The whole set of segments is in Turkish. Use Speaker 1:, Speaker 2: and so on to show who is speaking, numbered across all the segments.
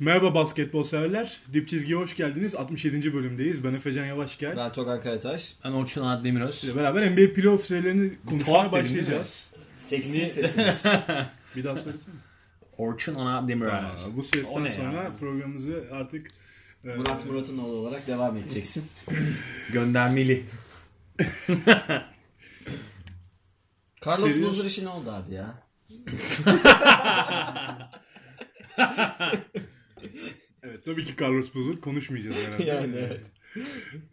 Speaker 1: Merhaba basketbol severler. Dip çizgiye hoş geldiniz. 67. bölümdeyiz. Ben Efecan Yavaş gel.
Speaker 2: Ben Togan Karataş.
Speaker 3: Ben Orçun Adem Demiröz.
Speaker 1: Ile beraber NBA playoff serilerini konuşmaya
Speaker 3: tuhaf dedin,
Speaker 1: başlayacağız.
Speaker 2: Seksi sesiniz.
Speaker 1: Bir daha söylesene.
Speaker 3: Orçun Ana Demiröz.
Speaker 1: Aa, bu
Speaker 3: O
Speaker 1: sesten
Speaker 3: ne
Speaker 1: sonra
Speaker 3: ya?
Speaker 1: programımızı artık e,
Speaker 2: Murat Murat'ın oğlu olarak devam edeceksin.
Speaker 3: Göndermeli.
Speaker 2: Carlos
Speaker 1: Seriyor.
Speaker 2: Buzur işi ne oldu abi ya?
Speaker 1: Evet tabii ki Carlos Buzur konuşmayacağız herhalde.
Speaker 2: Yani evet.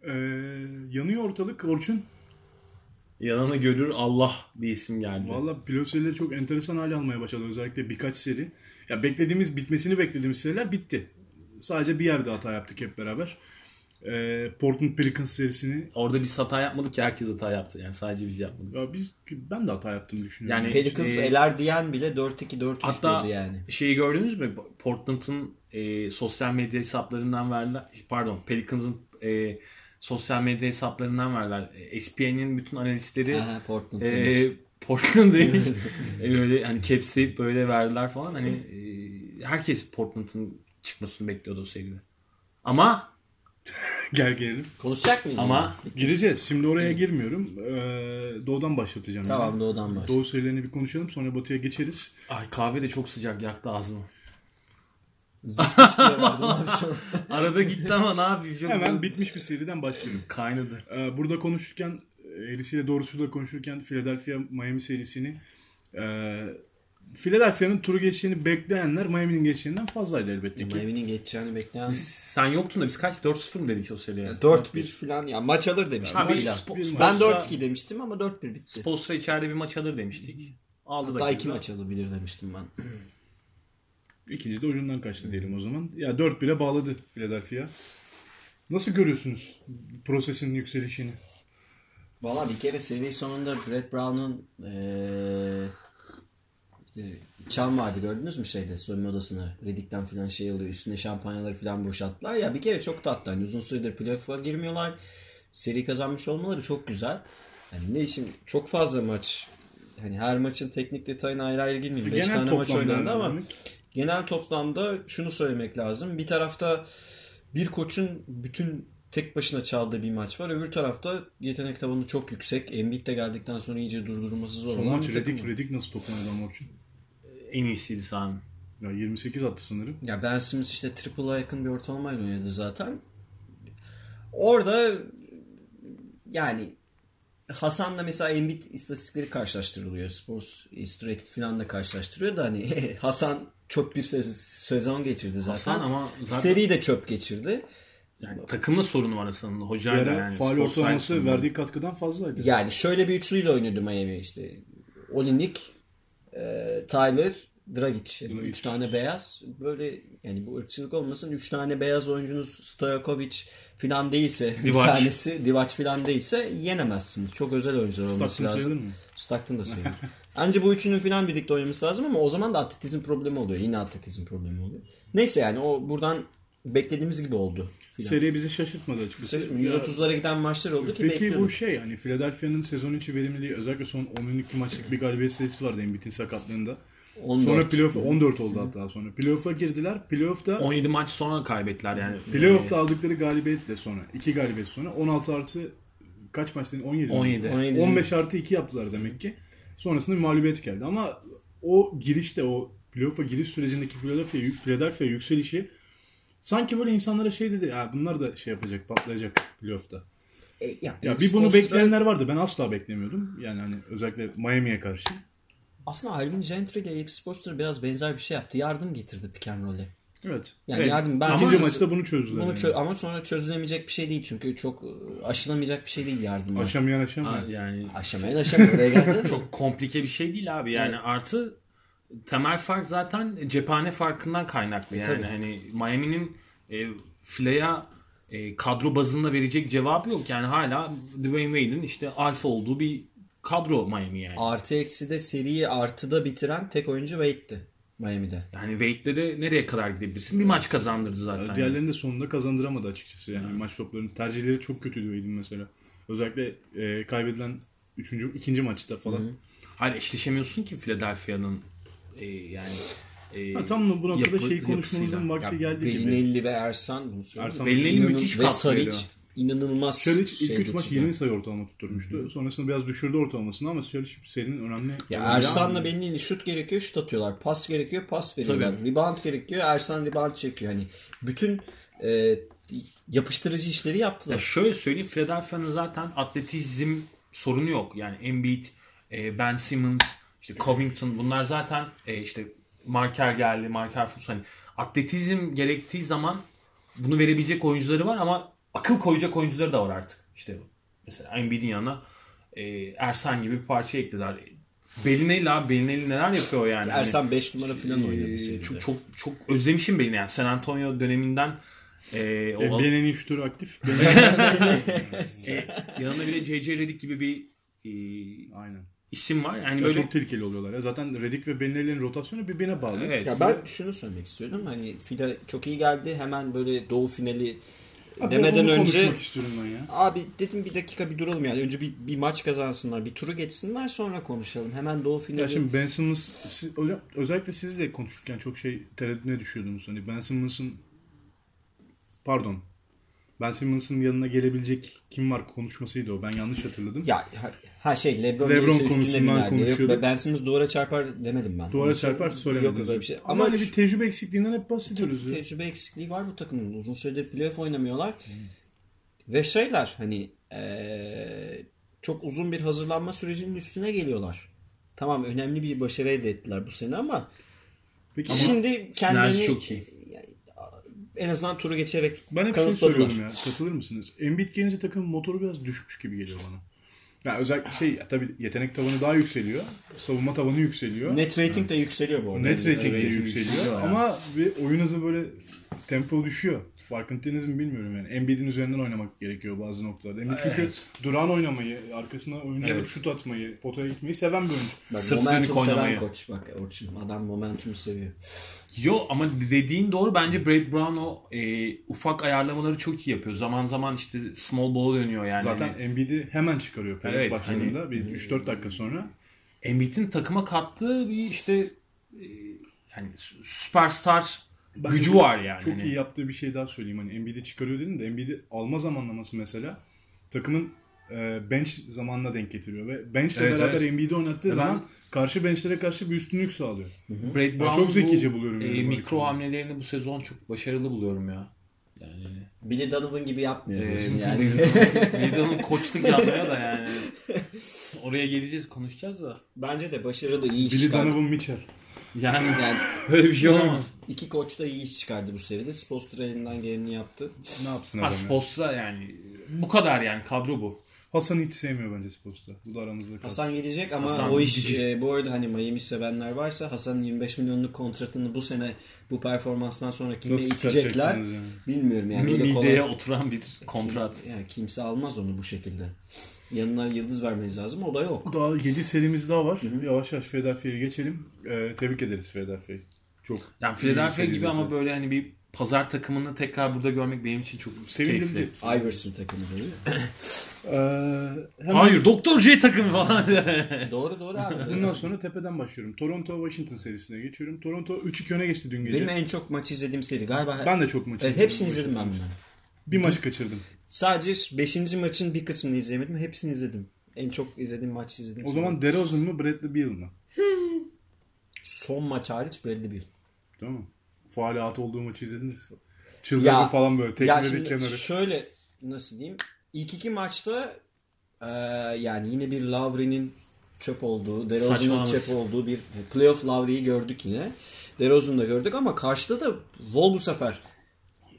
Speaker 1: E, yanıyor ortalık Orçun.
Speaker 3: Yanını görür Allah bir isim geldi.
Speaker 1: Valla playoff serileri çok enteresan hale almaya başladı. Özellikle birkaç seri. Ya beklediğimiz, bitmesini beklediğimiz seriler bitti. Sadece bir yerde hata yaptık hep beraber. E, Portland Pelicans serisini
Speaker 3: Orada biz hata yapmadık ki herkes hata yaptı. Yani sadece biz yapmadık.
Speaker 1: Ya biz ben de hata yaptığını düşünüyorum. şey
Speaker 3: Yani-
Speaker 2: Pelicans
Speaker 3: Ee,
Speaker 2: eler diyen bile 4-2-4-3
Speaker 3: Hatta
Speaker 2: diyordu yani.
Speaker 3: şeyi gördünüz mü? Portland'ın e, sosyal medya hesaplarından verilen pardon Pelicans'ın e, sosyal medya hesaplarından verdiler. E, ESPN'in bütün analistleri
Speaker 2: Aha, Portland
Speaker 3: e,
Speaker 2: demiş.
Speaker 3: Portland demiş. E, böyle hani Caps'i böyle verdiler falan. Hani e, herkes Portland'ın çıkmasını bekliyordu o seride. Ama
Speaker 1: Gel gelelim.
Speaker 2: Konuşacak mıyız?
Speaker 3: ama
Speaker 1: Gireceğiz. Şimdi oraya girmiyorum. Ee, doğudan başlatacağım.
Speaker 2: Tamam
Speaker 1: yine.
Speaker 2: doğudan baş.
Speaker 1: Doğu serilerini bir konuşalım sonra batıya geçeriz.
Speaker 3: Ay kahve de çok sıcak yaktı ağzımı.
Speaker 2: Zift içtiğe verdim abi sana.
Speaker 3: Arada gitti ama ne yapayım? Çok
Speaker 1: Hemen bitmiş bir seriden başlıyorum.
Speaker 3: kaynadı.
Speaker 1: Ee, burada konuşurken eğrisiyle doğrusuyla konuşurken Philadelphia Miami serisini e, Philadelphia'nın turu geçtiğini bekleyenler Miami'nin geçtiğinden fazlaydı elbette ki.
Speaker 2: Miami'nin geçeceğini bekleyen...
Speaker 3: Sen yoktun da biz kaç? 4-0 mı dedik o seriye?
Speaker 2: 4-1 falan ya maç alır demiştim.
Speaker 3: Ha, bir
Speaker 2: ilan.
Speaker 3: spo-
Speaker 1: bir maç.
Speaker 2: ben
Speaker 3: Spolstra-
Speaker 2: 4-2 demiştim ama 4-1 bitti.
Speaker 3: Spolstra içeride bir maç alır demiştik. Aldı
Speaker 2: Hatta
Speaker 3: da
Speaker 2: 2
Speaker 3: kızlar.
Speaker 2: maç alabilir demiştim ben.
Speaker 1: İkinci de ucundan kaçtı diyelim o zaman. Ya 4-1'e bağladı Philadelphia. Nasıl görüyorsunuz prosesin yükselişini?
Speaker 2: Valla bir kere seri sonunda Brett Brown'un eee işte çan vardı gördünüz mü şeyde soyunma odasına Redik'ten falan şey alıyor üstüne şampanyaları falan boşalttılar ya bir kere çok tatlı hani uzun süredir playoff'a girmiyorlar seri kazanmış olmaları çok güzel hani ne için çok fazla maç hani her maçın teknik detayına ayrı ayrı girmeyeyim 5 tane maç
Speaker 1: toplamda
Speaker 2: oynandı ama
Speaker 1: demek.
Speaker 2: genel toplamda şunu söylemek lazım. Bir tarafta bir koçun bütün tek başına çaldığı bir maç var. Öbür tarafta yetenek tavanı çok yüksek. Embiid de geldikten sonra iyice durdurulması zor
Speaker 1: Son
Speaker 2: olan
Speaker 1: maç
Speaker 2: bir takım
Speaker 1: Redick,
Speaker 2: var.
Speaker 1: Redick nasıl top oynadı Orçun?
Speaker 3: En iyisiydi sahanın.
Speaker 1: Ya 28 attı sanırım.
Speaker 2: Ya Ben Simmons işte triple'a yakın bir ortalamayla oynadı zaten. Orada yani Hasan'la mesela Embiid istatistikleri karşılaştırılıyor. Sports Illustrated falan da karşılaştırıyor da hani Hasan çok bir se- sezon geçirdi zaten.
Speaker 3: Hasan ama zaten-
Speaker 2: Seri de çöp geçirdi.
Speaker 3: Yani takımla sorunu var aslında.
Speaker 1: Bir
Speaker 3: Hocayla
Speaker 1: ara
Speaker 3: yani.
Speaker 1: faal
Speaker 3: Spor
Speaker 1: ortalaması
Speaker 3: sayesinde.
Speaker 1: verdiği katkıdan fazlaydı.
Speaker 2: Yani şöyle bir üçlüyle oynuyordu Miami işte. Olinik, e, Tyler, Dragic. Yani
Speaker 1: Dragic.
Speaker 2: üç tane beyaz. Böyle yani bu ırkçılık olmasın. Üç tane beyaz oyuncunuz Stojakovic falan değilse
Speaker 3: Divac.
Speaker 2: bir tanesi Divac falan değilse yenemezsiniz. Çok özel oyuncular olması
Speaker 1: Stockton sayılır
Speaker 2: lazım.
Speaker 1: mı?
Speaker 2: Stockton da sayılır. Anca bu üçünün falan birlikte oynaması lazım ama o zaman da atletizm problemi oluyor. Yine atletizm problemi oluyor. Neyse yani o buradan beklediğimiz gibi oldu. filan.
Speaker 1: Seriye bizi şaşırtmadı açıkçası. Ya,
Speaker 2: 130'lara giden maçlar oldu ki
Speaker 1: Peki
Speaker 2: bekliyorduk.
Speaker 1: bu şey hani Philadelphia'nın sezon içi verimliliği özellikle son 10-12 maçlık bir galibiyet serisi vardı Embiid'in sakatlığında.
Speaker 2: 14.
Speaker 1: Sonra playoff'a 14 oldu hatta sonra. Playoff'a girdiler. Playoff'ta
Speaker 3: 17 maç sonra kaybettiler yani.
Speaker 1: playoff'ta aldıkları galibiyetle sonra 2 galibiyet sonra 16 artı kaç maç dedin? 17. mi?
Speaker 3: 17.
Speaker 2: 17.
Speaker 1: 15 artı 2 yaptılar demek ki. Sonrasında bir mağlubiyet geldi. Ama o girişte o playoff'a giriş sürecindeki Philadelphia, Philadelphia yükselişi sanki böyle insanlara şey dedi. Ya bunlar da şey yapacak patlayacak playoff'ta.
Speaker 2: E, ya,
Speaker 1: Ya bir bunu
Speaker 2: Spoelstra-
Speaker 1: bekleyenler vardı. Ben asla beklemiyordum. Yani hani özellikle Miami'ye karşı.
Speaker 2: Aslında Alvin Gentry ile Eric Spoelstra biraz benzer bir şey yaptı. Yardım getirdi pick and roll'e.
Speaker 1: Evet.
Speaker 2: Yani
Speaker 3: Evet.
Speaker 2: yardım ben
Speaker 1: Ama
Speaker 2: Simmons'ı-
Speaker 1: maçta bunu çözdüler.
Speaker 2: bunu
Speaker 1: yani.
Speaker 2: çö- ama sonra çözülemeyecek bir şey değil çünkü çok e, aşılamayacak bir şey değil yardım.
Speaker 1: Aşamayan aşamayan.
Speaker 3: Ha, yani
Speaker 2: Aşamayan aşamayan şey oraya geleceğiz.
Speaker 3: çok komplike bir şey değil abi yani artı temel fark zaten cephane farkından kaynaklı
Speaker 1: E,
Speaker 3: yani
Speaker 2: tabii.
Speaker 3: hani Miami'nin e, filaya e, kadro bazında verecek cevabı yok yani hala Dwayne Wade'in işte alfa olduğu bir kadro Miami yani.
Speaker 2: Artı eksi de seriyi artıda bitiren tek oyuncu Wade'di Miami'de.
Speaker 3: Yani Wade'de de nereye kadar gidebilirsin? Bir maç kazandırdı zaten. yani.
Speaker 1: Diğerlerini de sonunda kazandıramadı açıkçası. Yani maç toplarının tercihleri çok kötüydü Wade'in mesela. Özellikle e, kaybedilen üçüncü, ikinci maçta falan.
Speaker 3: Hayır eşleşemiyorsun ki Philadelphia'nın e, yani e,
Speaker 1: Ha, tam da bu noktada
Speaker 3: yapı-
Speaker 1: şey konuşmamızın
Speaker 3: yapısıyla.
Speaker 1: vakti
Speaker 3: Ya,
Speaker 1: geldi gibi.
Speaker 2: Belinelli ve Ersan bunu söyleyeyim.
Speaker 1: Ersan-
Speaker 3: Belinelli
Speaker 2: İnanın-
Speaker 3: müthiş
Speaker 2: Ve
Speaker 3: katkıydı.
Speaker 2: Saric inanılmaz
Speaker 1: Şöliç ilk
Speaker 2: şey
Speaker 1: 3 maç
Speaker 2: getirdi.
Speaker 1: 20 sayı ortalama tutturmuştu. Sonrasında biraz düşürdü ortalamasını ama Şöliç serinin önemli.
Speaker 2: Ya
Speaker 1: oyuncağı
Speaker 2: Ersan'la
Speaker 1: ama-
Speaker 2: Belinelli şut gerekiyor şut atıyorlar. Pas gerekiyor pas veriyorlar.
Speaker 3: Tabii.
Speaker 2: Rebound gerekiyor Ersan rebound çekiyor. Hani bütün e, yapıştırıcı işleri yaptılar.
Speaker 3: Ya şöyle söyleyeyim Philadelphia'nın zaten atletizm sorunu yok. Yani Embiid, e, Ben Simmons, işte Covington bunlar zaten e, işte marker geldi, marker Fultz. Hani atletizm gerektiği zaman bunu verebilecek oyuncuları var ama akıl koyacak oyuncuları da var artık. İşte mesela Embiid'in yanına e, Ersan gibi bir parça eklediler. Belinelli abi Belinelli neler yapıyor yani. Hani-
Speaker 2: Ersan 5 numara falan oynadı
Speaker 3: Ee,
Speaker 2: seride.
Speaker 3: Çok çok çok özlemişim beni yani San Antonio döneminden e, o
Speaker 1: E, BNN'in şutörü aktif. BNN
Speaker 3: e, yanında bile C.C. Redick gibi bir e,
Speaker 1: Aynen.
Speaker 3: isim var. Yani
Speaker 1: Ya
Speaker 3: böyle
Speaker 1: Çok tehlikeli oluyorlar ya. Zaten Redick ve Benelli'nin rotasyonu birbirine bağlı.
Speaker 3: evet.
Speaker 2: Ya ben şunu söylemek istiyordum. Hani Fila çok iyi geldi. Hemen böyle doğu finali
Speaker 1: Abi,
Speaker 2: demeden
Speaker 1: onu
Speaker 2: önce
Speaker 1: konuşmak istiyorum ben ya.
Speaker 2: abi dedim bir dakika bir duralım yani. Önce bir, bir maç kazansınlar. Bir turu geçsinler sonra konuşalım. Hemen doğu finali.
Speaker 1: Ya şimdi Ben Simmons, siz- öyle- özellikle sizle konuşurken çok şey tereddüne düşüyordunuz. Hani Ben Simmons'ın pardon Ben Simmons'ın yanına gelebilecek kim var konuşmasıydı o. Ben yanlış hatırladım.
Speaker 2: ya ha- ha şey
Speaker 1: LeBron
Speaker 2: LeBron, gelirse üstüne
Speaker 1: konusundan
Speaker 2: biner diye. Yok
Speaker 1: konuşuyorduk.
Speaker 2: be, ben Simmons duvara çarpar demedim ben.
Speaker 1: Duvara çarpar
Speaker 2: Yok
Speaker 1: söylemediniz.
Speaker 2: böyle bir şey.
Speaker 1: Ama,
Speaker 2: Ama,
Speaker 1: hani
Speaker 2: şu-
Speaker 1: bir tecrübe eksikliğinden hep bahsediyoruz. ya.
Speaker 2: tecrübe eksikliği var bu takımın. Uzun süredir playoff oynamıyorlar. Ve şeyler hani eee, çok uzun bir hazırlanma sürecinin üstüne geliyorlar. Tamam önemli bir başarı elde ettiler bu sene ama
Speaker 1: Peki
Speaker 2: şimdi
Speaker 3: sinerji
Speaker 2: kendilerini
Speaker 3: çok iyi.
Speaker 2: Yani, en azından turu geçerek
Speaker 1: ben hep şey
Speaker 2: kanıtladılar.
Speaker 1: söylüyorum ya. Katılır mısınız? Embiid gelince takımın motoru biraz düşmüş gibi geliyor bana. Ya özellikle şey tabii yetenek tavanı daha yükseliyor. Savunma tavanı yükseliyor.
Speaker 2: Net rating de yükseliyor bu arada.
Speaker 1: Net rating de
Speaker 3: rating yükseliyor
Speaker 1: yükseliyor
Speaker 3: yani.
Speaker 1: ama bir oyun hızı böyle tempo düşüyor. Farkındınız mı bilmiyorum yani. Embiid'in üzerinden oynamak gerekiyor bazı noktalarda. Embiid çünkü durağan oynamayı, arkasına oyuncu alıp
Speaker 3: Evet.
Speaker 1: şut atmayı, potaya gitmeyi seven bir oyuncu.
Speaker 2: Bak,
Speaker 3: Sırt dönük
Speaker 2: momentum seven
Speaker 3: oynamayı.
Speaker 2: koç. Bak Orçun adam momentumu seviyor.
Speaker 3: Yo ama dediğin doğru bence Brad Brown o e, ufak ayarlamaları çok iyi yapıyor. Zaman zaman işte small ball'a dönüyor yani.
Speaker 1: Zaten
Speaker 3: Hani
Speaker 1: Embiid'i hemen çıkarıyor playoff
Speaker 3: Evet, hani-
Speaker 1: başlarında. bir 3-4 dakika sonra.
Speaker 3: Embiid'in takıma kattığı bir işte e, yani sü- süperstar
Speaker 1: Bence
Speaker 3: gücü
Speaker 1: bu
Speaker 3: var yani.
Speaker 1: Çok
Speaker 3: Hani
Speaker 1: iyi yaptığı bir şey daha söyleyeyim. Hani Embiid'i çıkarıyor dedin de Embiid'i alma zamanlaması mesela takımın e, bench zamanına denk getiriyor ve benchle
Speaker 3: Evet,
Speaker 1: beraber
Speaker 3: evet. E
Speaker 1: Embiid'i oynattığı
Speaker 3: Ben-
Speaker 1: zaman karşı benchlere karşı bir üstünlük sağlıyor.
Speaker 3: Brad Brown
Speaker 1: çok zekice buluyorum yani bu
Speaker 3: mikro
Speaker 1: arada.
Speaker 3: hamlelerini bu sezon çok başarılı buluyorum ya. Yani
Speaker 2: Billy Donovan gibi yapmıyor diyorsun
Speaker 3: Ee,
Speaker 2: yani.
Speaker 3: Middleton koçluk yapmaya da yani. Oraya geleceğiz konuşacağız da.
Speaker 2: Bence de başarılı iyi iş
Speaker 1: Billy
Speaker 2: çıkardı.
Speaker 1: Donovan Mitchell.
Speaker 3: Yani
Speaker 2: Yani
Speaker 3: böyle bir şey olamaz.
Speaker 2: iki koç da iyi iş çıkardı bu seride. Spolstra elinden geleni yaptı.
Speaker 1: Ne yapsın
Speaker 3: Ha
Speaker 1: adam ya?
Speaker 3: Spostra yani. Bu kadar yani kadro bu.
Speaker 1: Hasan hiç sevmiyor bence Spots'ta. Bu da aramızda kalsın.
Speaker 2: Hasan gidecek ama
Speaker 3: Hasan
Speaker 2: o iş
Speaker 3: gidecek.
Speaker 2: e, bu arada hani Miami sevenler varsa Hasan'ın 25 milyonluk kontratını bu sene bu performanstan sonra kime
Speaker 1: Nasıl
Speaker 2: itecekler
Speaker 1: çıkaracaksınız yani?
Speaker 2: bilmiyorum yani. Böyle
Speaker 3: Mideye
Speaker 2: kolay,
Speaker 3: oturan bir kontrat.
Speaker 2: yani kimse almaz onu bu şekilde. Yanına yıldız vermeniz lazım o da yok.
Speaker 1: Daha 7 serimiz daha var. Yavaş yavaş Philadelphia'ya geçelim. Ee, tebrik ederiz Philadelphia'yı. Çok
Speaker 3: Yani
Speaker 1: iyi bir
Speaker 3: Philadelphia
Speaker 1: seri
Speaker 3: gibi ama
Speaker 1: zaten.
Speaker 3: böyle hani bir pazar takımını tekrar burada görmek benim için çok
Speaker 1: sevindirici.
Speaker 3: keyifli.
Speaker 2: Iverson takımı değil.
Speaker 1: Ee, hemen
Speaker 3: Hayır Doktor J takımı falan.
Speaker 2: doğru doğru abi.
Speaker 1: Bundan sonra tepeden başlıyorum. Toronto Washington serisine geçiyorum. Toronto 3-2 öne geçti dün gece.
Speaker 2: Benim en çok maç izlediğim seri galiba.
Speaker 1: Ben de çok maç
Speaker 2: Evet,
Speaker 1: izledim.
Speaker 2: E, hepsini izledim ben bunları.
Speaker 1: Bir maç kaçırdım.
Speaker 2: Sadece 5. maçın bir kısmını izlemedim. Hepsini izledim. En çok izlediğim maçı izledim.
Speaker 1: O zaman DeRozan mı Bradley Beal mı?
Speaker 2: son maç hariç Bradley Beal.
Speaker 1: Tamam mı? Faale at olduğu maçı izlediniz. Çıldırdı falan böyle.
Speaker 2: ya
Speaker 1: Tekmeledi
Speaker 2: şimdi
Speaker 1: kenarı.
Speaker 2: şöyle nasıl diyeyim? İlk iki maçta eee, yani yine bir Lavri'nin çöp olduğu, DeRozan'ın
Speaker 3: Saçmalaması.
Speaker 2: çöp olduğu bir playoff Lavri'yi gördük yine. DeRozan'ı da gördük ama karşıda da Wall bu sefer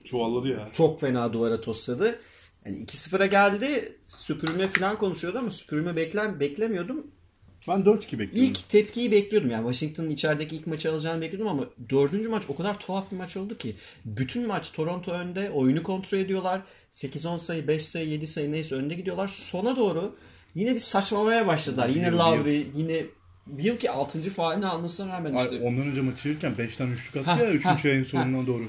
Speaker 1: Çuvalladı ya.
Speaker 2: çok fena duvara tosladı. Yani 2-0'a geldi. Süpürme falan konuşuyordu ama süpürme beklen beklemiyordum.
Speaker 1: Ben 4-2 bekliyorum.
Speaker 2: İlk tepkiyi bekliyordum yani Washington'ın içerideki ilk maçı alacağını bekliyordum ama dördüncü maç o kadar tuhaf bir maç oldu ki bütün maç Toronto önde oyunu kontrol ediyorlar 8-10 sayı 5 sayı 7 sayı neyse önde gidiyorlar sona doğru yine bir saçmalamaya başladılar yine
Speaker 1: Yıl,
Speaker 2: Lowry yine Bill ki 6. faalini almasına rağmen
Speaker 1: Ay,
Speaker 2: işte
Speaker 1: ondan önce maçı yürürken 5'ten 3'lük
Speaker 2: Ha,
Speaker 1: attı ya
Speaker 2: ha,
Speaker 1: 3. ayın sonundan doğru.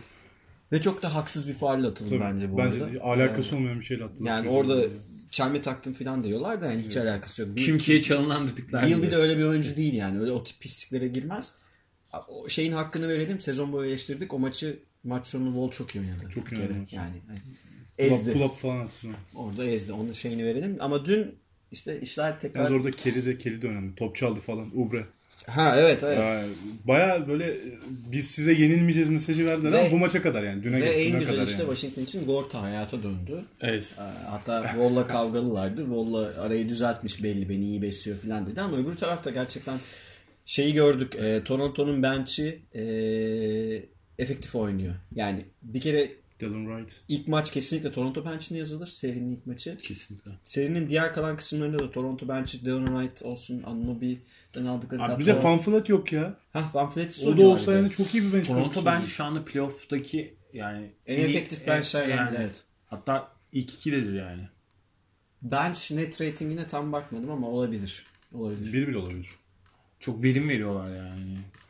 Speaker 2: ve çok da haksız bir faal atıldı
Speaker 1: Tabii,
Speaker 2: bence bu
Speaker 1: bence
Speaker 2: arada.
Speaker 1: de alakası olmayan bir şeyle attılar.
Speaker 2: Yani
Speaker 1: Çünkü-
Speaker 2: orada çelme taktım falan diyorlar da yani hiç alakası yok. Bill-
Speaker 3: Kimkiye çalınan dedikler
Speaker 2: Bill bir de
Speaker 3: gibi.
Speaker 2: öyle bir oyuncu değil yani. Öyle o tip pisliklere girmez. o şeyin hakkını verelim. Sezon boyu eleştirdik. O maçı maç sonu Wall çok iyi oynadı.
Speaker 1: Çok
Speaker 2: Bir
Speaker 1: iyi oynadı
Speaker 2: kere.
Speaker 1: maç.
Speaker 2: Yani hani
Speaker 1: Ezdi.
Speaker 2: ezdi.
Speaker 1: Pull up falan atıyor.
Speaker 2: Orada ezdi. Onun şeyini verelim. Ama dün işte işler tekrar...
Speaker 1: Yalnız orada kedi de kedi de önemli. Top çaldı falan. Ubre.
Speaker 2: Ha evet evet.
Speaker 1: Ee, Baya böyle e, biz size yenilmeyeceğiz mesajı verdiler
Speaker 2: Ve-
Speaker 1: ama bu maça kadar yani. Düne,
Speaker 2: Ve
Speaker 1: düne
Speaker 2: en güzel
Speaker 1: kadar
Speaker 2: işte
Speaker 1: yani.
Speaker 2: Washington için Gorta hayata döndü.
Speaker 3: Evet.
Speaker 2: Ee, Hatta Wall'la kavgalılardı. Wall'la arayı düzeltmiş belli beni iyi besliyor falan dedi ama öbür tarafta gerçekten şeyi gördük. E, Toronto'nun bench'i e, efektif oynuyor. Yani bir kere
Speaker 1: Dylan Wright.
Speaker 2: ilk maç kesinlikle Toronto bench'ine yazılır. Serinin ilk maçı.
Speaker 3: Kesinlikle.
Speaker 2: Serinin diğer kalan kısımlarında da Toronto bench'i Dylan Wright olsun, Anunoby'den aldıkları
Speaker 1: Abi bir de Fanflet yok ya.
Speaker 2: Hah, Van Vliet
Speaker 1: O da
Speaker 2: soruyor
Speaker 1: olsa
Speaker 2: arada.
Speaker 1: yani çok iyi bir bench.
Speaker 3: Toronto
Speaker 1: oyuncusu.
Speaker 3: ben şu anda playoff'taki yani
Speaker 2: En
Speaker 3: iyi-
Speaker 2: efektif benchlerden biri, evet.
Speaker 3: Hatta ilk ikidedir yani.
Speaker 2: Bench net ratingine tam bakmadım ama olabilir. Olabilir.
Speaker 1: Bir bile olabilir.
Speaker 3: Çok verim veriyorlar yani.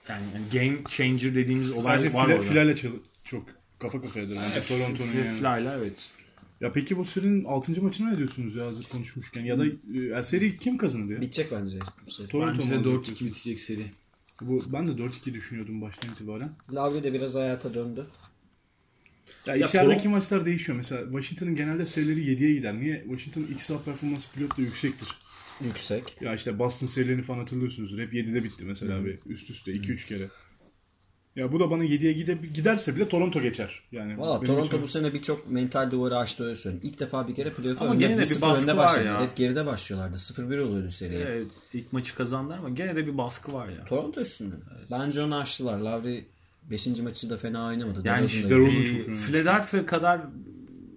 Speaker 3: Yani game changer dediğimiz olay
Speaker 1: Bence
Speaker 3: var
Speaker 1: file,
Speaker 3: orada.
Speaker 1: filerle çalı- çok kafa kafayadır bence Toronto'nun
Speaker 3: Fil-
Speaker 1: yani.
Speaker 3: Filayla evet.
Speaker 1: Ya peki bu serinin 6. maçına ne diyorsunuz ya hazır konuşmuşken? Ya da e, seri kim kazandı ya?
Speaker 2: Bitecek bence. bu seri.
Speaker 1: Toronto
Speaker 3: Bence de
Speaker 1: mu?
Speaker 3: 4-2 bitecek seri.
Speaker 1: Bu, ben de 4-2 düşünüyordum baştan itibaren.
Speaker 2: Lavri de biraz hayata döndü.
Speaker 1: Ya,
Speaker 3: Ya
Speaker 1: içerideki
Speaker 3: Toronto-
Speaker 1: maçlar değişiyor. Mesela Washington'ın genelde serileri 7'ye gider. Niye? Washington 2 saat performans pilotta yüksektir.
Speaker 2: Yüksek.
Speaker 1: Ya işte Boston serilerini falan hatırlıyorsunuzdur. Hep 7'de bitti mesela bir üst üste 2-3 kere. Ya bu da bana 7'ye gide, giderse bile Toronto geçer. Yani
Speaker 2: Valla
Speaker 1: benim
Speaker 2: Toronto
Speaker 1: için-
Speaker 2: bu sene birçok mental duvarı aştı öyle söyleyeyim. İlk defa bir kere playoff'a
Speaker 3: Ama
Speaker 2: önde,
Speaker 3: gene de bir
Speaker 2: 1-0
Speaker 3: baskı
Speaker 2: önde
Speaker 3: var
Speaker 2: başladılar.
Speaker 3: ya.
Speaker 2: Hep geride başlıyorlardı. 0-1 oluyordu seriye.
Speaker 3: Evet, ilk maçı kazandı ama gene de bir baskı var ya.
Speaker 2: Toronto üstünde. Bence onu aştılar. Lavri 5. maçı da fena oynamadı.
Speaker 3: Yani
Speaker 2: DeRozan da
Speaker 1: işte-
Speaker 2: iyi.
Speaker 1: DeRozan çok
Speaker 3: Ee,
Speaker 1: önemli.
Speaker 3: Philadelphia kadar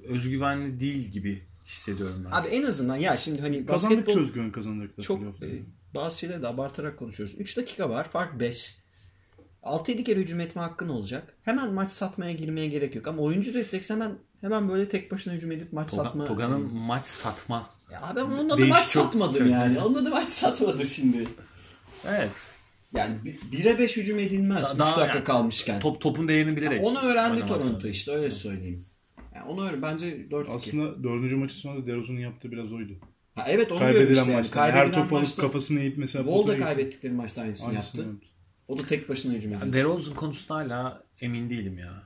Speaker 3: özgüvenli değil gibi hissediyorum ben.
Speaker 2: Abi en azından ya şimdi hani
Speaker 1: Kazandıkça
Speaker 2: basketbol
Speaker 1: özgüven kazanacaklar.
Speaker 2: çok
Speaker 1: playoff'ta.
Speaker 2: e, bazı şeyleri de abartarak konuşuyoruz. 3 dakika var. Fark 5. 6-7 kere hücum etme hakkın olacak. Hemen maç satmaya girmeye gerek yok. Ama oyuncu refleks hemen hemen böyle tek başına hücum edip maç
Speaker 3: Toga-
Speaker 2: satma.
Speaker 3: Toga'nın maç satma.
Speaker 2: Ya abi ama onun adı
Speaker 3: Değişik
Speaker 2: maç
Speaker 3: çok-
Speaker 2: satmadım
Speaker 3: çok-
Speaker 2: yani. Onun adı maç satmadı şimdi.
Speaker 3: Evet.
Speaker 2: Yani bi- bire 5 hücum edilmez. 3
Speaker 3: Daha-
Speaker 2: dakika
Speaker 3: yani
Speaker 2: kalmışken.
Speaker 3: Top topun değerini bilerek.
Speaker 2: Onu öğrendi
Speaker 3: oynamak
Speaker 2: Toronto
Speaker 3: lazım.
Speaker 2: işte öyle söyleyeyim. Yani onu öğren bence 4 2.
Speaker 1: Aslında dördüncü maçın sonunda DeRozan'ın yaptığı biraz oydu.
Speaker 2: Ha, evet onu diyorum
Speaker 1: Kaybedilen
Speaker 2: işte. Yani.
Speaker 1: maçta. Her
Speaker 2: Kaybedilen
Speaker 1: top alıp
Speaker 2: maçta
Speaker 1: kafasını eğip mesela
Speaker 2: Wall da
Speaker 1: potaya gitti.
Speaker 2: kaybettikleri maçta aynısını,
Speaker 1: Aynısını
Speaker 2: yaptı.
Speaker 1: yaptı.
Speaker 2: O da tek başına hücum edildi.
Speaker 3: DeRozan konusunda hala emin değilim ya.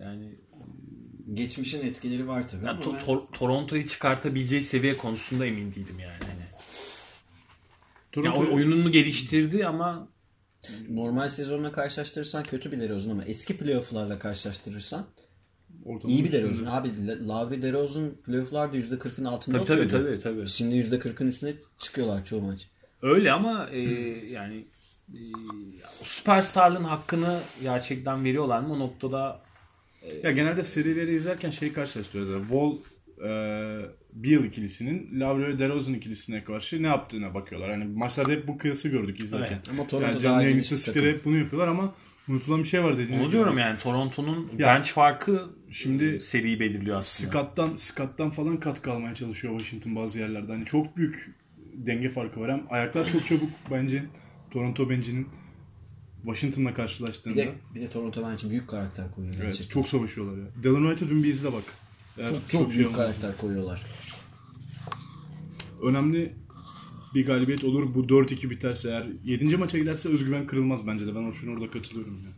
Speaker 3: Yani
Speaker 2: Geçmişin etkileri var tabii.
Speaker 3: ya
Speaker 2: ama
Speaker 3: to-
Speaker 2: ben-
Speaker 3: Tor- Toronto'yu çıkartabileceği seviye konusunda emin değilim yani. Hani. Ya
Speaker 1: Toronto
Speaker 3: oy- oyununu geliştirdi ama
Speaker 2: normal sezonla karşılaştırırsan kötü bir DeRozan ama eski playoff'larla karşılaştırırsan
Speaker 1: ortamın
Speaker 2: iyi bir
Speaker 1: üstünde.
Speaker 2: DeRozan. Abi La- Lavri DeRozan playoff'larda %40'ın altında
Speaker 3: tabii tabii,
Speaker 2: oturuyordu.
Speaker 3: tabii tabii.
Speaker 2: Şimdi %40'ın üstüne çıkıyorlar çoğu maç.
Speaker 3: Öyle ama e, yani e, süperstarlığın hakkını gerçekten veriyorlar mı o noktada
Speaker 1: Ya genelde serileri izlerken şey karşılaştırıyoruz. Yani Wall e, Beal ikilisinin Lavrio ve DeRozan ikilisine karşı ne yaptığına bakıyorlar. Hani maçlarda hep bu kıyası gördük izlerken.
Speaker 3: Evet,
Speaker 2: ama Toronto
Speaker 1: yani canlı
Speaker 2: daha
Speaker 1: yayın
Speaker 2: ilginç bir
Speaker 1: istatistikleri
Speaker 2: takım.
Speaker 1: hep bunu yapıyorlar ama unutulan bir şey var dediğiniz
Speaker 3: onu diyorum yani Toronto'nun
Speaker 1: Ya,
Speaker 3: bench farkı
Speaker 1: şimdi
Speaker 3: şimdi seriyi belirliyor aslında.
Speaker 1: Scott'tan, Scott'tan falan katkı almaya çalışıyor Washington bazı yerlerde. Hani çok büyük denge farkı var. Hem ayaklar çok çabuk bence Toronto bencinin Washington'la
Speaker 2: Bir
Speaker 1: karşılaştığında.
Speaker 2: de, bir de Toronto bence büyük karakter koyuyor
Speaker 1: Evet,
Speaker 2: gerçekten.
Speaker 1: çok savaşıyorlar ya. Dylan Wright'a dün bir izle bak. Eğer
Speaker 2: çok, çok,
Speaker 1: şey
Speaker 2: büyük
Speaker 1: olmaz.
Speaker 2: karakter koyuyorlar.
Speaker 1: Önemli bir galibiyet olur. Bu 4-2 biterse eğer 7. maça giderse özgüven kırılmaz bence de. Ben o- şunu orada katılıyorum. ya.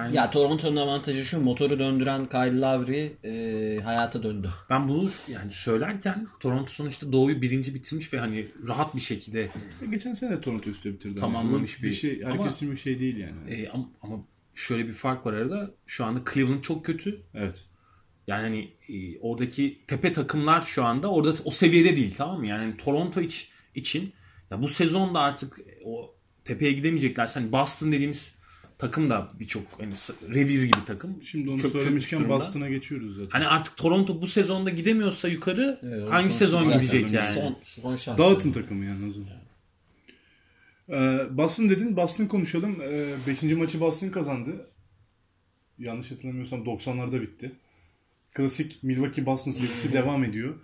Speaker 3: Yani
Speaker 2: Ya Toronto'nun avantajı şu motoru döndüren Kyle Lowry e, hayata döndü.
Speaker 3: ben bunu yani söylerken Toronto sonuçta Doğu'yu birinci bitirmiş ve hani rahat bir şekilde
Speaker 1: Ya Geçen sene de Toronto üstte bitirdi.
Speaker 3: Tamamlamış
Speaker 1: Yani.
Speaker 3: bir-
Speaker 1: şey.
Speaker 3: Ama-
Speaker 1: Herkes için bir şey değil yani.
Speaker 3: e, ama, ama şöyle bir fark var arada şu anda Cleveland çok kötü
Speaker 1: Evet.
Speaker 3: Yani hani e, oradaki tepe takımlar şu anda orada o seviyede değil tamam mı? Yani hani Toronto iç- için ya bu sezonda artık e, o tepeye gidemeyecekler. Hani Boston dediğimiz takım da birçok hani s- revir gibi takım.
Speaker 1: Şimdi onu
Speaker 3: Çöp- çökmüş
Speaker 1: söylemişken
Speaker 3: durumda.
Speaker 1: Boston'a geçiyoruz zaten.
Speaker 3: Hani artık Toronto bu sezonda gidemiyorsa yukarı
Speaker 2: Evet,
Speaker 3: hangi
Speaker 2: Toronto
Speaker 3: sezon
Speaker 2: güzel
Speaker 3: gidecek
Speaker 1: sezon.
Speaker 3: yani?
Speaker 2: Son, son şansı.
Speaker 1: Dağıtın takımı yani o zaman. Ee, Boston dedin. Boston konuşalım. Ee, beşinci maçı Boston kazandı. Yanlış hatırlamıyorsam 90'larda bitti. Klasik Milwaukee Boston serisi devam ediyor.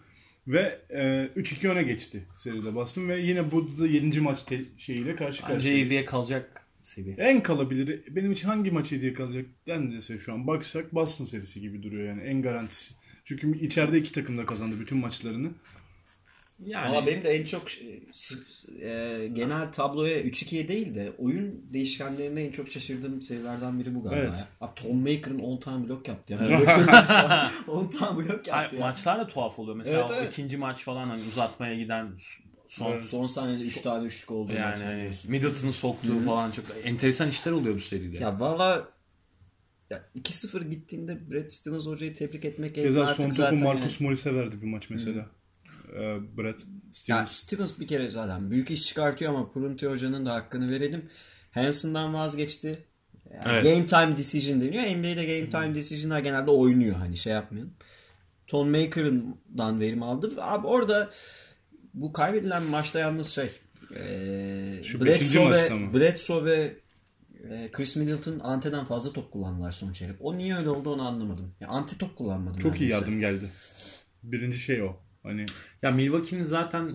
Speaker 1: Ve e, 3-2 öne geçti seride Boston ve yine burada da 7. maç te- şeyiyle karşı
Speaker 3: Bence
Speaker 1: karşıyayız.
Speaker 3: yediye kalacak seviye.
Speaker 1: En kalabilir benim için hangi maç hediye kalacak dencese şu an baksak Boston serisi gibi duruyor yani en garantisi. Çünkü içeride iki takım da kazandı bütün maçlarını.
Speaker 3: Yani
Speaker 2: Valla benim de en çok e, s- s- e, genel tabloya 3-2'ye değil de oyun değişkenlerine en çok şaşırdığım serilerden biri bu galiba.
Speaker 1: Evet.
Speaker 2: Ya. Abi Tom Maker'ın 10 tane blok yaptı. Yani. 10 tane blok
Speaker 3: Hayır,
Speaker 2: yaptı. ya.
Speaker 3: maçlar da tuhaf oluyor. Mesela
Speaker 2: Evet,
Speaker 3: o
Speaker 2: evet.
Speaker 3: ikinci maç falan hani uzatmaya giden son
Speaker 1: Evet.
Speaker 2: Son saniyede 3 tane üçlük oldu.
Speaker 3: yani hani Middleton'ın soktuğu falan çok enteresan işler oluyor bu seride.
Speaker 2: Ya valla ya 2-0 gittiğinde Brad Stevens hocayı tebrik etmek
Speaker 1: Keza
Speaker 2: artık
Speaker 1: son topu
Speaker 2: zaten
Speaker 1: Marcus
Speaker 2: yani-
Speaker 1: Morris'e verdi bir maç mesela. Ee, Brad
Speaker 2: Ya
Speaker 1: Stevens.
Speaker 2: Stevens bir kere zaten büyük iş çıkartıyor ama Prunty hocanın da hakkını verelim. Hansen'dan vazgeçti. Yani
Speaker 3: Evet.
Speaker 2: Game time decision deniyor. NBA'de game time decision'lar genelde oynuyor hani şey yapmayın. Ton Maker'ından verim aldı. Abi orada bu kaybedilen maçta yalnız şey eee
Speaker 1: Şu beşinci
Speaker 2: Bledsoe
Speaker 1: maçta
Speaker 2: ve,
Speaker 1: mı?
Speaker 2: Bledsoe ve eee, Chris Middleton Ante'den fazla top kullandılar son çeyrek. O niye öyle oldu onu anlamadım. Ya Ante top kullanmadı.
Speaker 1: Çok iyi
Speaker 2: neredeyse.
Speaker 1: yardım geldi. Birinci şey o. Hani
Speaker 3: Ya Milwaukee'nin zaten e,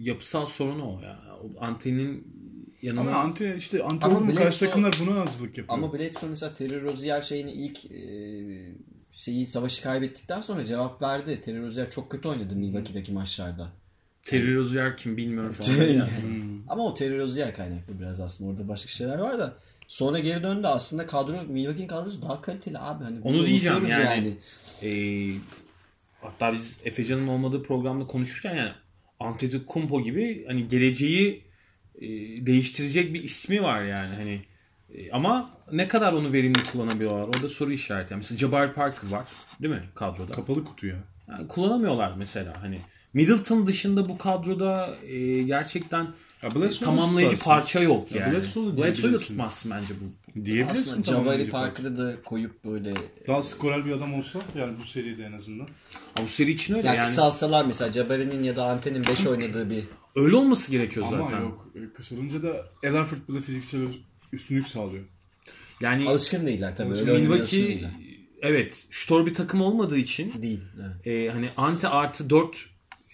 Speaker 3: yapısal sorunu o ya. O Antenin
Speaker 1: ama
Speaker 3: yanına
Speaker 1: anti işte anti
Speaker 2: Ama
Speaker 1: olur mu? Karşı
Speaker 2: Bledsoe-
Speaker 1: takımlar buna hazırlık yapıyor.
Speaker 2: Ama Bledsoe mesela Terry Rozier şeyini ilk eee, şeyi savaşı kaybettikten sonra cevap verdi. Terry Rozier çok kötü oynadı Milwaukee'deki maçlarda.
Speaker 3: Terry Rozier kim bilmiyorum falan.
Speaker 2: Ama o Terry Rozier kaynaklı biraz aslında. Orada başka şeyler var da. Sonra geri döndü aslında kadro Milwaukee'nin kadrosu daha kaliteli abi. Hani bunu
Speaker 3: Onu diyeceğim
Speaker 2: unutuyoruz
Speaker 3: yani. E, hatta biz Efecan'ın olmadığı programda konuşurken yani Antetokounmpo gibi hani geleceği e, değiştirecek bir ismi var yani hani E, ama ne kadar onu verimli kullanabiliyorlar orada soru işareti. Yani mesela Jabari Parker var değil mi kadroda?
Speaker 1: Kapalı kutu ya.
Speaker 3: Yani kullanamıyorlar mesela hani Middleton dışında bu kadroda e, gerçekten
Speaker 1: Ya
Speaker 3: e,
Speaker 1: Bledsoe'yu
Speaker 3: tamamlayıcı
Speaker 1: tutarsın.
Speaker 3: parça yok
Speaker 1: Ya
Speaker 3: yani.
Speaker 1: Bledsoe'u
Speaker 3: Bledsoe'yu
Speaker 1: da
Speaker 3: da
Speaker 1: diyebilirsin.
Speaker 3: tutmazsın bence bu.
Speaker 1: Diyebilirsin
Speaker 2: Aslında
Speaker 1: tamamlayıcı
Speaker 2: Jabari
Speaker 1: parça.
Speaker 2: Parker'ı da koyup böyle
Speaker 1: Daha skorer bir adam olsa yani bu seride en azından.
Speaker 3: Ama bu seri için öyle
Speaker 2: yani,
Speaker 3: yani.
Speaker 2: kısalsalar mesela Jabari'nin ya da Ante'nin 5 oynadığı bir
Speaker 3: Öyle olması gerekiyor
Speaker 1: Ama
Speaker 3: zaten.
Speaker 1: yok e, kısalınca da Elenford bile fiziksel öz- üstünlük sağlıyor.
Speaker 3: Yani
Speaker 2: alışkın değiller tabii. Öyle oynamaya alışkın
Speaker 3: Milwaukee
Speaker 2: değiller.
Speaker 3: evet ştor bir takım olmadığı için
Speaker 2: Değil. Evet.
Speaker 3: e, hani anti artı 4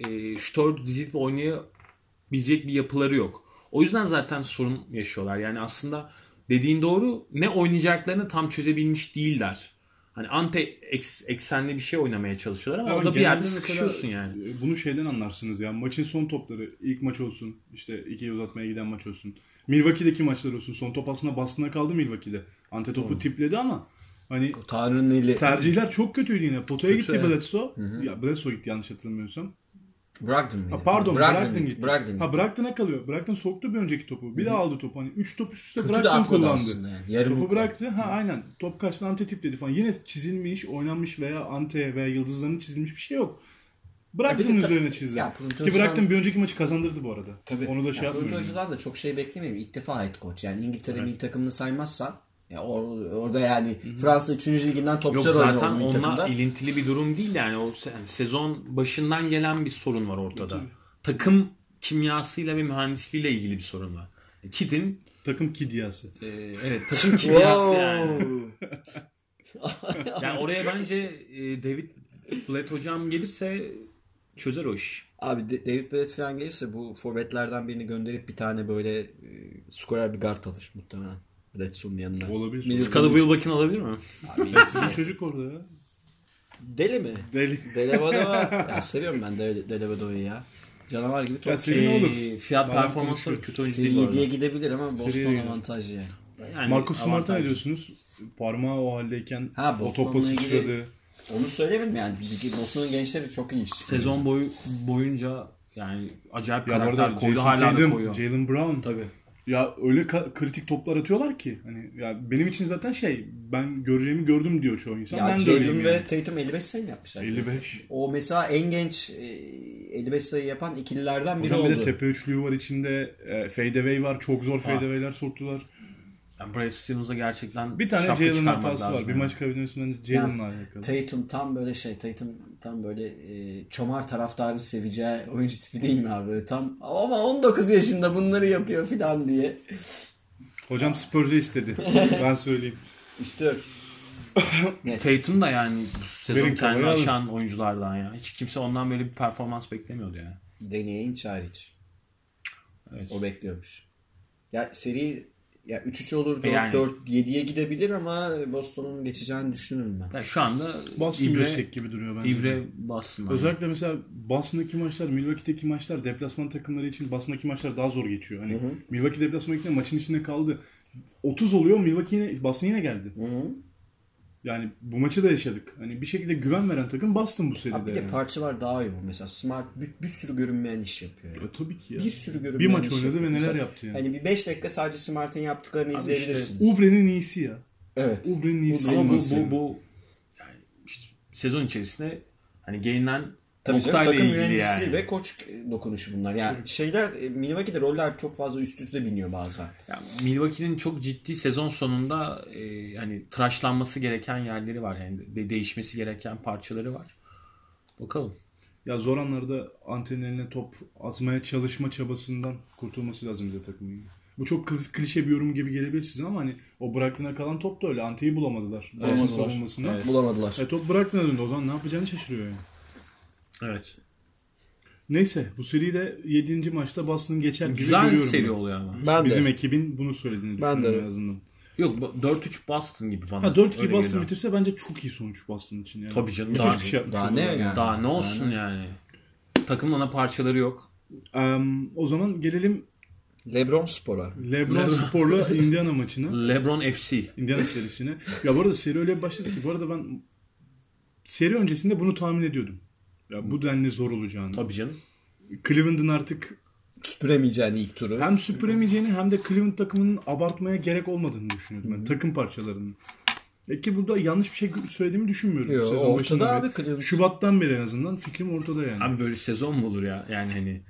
Speaker 3: e, ştor dizilip oynayabilecek bir yapıları yok. O yüzden zaten sorun yaşıyorlar. Yani aslında dediğin doğru ne oynayacaklarını tam çözebilmiş değiller. Hani anti eks- eksenli bir şey oynamaya çalışıyorlar ama
Speaker 1: Ya
Speaker 3: orada bir
Speaker 1: genelde
Speaker 3: yerde
Speaker 1: mesela,
Speaker 3: sıkışıyorsun yani.
Speaker 1: e, Bunu şeyden anlarsınız ya. Maçın son topları ilk maç olsun. işte ikiye uzatmaya giden maç olsun. Milwaukee'deki maçlar olsun. Son top aslında bastığına kaldı Milwaukee'de. Ante topu tipledi ama hani
Speaker 2: Tanrı'nın eli.
Speaker 1: tercihler çok kötüydü yine. Potaya
Speaker 3: Kötü,
Speaker 1: gitti
Speaker 3: evet.
Speaker 1: Bledsoe. Ya Bledsoe gitti yanlış hatırlamıyorsam.
Speaker 2: Brogdon mıydı?
Speaker 1: Ha, pardon
Speaker 2: Brogdon
Speaker 1: Brogdon gitti.
Speaker 2: Brogdon
Speaker 1: ha
Speaker 2: gitti.
Speaker 1: Brogdon'a kalıyor. Brogdon soktu bir önceki topu. Bir daha aldı topu. Hani 3 top üst üste
Speaker 2: Kötü de
Speaker 1: Brogdon
Speaker 2: atmadı
Speaker 1: kullandı.
Speaker 2: aslında yani. Yarım
Speaker 1: topu
Speaker 2: kullandı.
Speaker 1: bıraktı. Ha aynen. Top kaçtı ante tipledi falan. Yine çizilmiş, oynanmış veya ante veya yıldızların çizilmiş bir şey yok. Bıraktın
Speaker 2: Ya bir de
Speaker 1: üzerine
Speaker 2: tabii-
Speaker 1: çizdi.
Speaker 2: ya Pronto
Speaker 1: Ki bıraktın
Speaker 2: Hoca'dan-
Speaker 1: bir önceki maçı kazandırdı bu arada. Onu da şey
Speaker 2: Ya,
Speaker 1: yapmıyorum.
Speaker 2: Hocadan da çok şey beklemiyorum. İlk defa head coach. Yani İngiltere milli takımını saymazsan ya or- orada yani Fransa 3. liginden
Speaker 3: Yok
Speaker 2: topçular oynuyor
Speaker 3: zaten
Speaker 2: onun milli
Speaker 3: onunla
Speaker 2: takımda.
Speaker 3: ilintili bir durum değil yani o se- yani sezon başından gelen bir sorun var ortada. Takım kimyasıyla ve mühendisliğiyle ilgili bir sorun var. E, Kid'in
Speaker 1: Takım kidyası.
Speaker 3: e, evet takım kimyası yani. Yani oraya bence e, David Blatt hocam gelirse çözer o iş.
Speaker 2: Abi De- David Blatt falan gelirse bu forvetlerden birini gönderip bir tane böyle e, skorer bir guard alır muhtemelen. Bledsoe'nun yanına.
Speaker 1: Olabilir.
Speaker 2: Middleton-
Speaker 3: Scully Wilbeck'in alabilir mi?
Speaker 2: Abi,
Speaker 1: Sizin çocuk orada ya.
Speaker 2: Deli mi?
Speaker 1: Deli.
Speaker 2: Delevadova. ya seviyorum ben Dele- Delevadova'yı ya. Canavar gibi
Speaker 1: Ya
Speaker 2: topçu.
Speaker 1: seri ne olur?
Speaker 3: E, fiyat
Speaker 1: Bayağı
Speaker 3: performansları
Speaker 1: konuşuyoruz.
Speaker 3: kötü oyuncu
Speaker 2: Seri
Speaker 3: değil bu arada.
Speaker 2: 7'ye gidebilir ama Boston
Speaker 1: yediye.
Speaker 2: avantajı yani.
Speaker 3: Yani
Speaker 1: Marcus Smart'a ne
Speaker 3: avantaj.
Speaker 1: diyorsunuz? Parmağı o haldeyken
Speaker 2: Ha,
Speaker 1: o
Speaker 2: Boston'la
Speaker 1: topa
Speaker 2: ilgili-
Speaker 1: sıçradı.
Speaker 2: Onu söylemedim yani. Bizdeki Boston'un gençleri çok iyi iş.
Speaker 3: Sezon boyu boyunca yani acayip
Speaker 1: Ya bu
Speaker 3: karakter
Speaker 1: arada
Speaker 3: koydu
Speaker 1: Jason
Speaker 3: hala da
Speaker 1: Tatum,
Speaker 3: koyuyor.
Speaker 1: Jalen Brown.
Speaker 3: Tabii.
Speaker 1: Ya öyle ka- kritik toplar atıyorlar ki. Hani ya benim için zaten şey ben göreceğimi gördüm diyor çoğu insan.
Speaker 2: Ya
Speaker 1: ben de
Speaker 2: Jalen
Speaker 1: öyleyim
Speaker 2: ve
Speaker 1: yani.
Speaker 2: Tatum 55 sayı yapmışlar.
Speaker 1: 55.
Speaker 2: O mesela en genç e, 55 sayı yapan ikililerden biri
Speaker 1: Hocam bir de
Speaker 2: oldu.
Speaker 1: tepe üçlüğü var içinde. E, fadeaway var. Çok zor fadeaway'ler soktular.
Speaker 3: Yani Brad Stevens'a gerçekten
Speaker 1: Bir tane
Speaker 3: şapka
Speaker 1: Jalen'ın
Speaker 3: çıkarmak
Speaker 1: hatası
Speaker 3: lazım
Speaker 1: var. Bir
Speaker 3: yani.
Speaker 1: maç kaybetmesinden önce
Speaker 2: Yalnız
Speaker 1: Jalen'la alakalı.
Speaker 2: Tatum tam böyle şey Tatum tam böyle e, çomar taraftarın seveceği oyuncu tipi değil mi abi? Böyle Tam ama 19 yaşında bunları yapıyor filan diye.
Speaker 1: Hocam Spurgeon istedi. ben söyleyeyim.
Speaker 2: İstiyorum.
Speaker 3: Tatum da yani bu sezon
Speaker 1: Verin
Speaker 3: kendini
Speaker 1: kamerayı
Speaker 3: aşan oyunculardan ya. Hiç kimse ondan böyle bir performans beklemiyordu yani.
Speaker 2: Deneyin hariç.
Speaker 3: Evet.
Speaker 2: O bekliyormuş. Ya seri ya 3-3 olur, 4-4,
Speaker 3: yani-
Speaker 2: 7'ye gidebilir ama Boston'un geçeceğini düşünürüm ben.
Speaker 3: Yani şu anda
Speaker 1: Boston
Speaker 3: İbre,
Speaker 1: görecek gibi duruyor bence.
Speaker 3: İbre Boston.
Speaker 1: Özellikle mesela Boston'daki maçlar, Milwaukee'deki maçlar, deplasman takımları için Boston'daki maçlar daha zor geçiyor. Hani Milwaukee deplasman ekle maçın içinde kaldı. 30 oluyor Milwaukee yine, Boston yine geldi.
Speaker 2: Hı-hı.
Speaker 1: Yani bu maçı da yaşadık. Hani bir şekilde güven veren takım Boston bu seride.
Speaker 2: Abi bir de
Speaker 1: yani.
Speaker 2: parçalar daha iyi bu. Mesela Smart bir, bir sürü görünmeyen iş yapıyor. yani.
Speaker 1: E, tabii ki ya.
Speaker 2: Bir sürü görünmeyen
Speaker 1: Bir maç
Speaker 2: iş
Speaker 1: oynadı
Speaker 2: yapıyor.
Speaker 1: ve neler
Speaker 2: Mesela
Speaker 1: yaptı yani.
Speaker 2: Hani bir 5 dakika sadece Smart'ın yaptıklarını
Speaker 1: Abi işte
Speaker 2: izleyebilirsiniz.
Speaker 1: Ubre'nin iyisi ya.
Speaker 2: evet.
Speaker 1: Ubre'nin iyisi.
Speaker 3: Ama bu,
Speaker 1: olmaz yani.
Speaker 3: bu, bu yani işte sezon içerisinde hani gelinen
Speaker 2: Tabii canım,
Speaker 3: noktayla
Speaker 2: takım
Speaker 3: ilgili
Speaker 2: yöneticisi
Speaker 3: yani.
Speaker 2: ve koç dokunuşu bunlar. Yani şeyler e, Milwaukee'de roller çok fazla üst üste biniyor bazen.
Speaker 3: Yani Milwaukee'nin çok ciddi sezon sonunda e, hani tıraşlanması gereken yerleri var. Yani de- değişmesi gereken parçaları var. Bakalım.
Speaker 1: Ya zor anlarda antenin eline top atmaya çalışma çabasından kurtulması lazım bir de takımın. Bu çok kli- klişe bir yorum gibi gelebilir size ama hani o bıraktığına kalan top da öyle. Anteyi bulamadılar. Boston
Speaker 2: Bulamadılar.
Speaker 1: savunmasına.
Speaker 2: Bulamadılar.
Speaker 1: E top bıraktığına döndü. O zaman ne yapacağını şaşırıyor yani.
Speaker 3: Evet.
Speaker 1: Neyse bu seriyi de 7. maçta Boston geçer gibi
Speaker 3: Güzel
Speaker 1: görüyorum.
Speaker 3: seri
Speaker 1: ben.
Speaker 3: oluyor ama.
Speaker 2: Ben
Speaker 1: Bizim
Speaker 2: de.
Speaker 1: ekibin bunu söylediğini
Speaker 2: Ben
Speaker 1: düşünüyorum
Speaker 2: de.
Speaker 1: en azından.
Speaker 3: Yok bu 4-3 Boston gibi bana.
Speaker 1: Ha 4-2
Speaker 3: Öyle
Speaker 1: Boston
Speaker 3: geliyor.
Speaker 1: bitirse bence çok iyi sonuç Boston için yani.
Speaker 3: Tabii canım,
Speaker 1: Müthiş
Speaker 3: daha-
Speaker 1: bir şey yapmış
Speaker 2: daha
Speaker 1: olurlar
Speaker 2: ne
Speaker 1: yani.
Speaker 2: yani?
Speaker 3: Daha ne olsun yani. Takımın ana parçaları yok.
Speaker 1: Em, o zaman gelelim
Speaker 2: Lebron Spor'a.
Speaker 1: LeBron Spor'la Indiana maçına.
Speaker 3: LeBron FC.
Speaker 1: Indiana serisine. Ya bu arada seri öyle bir başladı ki bu arada ben seri öncesinde bunu tahmin ediyordum. Ya bu denli zor olacağını.
Speaker 3: Tabii canım.
Speaker 1: Cleveland'ın artık
Speaker 2: Süpüremeyeceğini ilk turu.
Speaker 1: hem süpüremeyeceğini hem de Cleveland takımının abartmaya gerek olmadığını düşünüyordum. Yani takım parçalarının. E ki burada yanlış bir şey söylediğimi düşünmüyorum.
Speaker 2: Yo,
Speaker 1: Sezon
Speaker 2: ortada
Speaker 1: başından
Speaker 2: abi
Speaker 1: beri.
Speaker 2: Cleveland.
Speaker 1: Şubattan beri en azından fikrim ortada yani.
Speaker 3: Abi böyle sezon mu olur ya? Yani hani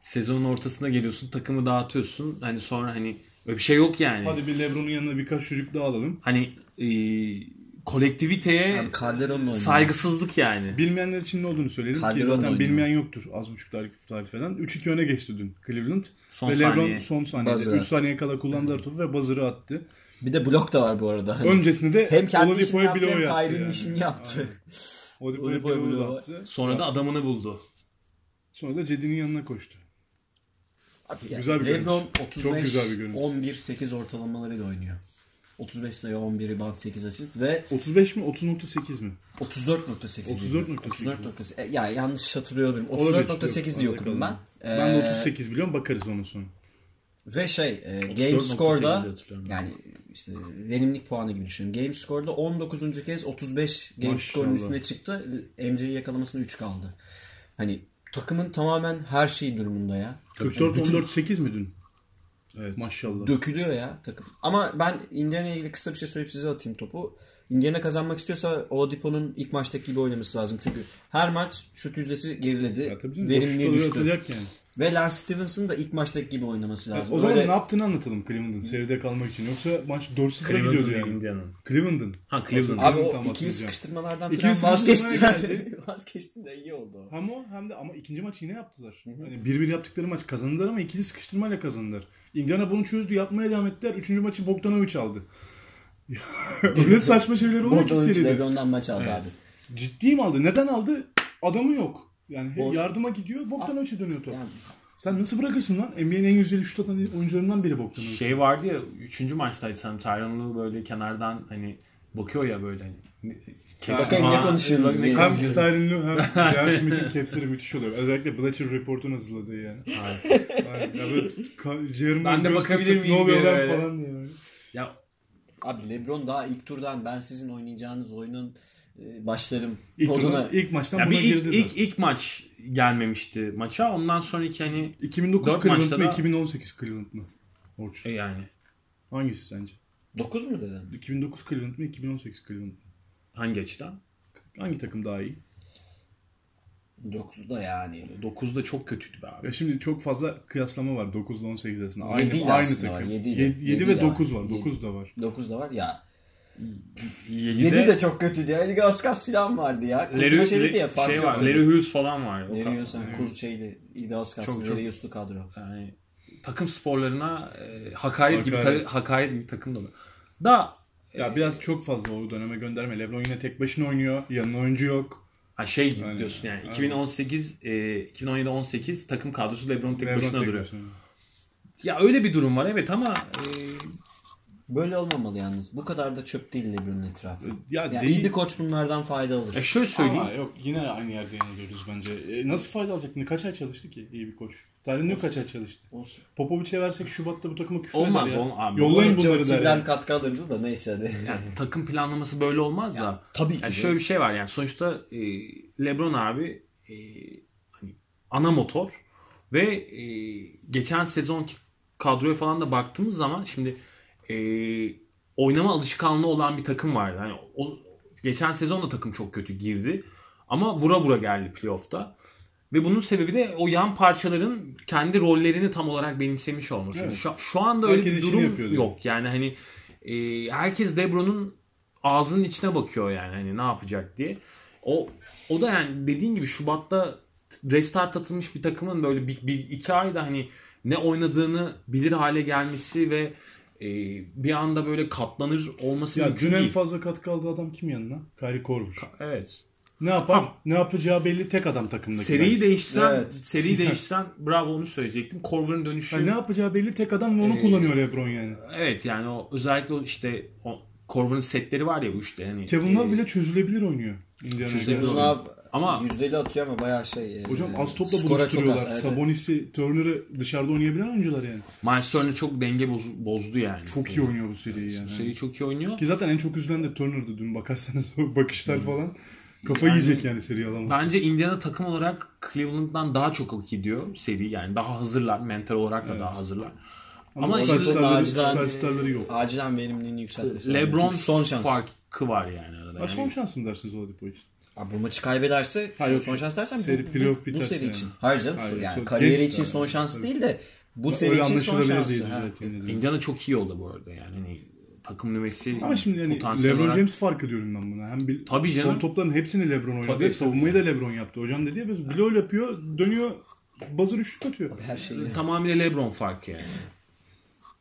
Speaker 3: sezonun ortasına geliyorsun, takımı dağıtıyorsun. Hani sonra hani öyle bir şey yok yani.
Speaker 1: Hadi bir Lebron'un yanına birkaç çocuk daha alalım.
Speaker 3: Hani e, kolektiviteye
Speaker 2: Abi Calderon'la oynuyor.
Speaker 3: saygısızlık yani.
Speaker 1: Bilmeyenler için ne olduğunu söyleyelim ki
Speaker 2: Calderon
Speaker 1: zaten
Speaker 2: oynuyor.
Speaker 1: bilmeyen yoktur az buçuk tarif, tarif eden. 3-2 öne geçti dün Cleveland.
Speaker 3: Son
Speaker 1: ve LeBron
Speaker 3: saniye.
Speaker 1: son saniyede
Speaker 2: Buzzer'a
Speaker 1: 3 saniye kala kullandılar topu ve buzzer'ı attı.
Speaker 2: Bir de blok da var bu arada. Hani
Speaker 1: Öncesinde de
Speaker 2: hem kendi işini
Speaker 1: Oladipo'ya
Speaker 2: yaptı hem
Speaker 1: bloğu yaptı.
Speaker 2: Kyrie'nin
Speaker 1: yani.
Speaker 2: işini yaptı.
Speaker 1: Aynen.
Speaker 2: Oladipo'ya
Speaker 1: Oladipo'ya bloğu
Speaker 2: bloğu.
Speaker 1: yaptı.
Speaker 3: Sonra da adamını buldu.
Speaker 1: Sonra da Cedi'nin yanına koştu.
Speaker 2: Abi ya,
Speaker 1: Güzel bir
Speaker 2: Lebron
Speaker 1: görüntü.
Speaker 2: 35,
Speaker 1: Çok güzel bir görüntü.
Speaker 2: 11-8 ortalamalarıyla oynuyor. 35 sayı, 11 rebound, 8 asist ve
Speaker 1: 35 mi 30.8 mi?
Speaker 2: 34.8
Speaker 1: 34.8.
Speaker 2: 34.8. E, ya yanlış hatırlıyorum.
Speaker 1: Olabilir,
Speaker 2: 34.8
Speaker 1: yok,
Speaker 2: diye
Speaker 1: arada
Speaker 2: okudum ben.
Speaker 1: kaldım. Ben de
Speaker 2: Ee,
Speaker 1: 38 biliyorum bakarız onun sonra.
Speaker 2: Ve şey e, Game
Speaker 3: 34.8
Speaker 2: Score'da
Speaker 3: diye hatırlıyorum.
Speaker 2: yani işte verimlilik puanı gibi düşünün. Game Score'da 19. kez 35 Game
Speaker 1: Maşallah.
Speaker 2: Score'un üstüne çıktı. MC'yi yakalamasına 3 kaldı. Hani takımın tamamen her şeyi durumunda ya.
Speaker 1: 44 14 8 mi dün?
Speaker 3: Evet.
Speaker 1: Maşallah.
Speaker 2: Dökülüyor ya takım. Ama ben Indiana'ya ilgili kısa bir şey söyleyip size atayım topu. Indiana kazanmak istiyorsa Oladipo'nun ilk maçtaki gibi oynaması lazım. Çünkü her maç şut yüzdesi geriledi.
Speaker 1: Ya tabii canım,
Speaker 2: Verimliği
Speaker 1: boşlukları
Speaker 2: düştü.
Speaker 1: atacak yani.
Speaker 2: Ve Lance Stevenson da ilk maçtaki gibi oynaması lazım.
Speaker 1: O zaman
Speaker 2: Böyle-
Speaker 1: ne yaptığını anlatalım Cleveland'ın seride kalmak için. Yoksa maç 4-0'a gidiyordu
Speaker 3: Cleveland'ın
Speaker 1: yani.
Speaker 3: Indiana'nın.
Speaker 1: Cleveland'ın.
Speaker 3: Ha Cleveland.
Speaker 2: Abi
Speaker 1: Benim
Speaker 2: o
Speaker 1: tam
Speaker 2: ikili
Speaker 1: bahsedeceğim.
Speaker 2: sıkıştırmalardan
Speaker 1: İkili
Speaker 2: falan
Speaker 1: sıkıştırmaya
Speaker 2: vazgeçtiler.
Speaker 1: geldi.
Speaker 2: Vazgeçtin de iyi oldu. o.
Speaker 1: Hem o hem de ama ikinci maçı yine yaptılar. Hani bir bir yaptıkları maç kazandılar ama ikili sıkıştırmayla kazandılar. Indiana bunu çözdü yapmaya devam ettiler. Üçüncü maçı Bogdanovic aldı. Öyle saçma şeyler oluyor ki
Speaker 2: Bogdanovic
Speaker 1: seride.
Speaker 2: Lebron'dan maç aldı
Speaker 3: Evet.
Speaker 2: abi.
Speaker 1: Ciddi mi aldı? Neden aldı? Adamı yok. Yani he-
Speaker 2: Boş.
Speaker 1: yardıma gidiyor Bogdanovic'e dönüyor top.
Speaker 2: Yani
Speaker 1: Sen nasıl bırakırsın lan? NBA'nin en güzel şut atan oyuncularından biri Bogdanovic.
Speaker 3: Şey vardı ya 3. maçtaydı sanırım Tyronn Lue böyle kenardan hani bakıyor ya böyle. Hani,
Speaker 2: Bakayım ne
Speaker 3: Aa,
Speaker 2: konuşuyorsunuz diye.
Speaker 1: Hem Tyron Lue hem J.R. Smith'in caps'leri müthiş oluyor. Özellikle Bleacher Report'un hazırladığı yani. Aynen. Ya böyle ka- Jeremy
Speaker 3: Ben de
Speaker 1: göz
Speaker 3: bakabilir
Speaker 1: kısıp,
Speaker 3: miyim
Speaker 1: Ne oluyor
Speaker 3: diye
Speaker 1: lan
Speaker 3: böyle.
Speaker 1: falan diye. böyle.
Speaker 3: Ya
Speaker 2: Abi Lebron daha ilk turdan ben sizin oynayacağınız oyunun e, başlarım
Speaker 1: İlk,
Speaker 2: moduna.
Speaker 1: turdan- ilk maçtan
Speaker 3: Ya
Speaker 1: buna
Speaker 3: bir ilk,
Speaker 1: girdi
Speaker 3: ilk, ilk maç gelmemişti maça. Ondan sonraki hani
Speaker 1: 2009
Speaker 3: Dört
Speaker 1: Cleveland
Speaker 3: maçta
Speaker 1: mı
Speaker 3: da-
Speaker 1: 2018 Cleveland mı? Orç.
Speaker 3: e yani
Speaker 1: Hangisi sence?
Speaker 2: 9 mu dedin?
Speaker 1: 2009 Cleveland mı 2018 Cleveland mı?
Speaker 3: hangi açıdan?
Speaker 1: Hangi takım daha iyi?
Speaker 2: 9'da yani.
Speaker 3: 9'da çok kötüydü be abi.
Speaker 1: Ya şimdi çok fazla kıyaslama var 9 ile 18 arasında. Aynı,
Speaker 2: Yedi ile
Speaker 1: aynı
Speaker 2: aslında var,
Speaker 1: takım.
Speaker 2: yedi
Speaker 1: 7,
Speaker 2: ile. Yedi
Speaker 1: ve
Speaker 2: ile var.
Speaker 1: 9 var.
Speaker 2: Yedi.
Speaker 1: 9 da var.
Speaker 2: 9'da var ya.
Speaker 3: 7'de,
Speaker 2: 7 de, çok kötüydü ya. Elga Oskas falan vardı ya. Kuzma
Speaker 3: Larry,
Speaker 2: şeydi ya. Fark
Speaker 3: şey
Speaker 2: yok.
Speaker 3: var, Larry Hughes falan var. O kadar.
Speaker 2: Larry sen Kuz şeydi. Elga Oskas.
Speaker 3: Çok, çok.
Speaker 2: Larry Hughes kadro.
Speaker 3: Yani takım sporlarına e, hakaret, gibi
Speaker 1: Hakaret.
Speaker 3: ta- hakaret gibi takım da olur. Da
Speaker 2: e-
Speaker 1: Ya biraz çok fazla o döneme gönderme. LeBron yine tek başına oynuyor. Yanına oyuncu yok.
Speaker 3: ha şey gibi
Speaker 1: Aynen.
Speaker 3: diyorsun yani
Speaker 1: Aynen.
Speaker 3: 2018 e, 2017-18 takım kadrosu LeBron tek
Speaker 1: LeBron
Speaker 3: başına
Speaker 1: tek
Speaker 3: duruyor.
Speaker 1: başına.
Speaker 3: Ya öyle bir durum var evet ama e,
Speaker 2: Böyle olmamalı yalnız. Bu kadar da çöp değil LeBron'un etrafı.
Speaker 1: Ya
Speaker 2: Ya
Speaker 1: değil.
Speaker 2: iyi bir koç bunlardan fayda alır.
Speaker 3: E şöyle söyleyeyim.
Speaker 1: Ama yok yine aynı yerde yeniliyoruz bence. E, nasıl fayda alacak? Ne kaç ay çalıştı ki iyi bir koç? Tarihin yok kaç ay çalıştı?
Speaker 2: Olsun.
Speaker 1: Popovic'e versek Şubat'ta bu takıma küfür
Speaker 3: Olmaz,
Speaker 1: eder ya.
Speaker 3: olmaz abi.
Speaker 1: Yollayın
Speaker 2: Çok
Speaker 1: bunları der.
Speaker 2: çiğden
Speaker 1: ya.
Speaker 2: katkı alırdı da neyse hadi.
Speaker 3: Yani takım planlaması böyle olmaz da.
Speaker 2: tabii ki
Speaker 3: Yani
Speaker 2: de.
Speaker 3: şöyle bir şey var yani sonuçta e, LeBron abi e, hani ana motor ve e, geçen sezonki kadroya falan da baktığımız zaman şimdi e, oynama alışkanlığı olan bir takım vardı. Hani o, geçen sezon da takım çok kötü girdi ama vura vura geldi playoff'ta. Ve bunun sebebi de o yan parçaların kendi rollerini tam olarak benimsemiş olması.
Speaker 1: Evet.
Speaker 3: Şu, şu anda öyle
Speaker 1: Herkes
Speaker 3: bir
Speaker 1: işini yapıyor
Speaker 3: durum
Speaker 1: diyor.
Speaker 3: yok. Yani hani e, herkes LeBron'un ağzının içine bakıyor yani hani ne yapacak diye. O o da yani dediğin gibi Şubat'ta restart atılmış bir takımın böyle bir, bir iki ayda hani ne oynadığını bilir hale gelmesi ve e, bir anda böyle katlanır olması
Speaker 1: Ya
Speaker 3: mümkün
Speaker 1: dün en
Speaker 3: değil.
Speaker 1: fazla katkı aldığı adam kim yanına? Kyrie Korver.
Speaker 3: Evet.
Speaker 1: Ne yapar?
Speaker 3: Tam.
Speaker 1: Ne yapacağı belli tek adam takımdaki.
Speaker 3: Seriyi değiştiren,
Speaker 2: Evet.
Speaker 3: seriyi değiştiren bravo onu söyleyecektim. Korver'ın dönüşü.
Speaker 1: Ya ne yapacağı belli tek adam ve onu
Speaker 3: Ee,
Speaker 1: kullanıyor LeBron yani.
Speaker 3: Evet yani o özellikle o işte o Korver'ın setleri var ya bu işte hani.
Speaker 1: Kevin Love
Speaker 3: e,
Speaker 1: bile çözülebilir oynuyor. Indiana'ya
Speaker 3: Çözülebilir
Speaker 1: göre.
Speaker 2: Kevin
Speaker 3: oynuyor.
Speaker 2: Love
Speaker 3: Ama-
Speaker 2: ama yüzdeli atıyor ama bayağı şey. e,
Speaker 1: şey Hocam az
Speaker 2: skora
Speaker 1: topla
Speaker 2: çok
Speaker 1: buluşturuyorlar.
Speaker 2: az, evet.
Speaker 1: Sabonis'i, Turner'ı dışarıda oynayabilen oyuncular yani.
Speaker 3: Miles Turner çok denge boz- bozdu yani.
Speaker 1: Çok iyi oynuyor bu seriyi yani.
Speaker 3: Bu seri çok iyi oynuyor.
Speaker 1: Ki zaten en çok üzülen de Turner'dı dün bakarsanız o bakışlar
Speaker 3: Hmm.
Speaker 1: falan. Kafa yiyecek yani seri alamaz.
Speaker 3: Bence Indiana takım olarak Cleveland'dan daha çok hak ediyor seri. Yani daha hazırlar. Mental olarak da daha hazırlar. Ama
Speaker 1: Ama
Speaker 3: işte
Speaker 1: süperstarları,
Speaker 2: acilen-
Speaker 1: süperstarları yok.
Speaker 2: Acilen verimliliğini yükseltmesi lazım.
Speaker 3: LeBron
Speaker 2: Çünkü son şans.
Speaker 3: farkı var yani arada.
Speaker 1: Ha,
Speaker 3: Yani
Speaker 1: son şansım dersiniz Oladipo için.
Speaker 2: Abi bu maçı kaybederse
Speaker 1: Ha, yok,
Speaker 2: son şans dersen
Speaker 1: seri
Speaker 2: bu,
Speaker 1: playoff
Speaker 2: bu, bu
Speaker 1: biterse
Speaker 2: seri
Speaker 1: yani.
Speaker 2: için. Hayır canım
Speaker 1: Hayır,
Speaker 2: yani
Speaker 1: çok
Speaker 2: kariyeri
Speaker 1: genç
Speaker 2: için
Speaker 1: daha
Speaker 2: son
Speaker 1: yani,
Speaker 2: şans
Speaker 1: tabii.
Speaker 2: değil de bu
Speaker 1: Öyle
Speaker 2: seri için son
Speaker 1: anlaşılabilir değil.
Speaker 2: şansı. Ha.
Speaker 1: evet, yine de.
Speaker 3: Indiana çok iyi oldu bu arada yani. Hani takım nüvesi
Speaker 1: Ama şimdi hani
Speaker 3: potansiyel
Speaker 1: LeBron
Speaker 3: olarak-
Speaker 1: James farkı diyorum ben buna. Hem bil-
Speaker 3: Tabii canım.
Speaker 1: son topların hepsini LeBron oynadı.
Speaker 3: Tabii.
Speaker 1: Savunmayı da LeBron yaptı. Hocam dedi ya biz blow yapıyor, dönüyor, buzzer üçlük atıyor.
Speaker 2: Her şey şeyi.
Speaker 3: tamamıyla LeBron farkı yani.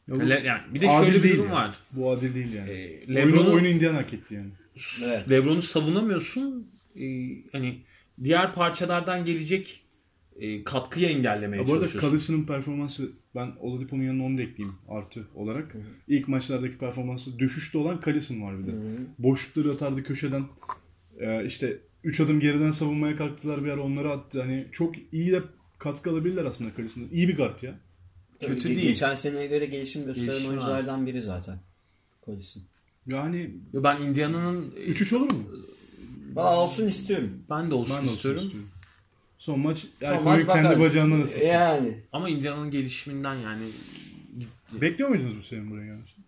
Speaker 1: Ya bu
Speaker 3: Le- yani bir de
Speaker 1: adil
Speaker 3: şöyle bir
Speaker 1: değil
Speaker 3: durum
Speaker 1: yani.
Speaker 3: var.
Speaker 1: Bu adil değil yani.
Speaker 3: Ee,
Speaker 1: Oyunu,
Speaker 3: LeBron'un-
Speaker 1: oyunu Indiana hak etti yani.
Speaker 2: Evet.
Speaker 3: LeBron'u savunamıyorsun. Ee, hani diğer parçalardan gelecek e, katkıyı engellemeye
Speaker 1: Ya bu arada
Speaker 3: çalışıyorsun.
Speaker 1: Kalısı'nın performansı ben Oladipo'nun yanına onu da ekleyeyim artı olarak. İlk maçlardaki performansı düşüşte olan Kalısın var bir de. Boşlukları atardı köşeden. Ee, işte 3 adım geriden savunmaya kalktılar bir ara onları attı. Hani çok iyi de katkı alabilirler aslında Kalısı'ndan. İyi bir kart ya.
Speaker 3: Kötü
Speaker 2: Ge-
Speaker 3: değil.
Speaker 2: Geçen seneye göre gelişim gösteren
Speaker 3: Gelişim
Speaker 2: oyunculardan biri zaten. Collins'in.
Speaker 1: Yani
Speaker 3: Ben Indiana'nın e,
Speaker 1: 3-3 olur mu?
Speaker 2: Valla olsun istiyorum.
Speaker 3: ben de olsun
Speaker 1: Ben de olsun
Speaker 3: Ee, istiyorum.
Speaker 1: istiyorum. Son maç
Speaker 2: Son
Speaker 1: Erko'yu
Speaker 2: maç
Speaker 1: kendi
Speaker 2: bakarız. E,
Speaker 1: bacağından asılsın.
Speaker 2: Yani.
Speaker 3: Ama Indiana'nın gelişiminden yani
Speaker 1: Bekliyor muydunuz bu senin buraya gelmesini?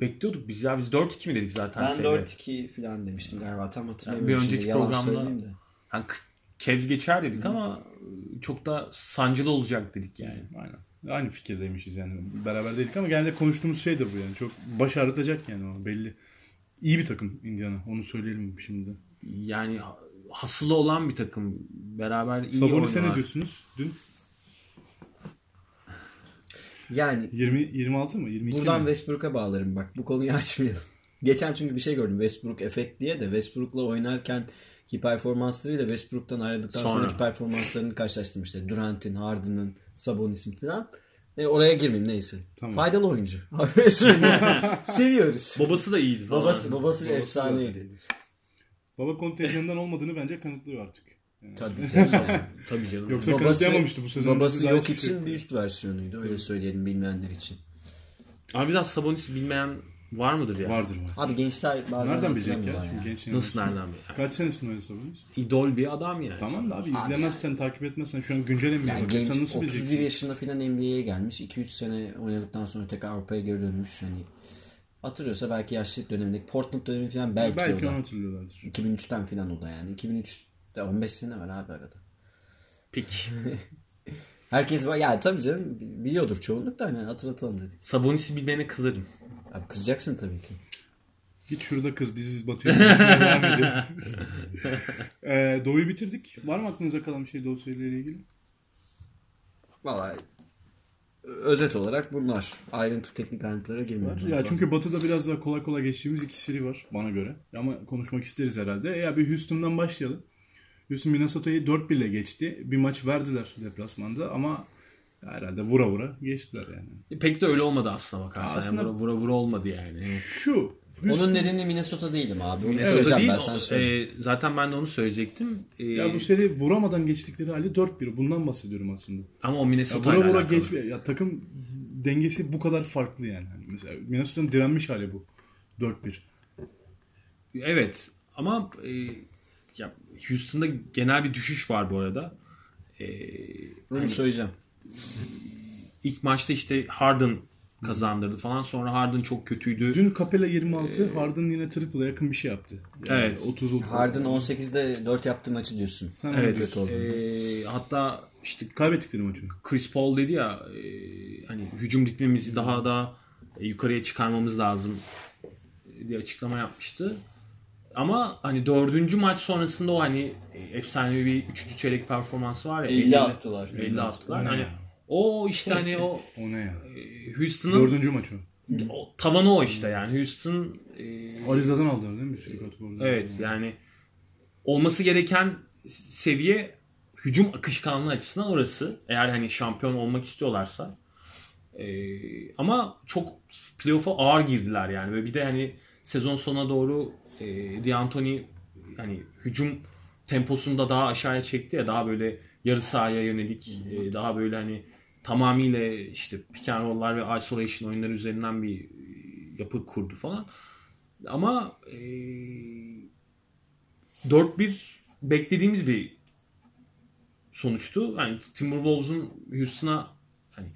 Speaker 3: bekliyorduk biz ya. Biz 4-2 mi dedik zaten?
Speaker 2: Ben
Speaker 3: sene?
Speaker 2: 4-2 falan demiştim galiba tam hatırlamıyorum.
Speaker 3: Yani bir
Speaker 2: şimdi,
Speaker 3: önceki
Speaker 2: yalan
Speaker 3: programda-
Speaker 2: söyleyeyim de.
Speaker 3: Yani K- Cavs geçer dedik ama e, çok da sancılı olacak dedik yani.
Speaker 1: Aynen. Aynı fikirdeymişiz yani. Beraber dedik ama genelde konuştuğumuz şey de bu yani. Çok baş ağrıtacak yani o belli. İyi bir takım Indiana. Onu söyleyelim şimdi.
Speaker 3: Yani ha- hasılı olan bir takım. Beraber iyi
Speaker 1: Sabonis'e ne
Speaker 3: oynuyorlar.
Speaker 1: diyorsunuz? Dün
Speaker 2: Yani
Speaker 1: 20 26 mı? 22
Speaker 2: buradan
Speaker 1: mi?
Speaker 2: Westbrook'a bağlarım bak. Bu konuyu açmayalım. Geçen çünkü bir şey gördüm. Westbrook efekt diye de Westbrook'la oynarken ki performanslarıyla Westbrook'tan ayrıldıktan
Speaker 3: Sonra.
Speaker 2: sonraki performanslarını karşılaştırmışlar. Durant'in, Harden'ın, Sabonis'in falan. E, oraya girmeyeyim neyse.
Speaker 1: Tamam.
Speaker 2: Faydalı oyuncu. Seviyoruz.
Speaker 3: Babası da iyiydi falan.
Speaker 2: Babası, babası,
Speaker 1: Babası
Speaker 2: efsaneydi.
Speaker 1: zaten. Baba kontenjanından olmadığını bence kanıtlıyor artık. Yani.
Speaker 2: Tabii canım.
Speaker 3: Tabii canım.
Speaker 1: Yoksa kanıtlayamamıştı bu sezon.
Speaker 2: Babası
Speaker 1: Daha
Speaker 2: yok
Speaker 1: hiçbir şey
Speaker 2: için bir üst versiyonuydu. Öyle söyleyelim bilmeyenler için.
Speaker 3: Harbiden Sabonis'i bilmeyen var mıdır ya?
Speaker 1: Vardır var.
Speaker 2: Abi gençler bazen
Speaker 1: Nereden bilecek ya?
Speaker 2: hatırlamıyorlar
Speaker 1: Şimdi genç
Speaker 3: Nasıl
Speaker 1: jenerasyon.
Speaker 3: nereden bilecek?
Speaker 1: Kaç senesinde öyle Sabonis?
Speaker 3: İdol bir adam yani.
Speaker 1: Tamam da abi izlemezsen, takip etmezsen şu an güncel NBA'ye
Speaker 2: Yani
Speaker 1: bakıyorsan
Speaker 2: genç
Speaker 1: nasıl
Speaker 2: 31
Speaker 1: bileceksin?
Speaker 2: yaşında filan NBA'ye gelmiş. 2-3 sene oynadıktan sonra tekrar Avrupa'ya geri dönmüş. Hani hatırlıyorsa belki yaşlılık dönemindeki Portland dönemi filan belki, o
Speaker 1: Belki
Speaker 2: da.
Speaker 1: onu hatırlıyorlardır.
Speaker 2: 2003'ten filan o da yani. 2003'te 15 sene var abi arada.
Speaker 3: Pik.
Speaker 2: Herkes var yani tabii canım biliyordur çoğunluk da hani hatırlatalım dedik.
Speaker 3: Sabonis'i bilmeyene kızarım.
Speaker 2: Abi kızacaksın tabii ki.
Speaker 1: Git şurada kız biziz batıya konuşmaya devam edelim. Ee, Doğu'yu bitirdik. Var mı aklınıza kalan bir şey Doğu serileriyle ilgili?
Speaker 2: Vallahi özet olarak bunlar. Ayrıntı teknik ayrıntılara girmiyorum.
Speaker 1: Ya çünkü Batı'da biraz daha kolay kolay geçtiğimiz iki seri var bana göre. Ama konuşmak isteriz herhalde. Ya bir Houston'dan başlayalım. Houston Minnesota'yı 4-1 ile geçti. Bir maç verdiler deplasmanda ama herhalde vura vura geçtiler yani.
Speaker 3: Pek de öyle olmadı aslına bakarsan.
Speaker 1: Aslında-
Speaker 3: Yani vura, vura vura olmadı yani.
Speaker 1: Şu
Speaker 2: Onun nedeni Minnesota değilim abi. Onu
Speaker 3: Minnesota
Speaker 2: söyleyeceğim
Speaker 3: değil,
Speaker 2: ben sen söyle.
Speaker 3: e, zaten ben de onu söyleyecektim. E,
Speaker 1: ya bu şey- seri vuramadan geçtikleri hali 4-1. Bundan bahsediyorum aslında.
Speaker 3: ama o
Speaker 1: Ya
Speaker 3: Minnesota ile
Speaker 1: vura vura
Speaker 3: alakalı.
Speaker 1: geç ya takım dengesi bu kadar farklı yani. Hani mesela Minnesota'nın direnmiş hali bu. 4-1.
Speaker 3: Evet ama e, ya Houston'da genel bir düşüş var bu arada.
Speaker 2: Onu söyleyeceğim.
Speaker 3: İlk maçta işte Harden kazandırdı falan. Sonra Harden çok kötüydü.
Speaker 1: Dün Capella 26, Harden yine triple'a yakın bir şey yaptı. Yani
Speaker 3: Evet.
Speaker 1: 30 oldu.
Speaker 2: Harden 18'de 4 yaptığı maçı diyorsun.
Speaker 1: Sen
Speaker 3: evet.
Speaker 1: evet.
Speaker 2: oldu.
Speaker 3: e, hatta işte
Speaker 1: Kaybettikleri maçı.
Speaker 3: Chris Paul dedi ya e, hani hücum ritmimizi daha da e, yukarıya çıkarmamız lazım diye açıklama yapmıştı. Ama hani dördüncü maç sonrasında o hani e, efsanevi bir üçüncü çeyrek performans var ya.
Speaker 2: 50
Speaker 3: elli-
Speaker 2: attılar.
Speaker 3: 50 attılar.
Speaker 1: Ne
Speaker 3: Hani
Speaker 1: ya?
Speaker 3: o işte hani o
Speaker 1: O ne ya?
Speaker 3: Houston'ın
Speaker 1: Dördüncü maç o.
Speaker 3: o tavanı o işte yani. Houston e,
Speaker 1: Ariza'dan aldılar değil mi? Bir sürü kötü golü.
Speaker 3: Ee, evet yani olması gereken seviye hücum akışkanlığı açısından orası. Eğer hani şampiyon olmak istiyorlarsa. E, ama çok playoff'a ağır girdiler yani. Ve bir de hani sezon sonuna doğru e, D'Antoni hani hücum temposunu da daha aşağıya çekti ya. Daha böyle yarı sahaya yönelik e, daha böyle hani tamamıyla işte pick and roll'lar ve isolation oyunları üzerinden bir e, yapı kurdu falan. Ama e, 4-1 beklediğimiz bir sonuçtu. Yani Timberwolves'un Houston'a hani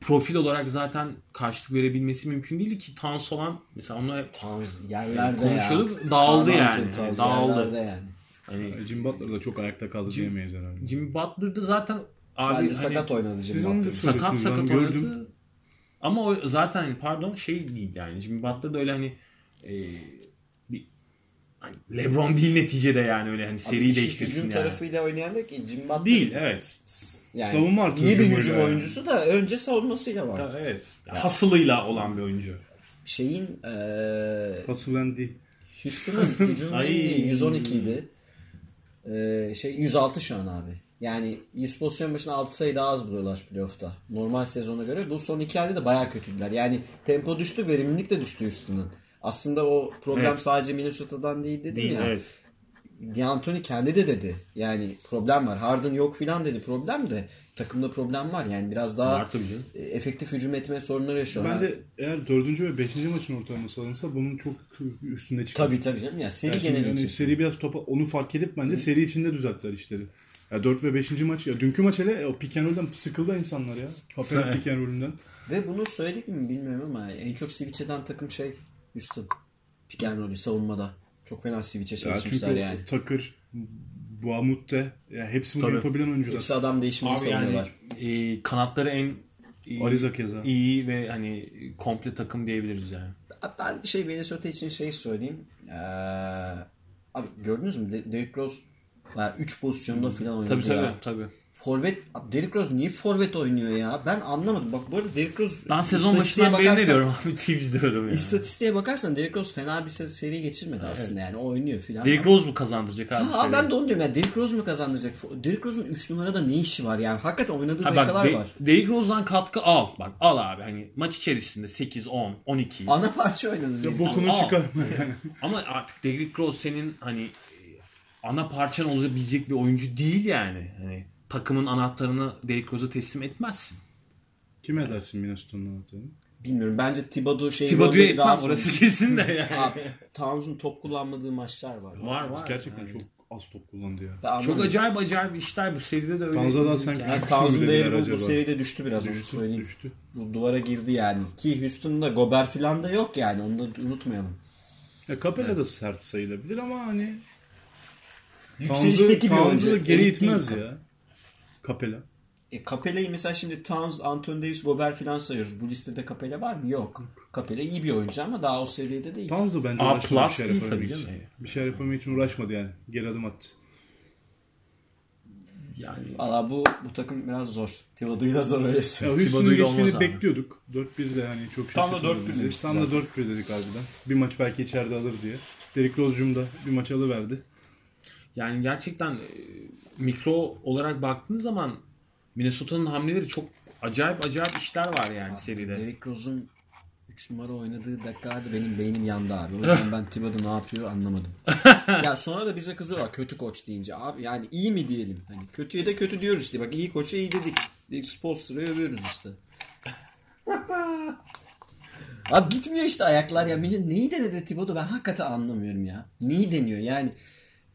Speaker 3: profil olarak zaten karşılık verebilmesi mümkün değil ki Towns olan mesela onunla hep
Speaker 2: Tanz yerlerde
Speaker 3: konuşuyorduk.
Speaker 2: ya.
Speaker 3: Dağıldı
Speaker 2: Tanz,
Speaker 3: yani.
Speaker 2: Tanz
Speaker 3: Dağıldı.
Speaker 2: yerlerde yani.
Speaker 3: hani
Speaker 1: Jim Butler da çok ayakta kaldı diyemeyiz herhalde.
Speaker 3: Jimmy Butler'da zaten abi
Speaker 2: Bence
Speaker 3: hani-
Speaker 2: sakat oynadı
Speaker 1: Siz
Speaker 2: Jimmy
Speaker 1: onu
Speaker 2: Butler.
Speaker 1: da-
Speaker 3: sakat
Speaker 1: Söylüyorsunuz,
Speaker 3: sakat
Speaker 1: ben gördüm.
Speaker 3: oynadı. Ama o zaten pardon şey değil yani. Jimmy Butler da öyle hani e, bir hani LeBron değil neticede yani öyle hani seri
Speaker 2: İşin
Speaker 3: değiştirsin
Speaker 2: hücum
Speaker 3: yani.
Speaker 2: tarafıyla oynayan da ki Jimmy Butler.
Speaker 3: Değil evet.
Speaker 2: Yani
Speaker 1: Savunma artı
Speaker 2: iyi bir
Speaker 1: hücumuyla
Speaker 2: hücum
Speaker 1: yani.
Speaker 2: oyuncusu da önce savunmasıyla var.
Speaker 3: Evet. Hasılıyla olan bir oyuncu.
Speaker 2: Şeyin eee
Speaker 1: Hasılan değil.
Speaker 2: Houston'ın hücum
Speaker 1: Ay.
Speaker 2: ratingi 112 idi. Ee, şey 106 şu an abi. Yani 100 pozisyon başına 6 sayı daha az buluyorlar playoff'ta. Normal sezona göre. Bu son iki ayda da bayağı kötüydüler. Yani tempo düştü, verimlilik de düştü Houston'ın. Aslında o problem
Speaker 3: Evet.
Speaker 2: sadece Minnesota'dan değil dedim
Speaker 3: Değil
Speaker 2: ya.
Speaker 3: evet.
Speaker 2: D'Antoni kendi de dedi. Yani problem var. Harden yok filan dedi. Problem de takımda problem var. Yani biraz daha
Speaker 3: Var tabii canım.
Speaker 2: e, efektif hücum etme sorunları yaşıyorlar.
Speaker 1: Bence eğer dördüncü ve beşinci maçın ortalaması alınsa bunun çok üstünde çıkar.
Speaker 2: Tabii tabii canım. Ya seri
Speaker 1: Yani şimdi
Speaker 2: genel
Speaker 1: hani
Speaker 2: için.
Speaker 1: seri biraz topa onu fark edip bence seri içinde düzelttiler işleri. Ya 4 ve 5. maç ya dünkü maç hele o pick and roll'den sıkıldı insanlar ya. Papel
Speaker 3: Evet.
Speaker 1: pick and roll'ünden.
Speaker 2: Ve bunu söyledik mi bilmiyorum ama en çok switch eden takım şey Houston. Pick and roll'ü savunmada. Çok fena switch'e
Speaker 1: Ya çünkü
Speaker 2: çalışmışlar yani.
Speaker 1: o Takır, Buamut'te ya hepsi bunu
Speaker 3: Tabii.
Speaker 1: yapabilen oyuncular.
Speaker 2: Hepsi adam değişimini
Speaker 3: Abi yani
Speaker 2: savunuyorlar.
Speaker 3: e, kanatları en iyi,
Speaker 1: Ariza Keza.
Speaker 3: iyi ve hani komple takım diyebiliriz yani.
Speaker 2: Ben şey Minnesota için şey söyleyeyim. Ee, abi gördünüz mü? De- Derrick Rose 3 pozisyonda falan oynadı
Speaker 3: Tabii tabii
Speaker 2: ya.
Speaker 3: tabii.
Speaker 2: Forvet, abi Derrick Rose niye forvet oynuyor ya? Ben anlamadım. Bak bu arada Derrick Rose
Speaker 3: Ben sezon
Speaker 2: istatistiğe
Speaker 3: başından beri ne
Speaker 2: bakarsan-
Speaker 3: diyorum abi Tibbs diyorum yani.
Speaker 2: İstatistiğe bakarsan Derrick Rose fena bir se- seri geçirmedi aslında yani. O oynuyor filan.
Speaker 3: Derrick Rose mu kazandıracak abi?
Speaker 2: Ha,
Speaker 3: seriyi?
Speaker 2: ben de onu diyorum ya Derrick Rose mu kazandıracak? Fo- Derrick Rose'un 3 numarada ne işi var yani? Hakikaten oynadığı
Speaker 3: Ha bak
Speaker 2: dakikalar
Speaker 3: De-
Speaker 2: var.
Speaker 3: Derrick Rose'dan katkı al. Bak al abi hani maç içerisinde 8 10 12.
Speaker 2: Ana parça oynadı. Derrick Rose.
Speaker 1: Bokunu
Speaker 3: Aa.
Speaker 1: çıkarma yani.
Speaker 3: Ama artık Derrick Rose senin hani e, ana parçan olabilecek bir oyuncu değil yani. Hani takımın anahtarını Derrick Rose'a teslim etmezsin.
Speaker 1: Kim edersin Minnesota'nın anahtarını?
Speaker 2: Bilmiyorum bence Thibodeau şeyi
Speaker 3: Thibodeau'ya
Speaker 2: rolleri
Speaker 3: etmem
Speaker 2: dağıtmadı.
Speaker 3: orası kesin de yani.
Speaker 2: Abi, Towns'un top kullanmadığı maçlar var.
Speaker 3: var var.
Speaker 1: Gerçekten çok az top kullandı ya.
Speaker 2: Ben
Speaker 3: Çok
Speaker 2: anlamadım.
Speaker 3: acayip acayip işler bu seride de öyle.
Speaker 1: Tanza'dan sen
Speaker 3: Yani
Speaker 2: Yani
Speaker 1: küçüksün
Speaker 2: Towns'un
Speaker 1: mü
Speaker 2: değeri
Speaker 1: dediler
Speaker 2: bu, bu
Speaker 1: acaba?
Speaker 2: seride düştü biraz onu
Speaker 1: Düştü,
Speaker 2: söyleyeyim.
Speaker 1: düştü.
Speaker 2: Bu duvara girdi yani. Ki Houston'da Gobert filan da yok yani onu da unutmayalım.
Speaker 1: Ya Capella da sert sayılabilir ama hani
Speaker 2: Yükselişteki bir
Speaker 1: Towns'u
Speaker 2: oyuncu.
Speaker 1: da geri
Speaker 2: Elit değil.
Speaker 1: itmez ya. Capella.
Speaker 2: E, Capella'yı mesela şimdi Towns, Anthony Davis, Gobert filan sayıyoruz. Bu listede Capella var mı? Yok. Capella iyi bir oyuncu ama daha o seviyede değil.
Speaker 1: Towns da bence
Speaker 3: A
Speaker 1: uğraşmadı bir
Speaker 3: plus
Speaker 1: şeyler
Speaker 3: değil
Speaker 1: yapabilmek
Speaker 3: tabii
Speaker 1: için.
Speaker 3: canım.
Speaker 1: Bir şeyler yapabilmek için uğraşmadı yani. Geri adım attı.
Speaker 3: yani
Speaker 2: Valla bu bu takım biraz zor. Thibodeau'yla zor öyle
Speaker 1: Ya
Speaker 2: söyleyeyim.
Speaker 1: Houston'un
Speaker 3: Thibodeau'yla olmaz
Speaker 1: geçtiğini
Speaker 3: abi.
Speaker 1: bekliyorduk. 4-1 de hani çok
Speaker 3: Tam da
Speaker 1: şaşırtmadı
Speaker 3: 4-1
Speaker 1: bizi.
Speaker 3: demiştik
Speaker 1: Tam da 4-1 dedik harbiden. Bir maç belki içeride alır diye. Derrick Rose'cum da bir maç alıverdi.
Speaker 3: Yani gerçekten e, mikro olarak baktığın zaman Minnesota'nın hamleleri çok acayip acayip işler var yani seride.
Speaker 2: Derrick Rose'un 3 numara oynadığı dakikada benim beynim yandı abi. O yüzden ben Thibodeau ne yapıyor anlamadım. ya sonra da bize kızıyorlar kötü koç deyince. Abi yani iyi mi diyelim? Hani kötüye de kötü diyoruz işte. Bak iyi koça iyi dedik. Direkt Spoelstra'yı övüyoruz işte. Abi gitmiyor işte ayaklar ya. Millet neyi denedi Thibodeau ben hakikaten anlamıyorum ya. Neyi deniyor yani.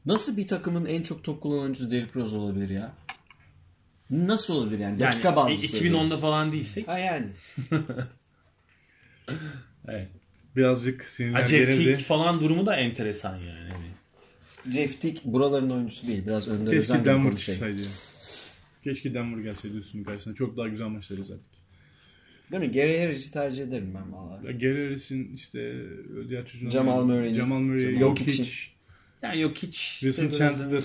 Speaker 2: Nasıl bir takımın en çok top kullanan oyuncusu Derrick Rose olabilir ya? Nasıl olabilir yani?
Speaker 3: Yani e,
Speaker 2: Dakika bazlı söylüyorum.
Speaker 3: 2010'da falan değilsek.
Speaker 2: Ha yani.
Speaker 3: Evet.
Speaker 1: Birazcık
Speaker 3: Ha,
Speaker 1: sinirler
Speaker 3: Jeff King
Speaker 1: gerildi.
Speaker 3: falan durumu da enteresan yani. Hani
Speaker 2: Jeff Tick buraların oyuncusu değil. Biraz önde özen şey.
Speaker 1: Keşke
Speaker 2: gibi
Speaker 1: Denver
Speaker 3: şey.
Speaker 2: konuşayım.
Speaker 1: çıksaydı. ya. Keşke Denver gelseydi üstünün karşısına. Çok daha güzel maçlar izlerdik.
Speaker 2: Değil mi? Gary Harris'i tercih ederim ben valla.
Speaker 1: Ya Gary Harris'in işte diğer çocuğun
Speaker 2: Jamal
Speaker 1: adı-
Speaker 2: Murray'nin-
Speaker 1: Jamal Murray,
Speaker 2: Jamal
Speaker 1: Jokic,
Speaker 2: Jokic'in.
Speaker 3: yani yok hiç.
Speaker 1: Wilson Chandler,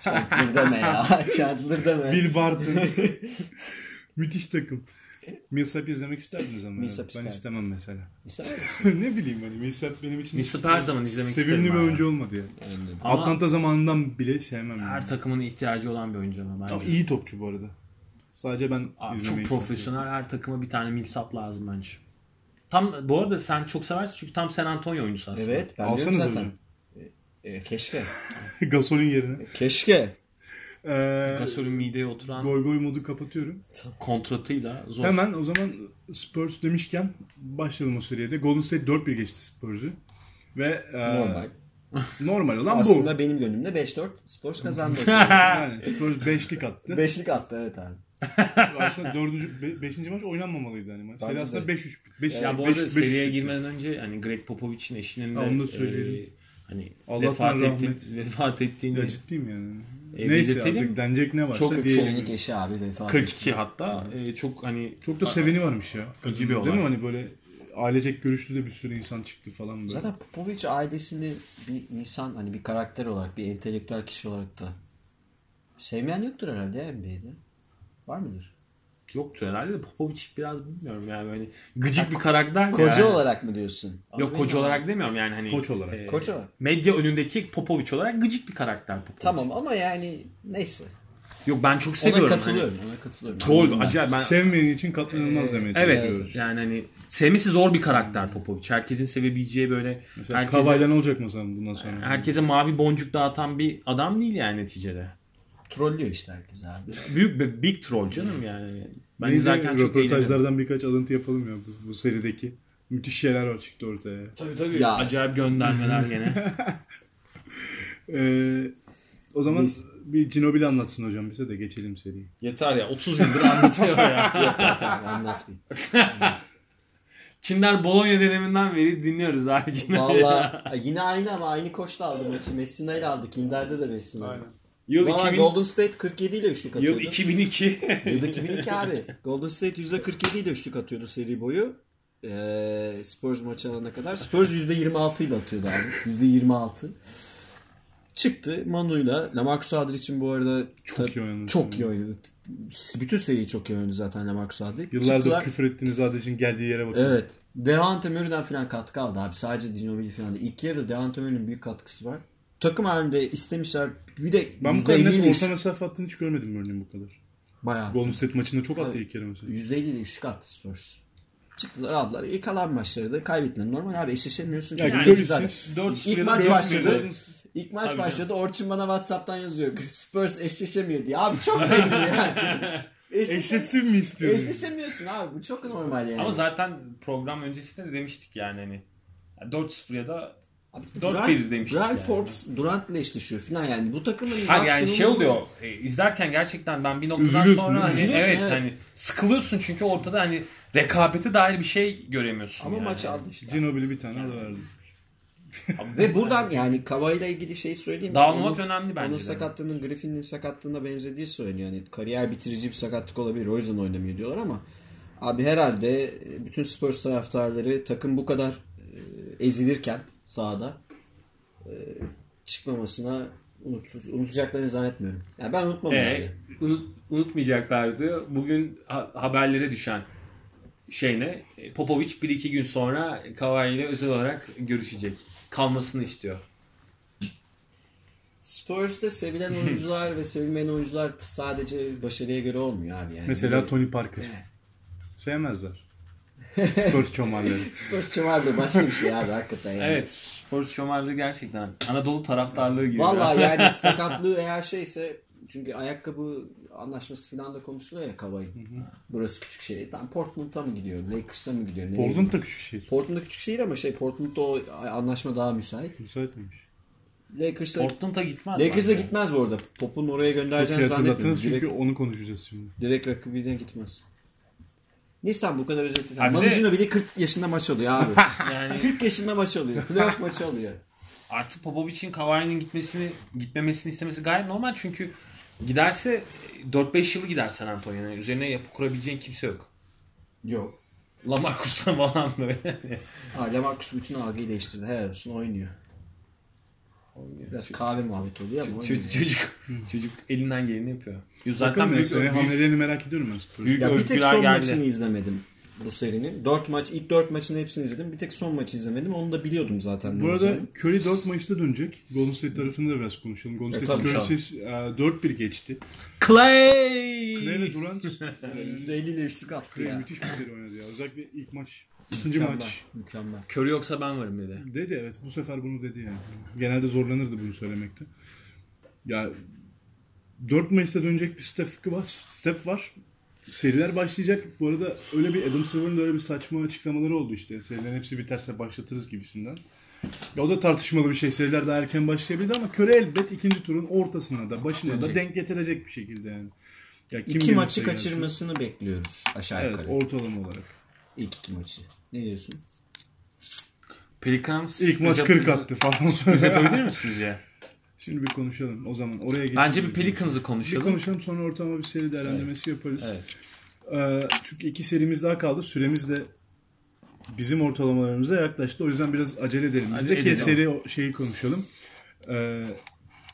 Speaker 2: Chandler deme ya. Chandler deme.
Speaker 1: Bill Barton. Müthiş takım. Millsap izlemek isterdiniz ama.
Speaker 2: Millsap
Speaker 1: ben
Speaker 2: isterdim.
Speaker 1: istemem mesela.
Speaker 2: İster misin?
Speaker 1: ne bileyim hani Millsap benim için
Speaker 3: Millsap her zaman izlemek isterim
Speaker 1: sevimli bir
Speaker 3: ben ya.
Speaker 1: oyuncu olmadı ya.
Speaker 2: Anladım.
Speaker 3: Ama
Speaker 1: Atlanta zamanından bile sevmem. yani.
Speaker 3: her takımın ihtiyacı olan bir oyuncu ama
Speaker 1: Ama
Speaker 3: bence.
Speaker 1: iyi topçu bu arada. Sadece ben
Speaker 3: Abi çok
Speaker 1: izlemeyi
Speaker 3: profesyonel her takıma bir tane Millsap lazım bence. Tam bu arada sen çok seversin çünkü tam San Antonio oyuncusu aslında.
Speaker 2: Evet ben
Speaker 1: Alsanız
Speaker 2: diyorum
Speaker 1: zaten.
Speaker 2: zaten. E, keşke.
Speaker 1: Gasol'ün yerine.
Speaker 2: Keşke.
Speaker 1: Ee,
Speaker 3: Gasol'ün mideye oturan
Speaker 1: goy goy modu kapatıyorum.
Speaker 3: kontratıyla zor.
Speaker 1: Hemen o zaman Spurs demişken başlayalım o seriye de. Golden State 4-1 geçti Spurs'u. Ve e,
Speaker 2: Normal.
Speaker 1: normal olan bu.
Speaker 2: Aslında benim gönlümde 5-4 Spurs kazandı.
Speaker 1: Yani Spurs 5'lik attı.
Speaker 2: Beşlik attı evet abi.
Speaker 1: aslında 4. 5. maç oynanmamalıydı hani maç. Seri
Speaker 2: Bence
Speaker 1: aslında
Speaker 2: de.
Speaker 1: 5-3. 5
Speaker 3: Ya bu arada seriye girmeden önce hani Greg Popovich'in eşinin de
Speaker 1: Ha, onu da
Speaker 3: e,
Speaker 1: söyleyelim.
Speaker 3: hani
Speaker 1: Allah'tan
Speaker 3: vefat, etti,
Speaker 1: rahmet.
Speaker 3: vefat ettiğini
Speaker 1: Ya ciddiyim yani.
Speaker 3: E,
Speaker 1: Neyse
Speaker 3: belirtelim.
Speaker 1: artık denecek ne varsa
Speaker 2: Çok
Speaker 1: çok
Speaker 2: yükselenlik eşi abi vefat etti.
Speaker 3: 42 hatta e, çok hani
Speaker 1: Çok da seveni varmış ya.
Speaker 3: Acı bir olay.
Speaker 1: Değil mi hani böyle ailecek görüşlü de bir sürü insan çıktı falan böyle.
Speaker 2: Zaten Popovic ailesini bir insan hani bir karakter olarak bir entelektüel kişi olarak da sevmeyen yoktur herhalde ya NBA'de. Var mıdır?
Speaker 3: yoktu herhalde de Popovic biraz bilmiyorum yani hani gıcık bir karakter
Speaker 2: Koca
Speaker 3: yani.
Speaker 2: olarak mı diyorsun?
Speaker 3: Yok koca olarak demiyorum yani hani
Speaker 1: Koç olarak.
Speaker 3: e,
Speaker 2: Koca.
Speaker 3: medya önündeki Popovic olarak gıcık bir karakter Popovic.
Speaker 2: Tamam ama yani neyse.
Speaker 3: Yok ben çok
Speaker 2: Ona
Speaker 3: seviyorum. hani.
Speaker 2: katılıyorum. Ona katılıyorum. Anladım
Speaker 3: troll
Speaker 2: ben.
Speaker 3: acayip ben E,
Speaker 1: Sevmeyen için katlanılmaz demeye
Speaker 3: Evet
Speaker 1: çalışıyoruz.
Speaker 3: yani hani sevmesi zor bir karakter Popovic. Herkesin sevebileceği böyle
Speaker 1: Mesela
Speaker 3: herkese,
Speaker 1: Kavayla ne olacak mesela bundan sonra?
Speaker 3: herkese mavi boncuk dağıtan bir adam değil yani neticede.
Speaker 2: Trollüyor işte herkes abi.
Speaker 3: Büyük bir big troll canım yani. Ben
Speaker 1: Neyse,
Speaker 3: izlerken çok eğlendim.
Speaker 1: röportajlardan birkaç alıntı yapalım ya bu, bu serideki. Müthiş şeyler var çıktı ortaya.
Speaker 3: Tabii tabii.
Speaker 2: Ya.
Speaker 3: Acayip göndermeler gene.
Speaker 1: Ee, o zaman bir Ginobili anlatsın hocam bize de geçelim seriyi.
Speaker 3: Yeter ya 30 yıldır anlatıyor ya.
Speaker 2: tamam anlat bir.
Speaker 3: Çinler Bologna döneminden beri dinliyoruz abi.
Speaker 2: Valla yine aynı ama aynı koçla aldı maçı. Messina'yı da aldık. Kinder'de de Messina. Aynen.
Speaker 3: Yıl,
Speaker 2: Valla
Speaker 3: 2000,
Speaker 2: Golden State 47 ile üçlük atıyordu.
Speaker 3: yıl 2002.
Speaker 2: Yıl 2002 abi. Golden State %47 ile üçlük atıyordu seri boyu. Ee, Spurs maç alana kadar. Spurs %26 ile atıyordu abi. %26. Çıktı Manu'yla. Lamarcus Aldridge için bu arada
Speaker 1: Çok iyi oynadı.
Speaker 2: Çok iyi oynadı. Bütün seriyi çok iyi oynadı zaten Lamarcus Aldridge.
Speaker 1: Yıllardır
Speaker 2: Çıktılar.
Speaker 1: küfür ettiğiniz adacın geldiği yere bakın.
Speaker 2: Evet. Devante Murray'den falan katkı aldı abi. Sadece Ginobili falan değil. İlk yarıda Devante Murray'nin büyük katkısı var. Takım halinde istemişler. Bir de
Speaker 1: Ben bu kadar
Speaker 2: %50
Speaker 1: net
Speaker 2: ile
Speaker 1: orta
Speaker 2: üçlük.
Speaker 1: mesafe attığını hiç görmedim örneğin bu kadar.
Speaker 2: Bayağı.
Speaker 1: Golden State maçında çok attı
Speaker 2: Abi,
Speaker 1: ilk kere mesela.
Speaker 2: %50 ile üçlük attı Spurs. Çıktılar aldılar. İlk alan maçları da kaybettiler. Normal abi eşleşemiyorsun. ki.
Speaker 1: Ya
Speaker 2: Yani
Speaker 1: Curry'siz,
Speaker 2: zaten.
Speaker 3: dört
Speaker 2: İlk
Speaker 3: ya da
Speaker 2: maç
Speaker 3: dört
Speaker 2: başladı.
Speaker 3: milyon.
Speaker 2: İlk maç
Speaker 3: Tabii
Speaker 2: başladı. Orçun bana Whatsapp'tan yazıyor. Spurs eşleşemiyor diye. Abi çok belli yani. Eşleşemiyorsun.
Speaker 1: Eşleşsin mi istiyorsun?
Speaker 2: Eşleşemiyorsun abi. Bu çok normal yani.
Speaker 3: Ama zaten program öncesinde de demiştik yani hani. yani 4-0 ya da
Speaker 2: Abi işte
Speaker 3: 4-1
Speaker 2: Brian-
Speaker 3: demiştik
Speaker 2: Brian
Speaker 3: yani.
Speaker 2: Forbes Durant'la eşleşiyor filan yani. Bu takımın
Speaker 3: Hayır yani
Speaker 2: maksimum-
Speaker 3: şey oluyor e, izlerken gerçekten ben bir noktadan
Speaker 1: Üzülüyorsun
Speaker 3: sonra hani
Speaker 1: değil mi?
Speaker 2: Üzülüyorsun,
Speaker 3: evet,
Speaker 2: evet.
Speaker 3: hani sıkılıyorsun çünkü ortada hani rekabete dair bir şey göremiyorsun.
Speaker 2: Ama
Speaker 3: yani.
Speaker 2: maçı aldı işte.
Speaker 1: Ginobili bir tane alıverdi. verdi.
Speaker 2: Ve buradan yani Kavai'yle ilgili şey söyleyeyim. mi?
Speaker 3: Dağılmak
Speaker 2: Onun-
Speaker 3: önemli bence
Speaker 2: Onun
Speaker 3: de.
Speaker 2: sakatlığının Griffin'in sakatlığına benzediği söyleniyor. Yani kariyer bitirici bir sakatlık olabilir. O yüzden oynamıyor diyorlar ama abi herhalde bütün Spurs taraftarları takım bu kadar e, ezilirken sahada e, çıkmamasına unut- unutacaklarını zannetmiyorum. Yani ben unutmam
Speaker 3: E,
Speaker 2: herhalde.
Speaker 3: unut, unutmayacaklar diyor. Bugün ha- haberlere düşen şey ne? E, Popovic 1-2 gün sonra Kawhi ile özel olarak görüşecek. Kalmasını istiyor.
Speaker 2: Spurs'ta sevilen oyuncular ve sevilmeyen oyuncular sadece başarıya göre olmuyor abi yani.
Speaker 1: Mesela
Speaker 2: Bir-
Speaker 1: Tony Parker.
Speaker 2: Evet.
Speaker 1: Sevmezler. Spurs çomarları.
Speaker 2: Spurs çımardı başka bir şey abi hakikaten yani.
Speaker 3: Evet Spurs şomarlığı gerçekten Anadolu taraftarlığı gibi.
Speaker 2: Valla yani sakatlığı eğer şeyse çünkü ayakkabı anlaşması falan da konuşuluyor ya Kavay'ın. Burası küçük şey. Tam Portland'a mı gidiyor? Lakers'a mı gidiyor? Nereye gidiyor?
Speaker 1: Portland da küçük şehir.
Speaker 2: Portland'da küçük şehir ama şey Portland'da o anlaşma daha müsait.
Speaker 1: Müsaitmiş.
Speaker 2: Lakers'a
Speaker 3: Portland'a gitmez.
Speaker 2: Lakers'a
Speaker 3: bence.
Speaker 2: gitmez bu arada. Pop'un oraya
Speaker 1: Çok iyi
Speaker 2: göndereceğini zannetmiyorum.
Speaker 1: hatırlattınız
Speaker 2: Direkt,
Speaker 1: çünkü onu konuşacağız şimdi.
Speaker 2: direkt rakibine gitmez. Nisan bu kadar özetledim.
Speaker 3: Abi de-
Speaker 2: Manucino bile 40 yaşında maç alıyor abi.
Speaker 3: Yani
Speaker 2: 40 yaşında maç alıyor. Playoff maçı alıyor.
Speaker 3: artı Popovic'in Kawhi'nin gitmesini gitmemesini istemesi gayet normal çünkü giderse e, 4-5 yılı gider San Antonio'nun. Üzerine yapı kurabileceğin kimse yok.
Speaker 2: Yok.
Speaker 3: Lamarcus'la falan böyle.
Speaker 2: Aa, Lemarcus bütün algıyı değiştirdi. Helal olsun oynuyor. Biraz kahve muhabbeti oluyor ama oynuyor.
Speaker 3: çocuk, çocuk, çocuk elinden geleni yapıyor. Zaten
Speaker 1: Zaten
Speaker 3: büyük,
Speaker 1: sene
Speaker 3: büyük,
Speaker 1: hamlelerini merak ediyorum ben Spurs.
Speaker 3: büyük
Speaker 2: Ya bir tek
Speaker 3: övgüler
Speaker 2: son
Speaker 3: geldi.
Speaker 2: maçını izlemedim bu serinin. 4 maç, ilk 4 maçın hepsini izledim. Bir tek son maçı izlemedim. Onu da biliyordum zaten.
Speaker 1: Bu arada
Speaker 2: Olacağını.
Speaker 1: Curry 4 Mayıs'ta dönecek. Golden State tarafında da biraz konuşalım. Golden
Speaker 2: E,
Speaker 1: State'in
Speaker 2: tabii,
Speaker 1: Curry'siz e, 4-1 geçti.
Speaker 3: Clay!
Speaker 1: Clay Durant
Speaker 2: %50 ile üçlük attı
Speaker 1: Clay
Speaker 2: ya.
Speaker 1: müthiş bir seri oynadı ya. Özellikle ilk maç, ikinci
Speaker 2: Mükemmel.
Speaker 1: maç.
Speaker 2: Mükemmel.
Speaker 3: Curry yoksa ben varım dedi.
Speaker 1: Dedi evet bu sefer bunu dedi yani. Genelde zorlanırdı bunu söylemekte. Ya 4 Mayıs'ta dönecek bir step var. Step var. Seriler başlayacak. Bu arada öyle bir Adam Silver'ın da öyle bir saçma açıklamaları oldu işte. Serilerin hepsi biterse başlatırız gibisinden. Ya o da tartışmalı bir şey. Seriler daha erken başlayabilirdi ama Köre elbet ikinci turun ortasına da başına da
Speaker 2: Dönecek.
Speaker 1: denk getirecek bir şekilde yani. Ya kim
Speaker 2: İki
Speaker 1: gelirse
Speaker 2: maçı
Speaker 1: gelsin.
Speaker 2: kaçırmasını bekliyoruz aşağı
Speaker 1: Evet
Speaker 2: yukarı.
Speaker 1: ortalama olarak.
Speaker 2: İlk iki maçı. Ne diyorsun?
Speaker 3: Pelicans
Speaker 1: İlk maç 40 attı
Speaker 3: Biz
Speaker 1: falan.
Speaker 3: yapabilir misiniz ya?
Speaker 1: Şimdi bir konuşalım o zaman. Oraya geçelim.
Speaker 3: Bence bir Pelicans'ı
Speaker 1: Bir
Speaker 3: konuşalım.
Speaker 1: konuşalım sonra ortalama bir seri değerlendirmesi yaparız.
Speaker 2: Evet.
Speaker 1: Ee, çünkü iki serimiz daha kaldı. Süremiz de bizim ortalamalarımıza yaklaştı. O yüzden biraz acele edelim.
Speaker 3: Acele
Speaker 1: Bizdeki
Speaker 3: edelim.
Speaker 1: seri o- şeyi konuşalım. Ee,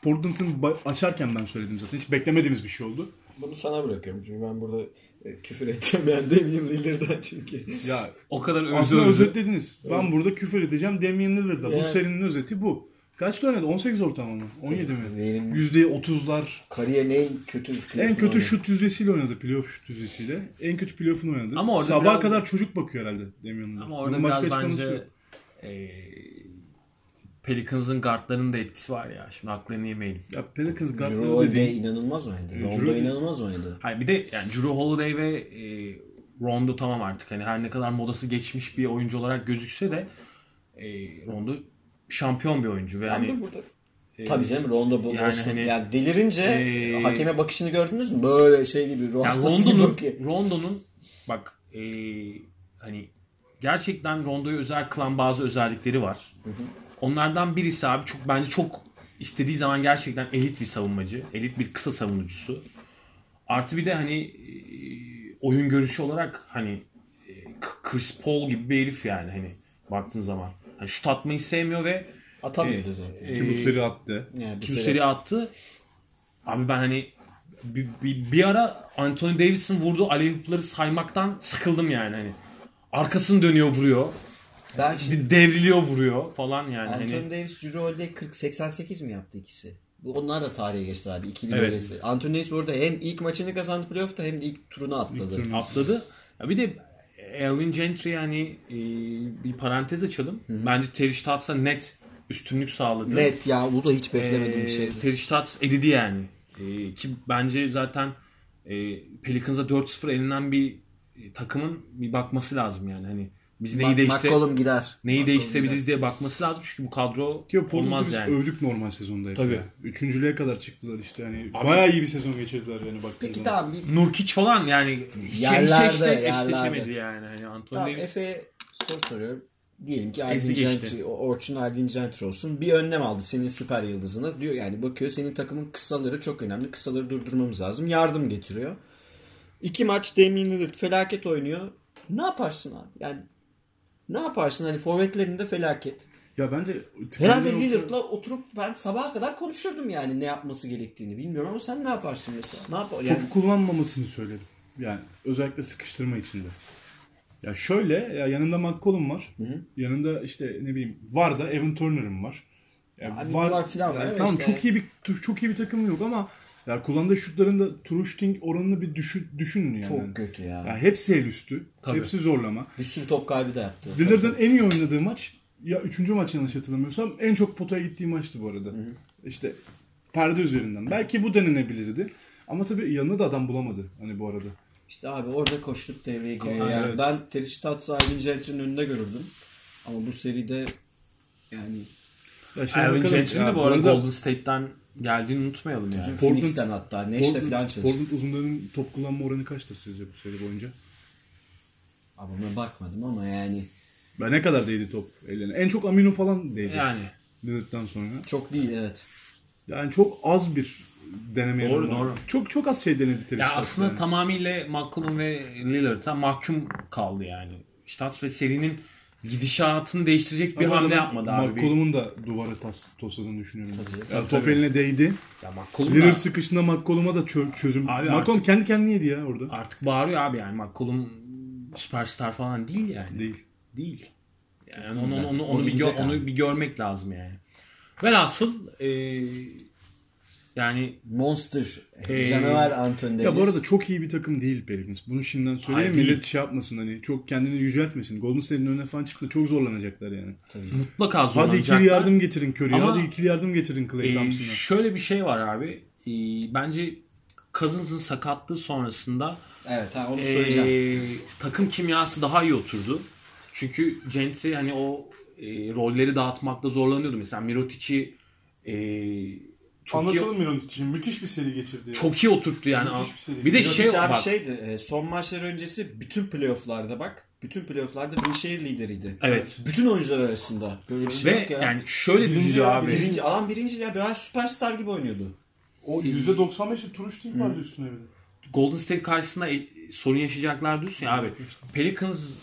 Speaker 1: Portland'ın ba- açarken ben söyledim zaten. Hiç beklemediğimiz bir şey oldu.
Speaker 2: Bunu sana bırakıyorum çünkü ben burada e, küfür edeceğim ben Damian Lillard'dan çünkü.
Speaker 1: Ya
Speaker 3: O kadar özür
Speaker 1: aslında
Speaker 3: özür.
Speaker 1: özetlediniz. Ben burada küfür edeceğim Damian Lillard'a. Bu
Speaker 2: Yani.
Speaker 1: serinin özeti bu. Kaç oynadı? 18 ortalama mı? 17
Speaker 2: Benim-
Speaker 1: mi? %30'lar.
Speaker 2: Kariyerin en kötü
Speaker 1: En kötü şut yüzdesiyle oynadı. Playoff şut yüzdesiyle. En kötü playoff'unu oynadı.
Speaker 3: Ama orada
Speaker 1: Sabaha
Speaker 3: biraz-
Speaker 1: kadar çocuk bakıyor herhalde Damian Lillard.
Speaker 3: Ama orada
Speaker 1: Bunun başka
Speaker 3: biraz
Speaker 1: açıklaması
Speaker 3: bence
Speaker 1: yok.
Speaker 3: eee Pelicans'ın guardlarının da etkisi var ya. Şimdi aklını yemeyelim.
Speaker 1: Ya Pelicans guardları da
Speaker 2: Euroleague'de
Speaker 1: değil.
Speaker 2: inanılmaz oynadı.
Speaker 1: Euro-
Speaker 2: Rondo inanılmaz oynadı.
Speaker 3: Hayır bir de yani Drew Holiday ve eee, Rondo tamam artık. Hani her ne kadar modası geçmiş bir oyuncu olarak gözükse de eee, Rondo şampiyon bir oyuncu. Ve hani
Speaker 2: burada. Tabii canım Rondo bu
Speaker 3: yani
Speaker 2: olsun.
Speaker 3: hani-
Speaker 2: yani delirince
Speaker 3: Ee,
Speaker 2: hakeme bakışını gördünüz mü? Böyle şey gibi ruh
Speaker 3: Yani
Speaker 2: hastası gibi
Speaker 3: Rondo'nun
Speaker 2: bakıyor.
Speaker 3: Rondo'nun bak eee, hani gerçekten Rondo'yu özel kılan bazı özellikleri var. Onlardan birisi abi çok bence çok istediği zaman gerçekten elit bir savunmacı, elit bir kısa savunucusu. Artı bir de hani eee, oyun görüşü olarak hani eee, Chris Paul gibi bir herif yani hani baktığın zaman. Hani şut atmayı sevmiyor ve E,
Speaker 2: Atamıyordu zaten.
Speaker 1: Ki bu seri attı.
Speaker 2: yani bir
Speaker 3: kim
Speaker 2: seri-
Speaker 3: seri attı. Abi ben hani bir, bir, bir ara Anthony Davis'in vurduğu aleyhupları saymaktan sıkıldım yani hani. Arkasını dönüyor vuruyor.
Speaker 2: Ben şimdi
Speaker 3: de- Devriliyor vuruyor falan yani.
Speaker 2: Anthony
Speaker 3: Hani,
Speaker 2: Davis, Drew Holiday 40 88 mi yaptı ikisi? Bu onlar da tarihe geçti abi. İkili
Speaker 3: Evet.
Speaker 2: böylesi. Anthony Davis burada hem ilk maçını kazandı playoff'ta hem de ilk turunu atladı.
Speaker 1: turnu.
Speaker 3: atladı. Ya bir de Elvin Gentry hani e, bir parantez açalım. Bence Terry Stotts'a net üstünlük sağladı.
Speaker 2: Net ya bu da hiç beklemediğim bir şey.
Speaker 3: Ee, Terry Stotts eridi yani. Ee, ki bence zaten e, Pelicans'a 4-0 elenen bir e, takımın bir bakması lazım yani. Hani biz neyi
Speaker 2: Bak,
Speaker 3: değiştire
Speaker 2: McCollum gider.
Speaker 3: neyi
Speaker 2: McCollum
Speaker 3: değiştirebiliriz diye bakması lazım çünkü bu kadro
Speaker 1: Ki o Portland'ı
Speaker 3: olmaz
Speaker 1: biz
Speaker 3: yani.
Speaker 1: övdük normal sezonda. hep.
Speaker 3: Tabii.
Speaker 1: Yani. Üçüncülüğe kadar çıktılar işte. Hani bayağı iyi bir sezon geçirdiler yani baktığınız
Speaker 2: Peki
Speaker 1: zaman.
Speaker 2: tamam bir
Speaker 3: Nurkic falan yani hiç,
Speaker 2: Yerlerde,
Speaker 3: hiç eşle-
Speaker 2: yerlerde.
Speaker 3: eşleşemedi yani. Hani Anthony
Speaker 2: Tamam
Speaker 3: Davis
Speaker 2: Efe'ye soru soruyorum. Diyelim ki
Speaker 3: Ezdi
Speaker 2: Alvin
Speaker 3: geçti.
Speaker 2: Gentry, Orçun Alvin Gentry olsun. Bir önlem aldı senin süper yıldızına. Diyor yani bakıyor senin takımın kısaları çok önemli. Kısaları durdurmamız lazım. Yardım getiriyor. İki maç Damian Lillard felaket oynuyor. Ne yaparsın abi? Yani ne yaparsın? Hani forvetlerinde felaket.
Speaker 1: Ya bence
Speaker 2: Herhalde
Speaker 1: Trend'in orta-
Speaker 2: Lillard'la oturup ben sabaha kadar konuşurdum yani ne yapması gerektiğini bilmiyorum ama sen ne yaparsın mesela? Ne yapar? Yani
Speaker 1: Topu kullanmamasını söyledim. Yani özellikle sıkıştırma içinde. Ya şöyle ya yanında McCollum var. Yanında işte ne bileyim var da Evan Turner'ım var. Ya Yani
Speaker 2: Abi bunlar filan var, evet
Speaker 1: tamam
Speaker 2: işte.
Speaker 1: çok iyi bir çok iyi bir takım yok ama yani kullandığı şutların da true shooting oranını bir düşün, düşünün yani.
Speaker 2: Çok kötü ya.
Speaker 1: Ya hepsi el üstü.
Speaker 3: Tabii.
Speaker 1: Hepsi zorlama.
Speaker 2: Bir sürü top kaybı da yaptı.
Speaker 1: Lillard'ın en iyi oynadığı maç ya üçüncü maç yanlış hatırlamıyorsam en çok potaya gittiği maçtı bu arada. İşte perde üzerinden. Belki bu denenebilirdi. Ama tabii yanına da adam bulamadı hani bu arada.
Speaker 2: İşte abi orada koştuk devreye giriyor.
Speaker 1: Aynen,
Speaker 2: Yani
Speaker 1: evet.
Speaker 2: Ben Teriş Tatsa Alvin Gentry'nin önünde görürdüm. Ama bu seride yani
Speaker 1: Ya şeye
Speaker 3: Alvin
Speaker 1: bakalım.
Speaker 3: Gentry'nin
Speaker 1: Ya
Speaker 3: de bu arada Golden State'den geldiğini unutmayalım yani.
Speaker 1: Portland-
Speaker 2: Phoenix'ten hatta Neş'te
Speaker 1: Portland,
Speaker 2: falan çalıştı.
Speaker 1: Portland uzunlarının top kullanma oranı kaçtır sizce bu seri boyunca?
Speaker 2: Abi buna bakmadım ama yani
Speaker 1: Ben ne kadar değdi top ellerine? En çok Amino falan değdi. Yani.
Speaker 3: Yani
Speaker 1: sonra.
Speaker 2: çok değil evet.
Speaker 1: Yani çok az bir deneme.
Speaker 3: Doğru,
Speaker 1: yanılma.
Speaker 3: doğru.
Speaker 1: Çok çok az şey denedi Terry
Speaker 3: ya
Speaker 1: Stotts
Speaker 3: aslında
Speaker 1: yani.
Speaker 3: tamamıyla McCollum ve Lillard'a mahkum kaldı yani. Stats ve serinin gidişatını değiştirecek bir
Speaker 1: Ama
Speaker 3: hamle
Speaker 1: adamın-
Speaker 3: yapmadı abi.
Speaker 1: McCollum'un da duvara tas, tosladığını düşünüyorum. ben.
Speaker 2: Tabii.
Speaker 1: Yani top eline değdi.
Speaker 3: Ya McCollum
Speaker 1: Lillard
Speaker 3: da
Speaker 1: sıkışında McCollum'a da çö- çözüm.
Speaker 3: Abi
Speaker 1: McCollum
Speaker 3: artık-
Speaker 1: kendi kendine yedi ya orada.
Speaker 3: artık bağırıyor abi yani. McCollum süperstar falan değil yani.
Speaker 1: Değil.
Speaker 3: Değil. Yani onu, onu,
Speaker 2: Zaten
Speaker 3: onu,
Speaker 2: o
Speaker 3: onu, bir,
Speaker 2: gidecek
Speaker 3: gö- onu
Speaker 2: abi.
Speaker 3: bir görmek lazım yani. Velhasıl eee yani
Speaker 2: Monster.
Speaker 3: Ee,
Speaker 2: Canavar Anthony Davis.
Speaker 1: Ya bu arada çok iyi bir takım değil Pelicans. Bunu şimdiden söyleyeyim.
Speaker 3: Hayır, değil.
Speaker 1: Millet şey yapmasın hani çok kendini yüceltmesin. Golden State'in önüne falan çıktı. Çok zorlanacaklar yani.
Speaker 3: mutlaka
Speaker 1: Hadi
Speaker 3: zorlanacaklar.
Speaker 1: ikili yardım getirin Curry'e.
Speaker 3: Ama-
Speaker 1: Hadi ikili yardım getirin Clay
Speaker 3: Ee,
Speaker 1: Thompson'a.
Speaker 3: şöyle bir şey var abi. Ee, bence Cousins'ın sakatlığı sonrasında
Speaker 2: Evet ha onu
Speaker 3: ee,
Speaker 2: şey söyleyeceğim.
Speaker 3: takım kimyası daha iyi oturdu. Çünkü Gentry hani o ee, rolleri dağıtmakta zorlanıyordu. Mesela Mirotic'i ee, çok, iyi,
Speaker 4: Anlatalım Mirotic için. Müthiş bir seri geçirdi. ya.
Speaker 3: çok iyi oturttu yani.
Speaker 4: Müthiş bir seri.
Speaker 3: Bir de
Speaker 4: Mirotic
Speaker 3: şey
Speaker 2: Şey, abi
Speaker 3: bak,
Speaker 2: şeydi e, son maçlar öncesi bütün playofflarda bak. Bütün playofflarda Binşehir lideriydi.
Speaker 3: Evet.
Speaker 2: Bütün oyuncular arasında. Böyle bir şey
Speaker 3: Ve
Speaker 2: yok ya.
Speaker 3: yani şöyle
Speaker 4: Birinci
Speaker 3: diziliyor
Speaker 4: ya,
Speaker 3: abi.
Speaker 4: birinci.
Speaker 2: Birinci, adam birinci ya biraz süperstar gibi oynuyordu.
Speaker 4: O %95'i turuş değil vardı üstüne bir de.
Speaker 3: Golden State karşısında e, sorun yaşayacaklar diyorsun ya abi. Pelicans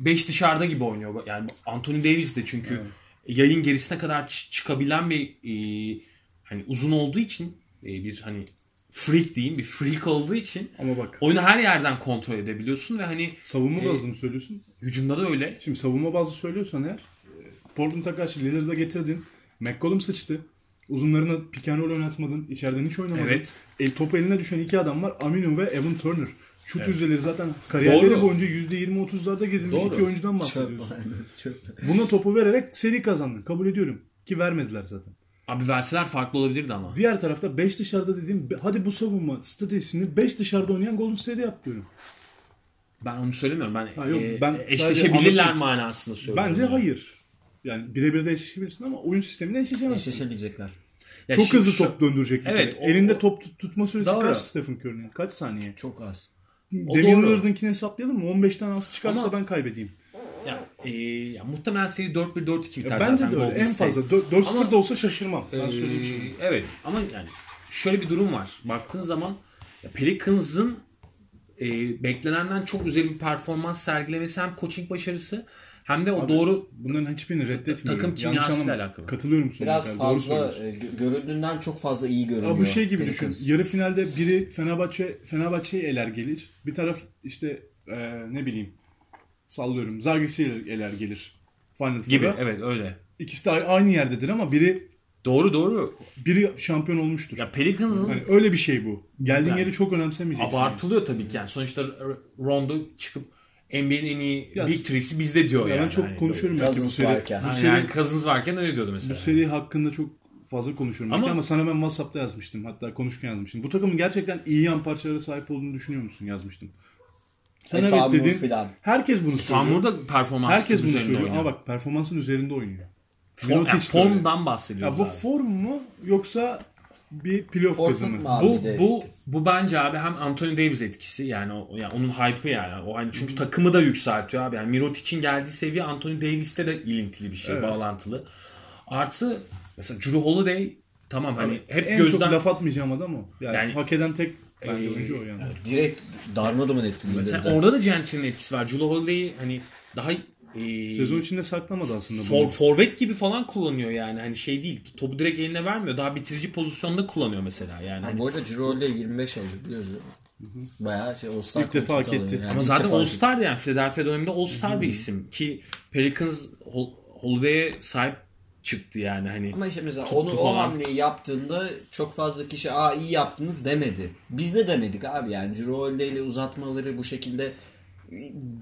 Speaker 3: 5 dışarıda gibi oynuyor. Yani Anthony Davis de çünkü yayın gerisine kadar çı- çıkabilen bir e, hani uzun olduğu için e, bir hani freak diyeyim bir freak olduğu için
Speaker 1: Ama bak
Speaker 3: oyunu her yerden kontrol edebiliyorsun ve hani
Speaker 1: savunma
Speaker 3: Ee,
Speaker 1: bazlı mı söylüyorsun?
Speaker 3: hücumda da öyle.
Speaker 1: Şimdi savunma bazlı söylüyorsan eğer e, Portland'a karşı Lillard'a getirdin. McCollum sıçtı. Uzunlarına pick and roll oynatmadın. içeriden hiç oynamadın.
Speaker 3: Evet.
Speaker 1: El, topu eline düşen iki adam var. Aminu ve Evan Turner. Şut yüzdeleri zaten kariyerleri
Speaker 3: Doğru.
Speaker 1: boyunca %20-30'larda gezinmiş
Speaker 3: Doğru.
Speaker 1: iki oyuncudan bahsediyorsun. Buna topu vererek seri kazandın. Kabul ediyorum. Ki vermediler zaten.
Speaker 3: Abi verseler farklı olabilirdi ama.
Speaker 1: Diğer tarafta 5 dışarıda dediğim hadi bu savunma stratejisini 5 dışarıda oynayan Golden State'e yap diyorum.
Speaker 3: Ben onu söylemiyorum. Ben,
Speaker 1: Ha, yok,
Speaker 3: e,
Speaker 1: ben sadece
Speaker 3: eşleşebilirler
Speaker 1: anlatayım.
Speaker 3: manasında söylüyorum.
Speaker 1: Bence
Speaker 3: yani.
Speaker 1: hayır. Yani birebir de eşleşebilirsin ama oyun sisteminde eşleşemezsin.
Speaker 2: Eşleşebilecekler.
Speaker 3: Ya
Speaker 1: Çok
Speaker 3: şimdi
Speaker 1: hızlı
Speaker 3: şu-
Speaker 1: top döndürecek. bir
Speaker 3: Evet,
Speaker 1: kere.
Speaker 3: o-
Speaker 1: Elinde
Speaker 3: o-
Speaker 1: top tut- tutma süresi
Speaker 2: Doğru.
Speaker 1: kaç Stephen Curry'nin? Kaç saniye?
Speaker 2: Çok az.
Speaker 1: Damian
Speaker 3: doğru.
Speaker 1: Lillard'ınkini hesaplayalım mı? 15'ten az çıkarsa
Speaker 3: Ama-
Speaker 1: ben kaybedeyim.
Speaker 3: Ya, e, ya muhtemelen seri 4-1-4-2 biter
Speaker 1: Ya bence
Speaker 3: zaten
Speaker 1: de öyle.
Speaker 3: Golden
Speaker 1: En
Speaker 3: State.
Speaker 1: fazla dö- 4-0
Speaker 3: Ama-
Speaker 1: da olsa şaşırmam. Ben
Speaker 3: Ee,
Speaker 1: söyleyeyim şimdi.
Speaker 3: Evet ama yani şöyle bir durum var. Baktığın zaman ya Pelicans'ın e, beklenenden çok üzeri bir performans sergilemesi hem coaching başarısı hem de o doğru
Speaker 1: Bunların hiçbirini reddetmiyorum.
Speaker 3: takım
Speaker 1: Yanlış
Speaker 3: kimyasıyla
Speaker 1: anlama.
Speaker 3: alakalı.
Speaker 1: Katılıyorum sonuna
Speaker 2: Biraz
Speaker 1: kadar. Doğru
Speaker 2: fazla
Speaker 1: söylüyorsun.
Speaker 2: e, gö- göründüğünden çok fazla iyi
Speaker 3: e,
Speaker 2: görünüyor.
Speaker 1: Ama bu şey gibi düşün.
Speaker 2: Pelicans.
Speaker 1: Yarı finalde biri Fenerbahçe Fenerbahçe'yi eler gelir. Bir taraf işte e, ne bileyim sallıyorum. Zagis'i eler gelir. Final
Speaker 3: gibi.
Speaker 1: Four'a.
Speaker 3: Evet öyle.
Speaker 1: İkisi de aynı yerdedir ama biri
Speaker 3: Doğru doğru.
Speaker 1: biri şampiyon olmuştur.
Speaker 3: Ya Pelicans'ın
Speaker 1: Hani öyle bir şey bu. Geldiğin
Speaker 3: Yani.
Speaker 1: yeri çok önemsemeyeceksin.
Speaker 3: abartılıyor tabii ki. Yani sonuçta Rondo çıkıp NBA'nin en iyi
Speaker 1: Ya-
Speaker 3: Big Three'si bizde diyor
Speaker 1: Yani.
Speaker 3: yani.
Speaker 1: ben çok
Speaker 3: Hani
Speaker 1: konuşuyorum
Speaker 3: böyle.
Speaker 1: belki bu
Speaker 2: Cousins
Speaker 1: seri.
Speaker 2: varken.
Speaker 1: Bu
Speaker 3: Ha,
Speaker 1: seri,
Speaker 3: yani Cousins varken öyle diyordu mesela.
Speaker 1: bu seri hakkında çok fazla konuşuyorum.
Speaker 3: Ama-
Speaker 1: Belki ama sana ben WhatsApp'ta yazmıştım. Hatta konuşurken yazmıştım. Bu takımın gerçekten iyi yan parçalara sahip olduğunu düşünüyor musun yazmıştım. Sen
Speaker 2: E,
Speaker 1: evet
Speaker 2: Tamur
Speaker 1: dedin.
Speaker 2: filan.
Speaker 1: Herkes bunu söylüyor.
Speaker 3: Tamur E, da performans
Speaker 1: Herkes
Speaker 3: tutum
Speaker 1: bunu
Speaker 3: üzerinde
Speaker 1: söylüyor
Speaker 3: oynuyor.
Speaker 1: ama bak performansın üzerinde oynuyor.
Speaker 3: Form- yani
Speaker 1: Mirotic de öyle.
Speaker 3: formdan bahsediyoruz
Speaker 1: Ya bu
Speaker 3: abi.
Speaker 1: form mu yoksa bir playoff
Speaker 2: Form
Speaker 1: kazımı?
Speaker 2: mu abi?
Speaker 3: bu
Speaker 2: de-
Speaker 3: bu bu bence abi hem Anthony Davis etkisi yani o yani onun hype'ı yani. O hani çünkü takımı da yükseltiyor abi. Yani Mirotic'in geldiği seviye Anthony Davis'te de ilintili bir şey,
Speaker 1: Evet.
Speaker 3: bağlantılı. Artı mesela Drew Holiday tamam hani hep
Speaker 1: en
Speaker 3: gözden
Speaker 1: çok laf atmayacağım adam o. Yani,
Speaker 3: Yani-
Speaker 1: hak eden tek bence
Speaker 3: Ee,
Speaker 1: oyuncu o yani.
Speaker 2: Direkt darmadağın etti
Speaker 3: Mesela
Speaker 2: liderden.
Speaker 3: orada da Gentry'nin etkisi var. Drew Holiday'i hani daha e,
Speaker 1: Sezon içinde saklamadı aslında
Speaker 3: for-
Speaker 1: bunu.
Speaker 3: forvet gibi falan kullanıyor yani hani şey değil. Topu direkt eline vermiyor. Daha bitirici pozisyonda kullanıyor mesela yani. Hani
Speaker 2: Bu arada Cirolde 25 alıyor biliyorsun. Bayağı şey All-Star
Speaker 1: İlk defa
Speaker 2: koltuğu
Speaker 1: hak
Speaker 2: alıyor
Speaker 1: etti.
Speaker 2: yani.
Speaker 3: Ama
Speaker 2: İlk
Speaker 3: zaten
Speaker 2: defa
Speaker 3: All
Speaker 2: hak
Speaker 3: Star yani Philadelphia döneminde All Star bir isim ki Pelicans Hol- Holiday'e sahip çıktı yani hani.
Speaker 2: Ama işte mesela
Speaker 3: tuttu
Speaker 2: onu o
Speaker 3: falan.
Speaker 2: hamleyi yaptığında çok fazla kişi aa iyi yaptınız demedi. Biz de demedik abi yani Cirolde ile uzatmaları bu şekilde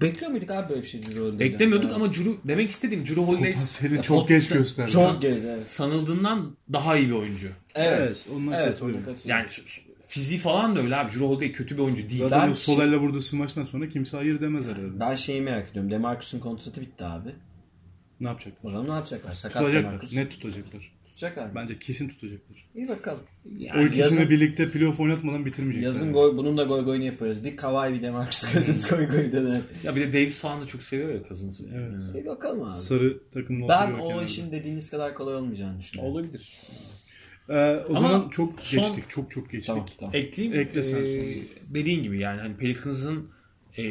Speaker 2: bekliyor muyduk abi böyle bir şey Cirolde'den?
Speaker 3: Beklemiyorduk ama Curu demek istediğim Curu Holidays
Speaker 1: Seni çok geç gösterdi.
Speaker 2: Çok geç. Evet.
Speaker 3: sanıldığından daha iyi bir oyuncu.
Speaker 2: Evet.
Speaker 1: ondan
Speaker 2: Evet,
Speaker 1: katılıyorum.
Speaker 2: ona katılıyorum.
Speaker 3: Yani şu- şu- fiziği falan da öyle abi. Curu Holiday kötü bir oyuncu değil.
Speaker 1: Zaten
Speaker 2: Ben- şey-
Speaker 1: o Soler'le vurduğu smaçtan sonra kimse hayır demez herhalde.
Speaker 2: Ben şeyi merak ediyorum. Demarcus'un kontratı bitti abi.
Speaker 1: Ne yapacaklar?
Speaker 2: Bakalım ne yapacaklar? Sakat Demarcus.
Speaker 1: Tutacaklar. Net tutacaklar.
Speaker 2: Tutacaklar mı?
Speaker 1: Bence kesin tutacaklar.
Speaker 2: İyi bakalım.
Speaker 1: o
Speaker 3: Yani
Speaker 1: ikisini
Speaker 2: yazın-
Speaker 1: birlikte playoff oynatmadan bitirmeyecekler.
Speaker 2: Yazın goy, bunun da goy goyunu yaparız. Bir Kawhi bir
Speaker 1: Hmm.
Speaker 2: Demarcus Cousins goy goyu döner.
Speaker 3: ya bir de Davis falan da çok seviyor ya Cousins'ı.
Speaker 1: Evet.
Speaker 2: İyi bakalım abi.
Speaker 1: Sarı takımla
Speaker 2: Ben
Speaker 1: oturuyor
Speaker 2: o
Speaker 1: kenarda.
Speaker 2: işin dediğiniz kadar kolay olmayacağını düşünüyorum.
Speaker 3: Olabilir.
Speaker 1: Ee, o
Speaker 3: Ama
Speaker 1: zaman çok
Speaker 3: son-
Speaker 1: geçtik. Çok çok geçtik.
Speaker 2: Tamam, tamam.
Speaker 3: Ekleyeyim.
Speaker 1: Ekle sen
Speaker 3: Ee,
Speaker 1: sonra.
Speaker 3: dediğin gibi yani hani Pelicans'ın ee,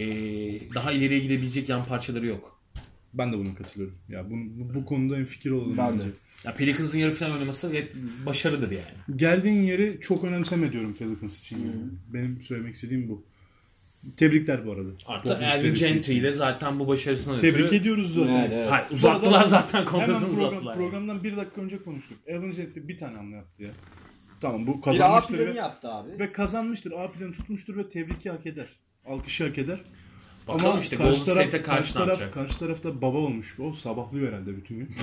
Speaker 3: daha ileriye gidebilecek yan parçaları yok.
Speaker 1: Ben de buna katılıyorum. Ya bu, bu, bu konuda en fikir olalım
Speaker 2: Ben de.
Speaker 1: bence.
Speaker 3: Ya Pelicans'ın yarı final oynaması yet- başarıdır yani.
Speaker 1: Geldiğin yeri çok önemseme diyorum Pelicans için. Benim söylemek istediğim bu. Tebrikler bu arada.
Speaker 3: Artı
Speaker 1: Golden
Speaker 3: Elvin
Speaker 1: serisi
Speaker 3: Gentry
Speaker 1: için.
Speaker 3: ile zaten bu başarısını
Speaker 1: Tebrik ediyoruz zaten.
Speaker 2: Evet, evet.
Speaker 3: Hayır, uzattılar
Speaker 1: arada-
Speaker 3: zaten
Speaker 1: Hemen
Speaker 3: kontratını
Speaker 1: program-
Speaker 3: uzattılar.
Speaker 1: programdan bir dakika önce konuştuk. Evan Jett bir tane hamle yaptı ya. Tamam bu
Speaker 2: Bir A
Speaker 1: kazanmıştır
Speaker 2: planı
Speaker 1: ve,
Speaker 2: yaptı abi.
Speaker 1: ve kazanmıştır. A planı tutmuştur ve tebriki hak eder. Alkışı hak eder.
Speaker 3: Bakalım işte Golden State'e karşı
Speaker 1: karşı
Speaker 3: ne
Speaker 1: taraf,
Speaker 3: yapacak?
Speaker 1: karşı tarafta baba olmuş. O sabahlıyor herhalde bütün gün.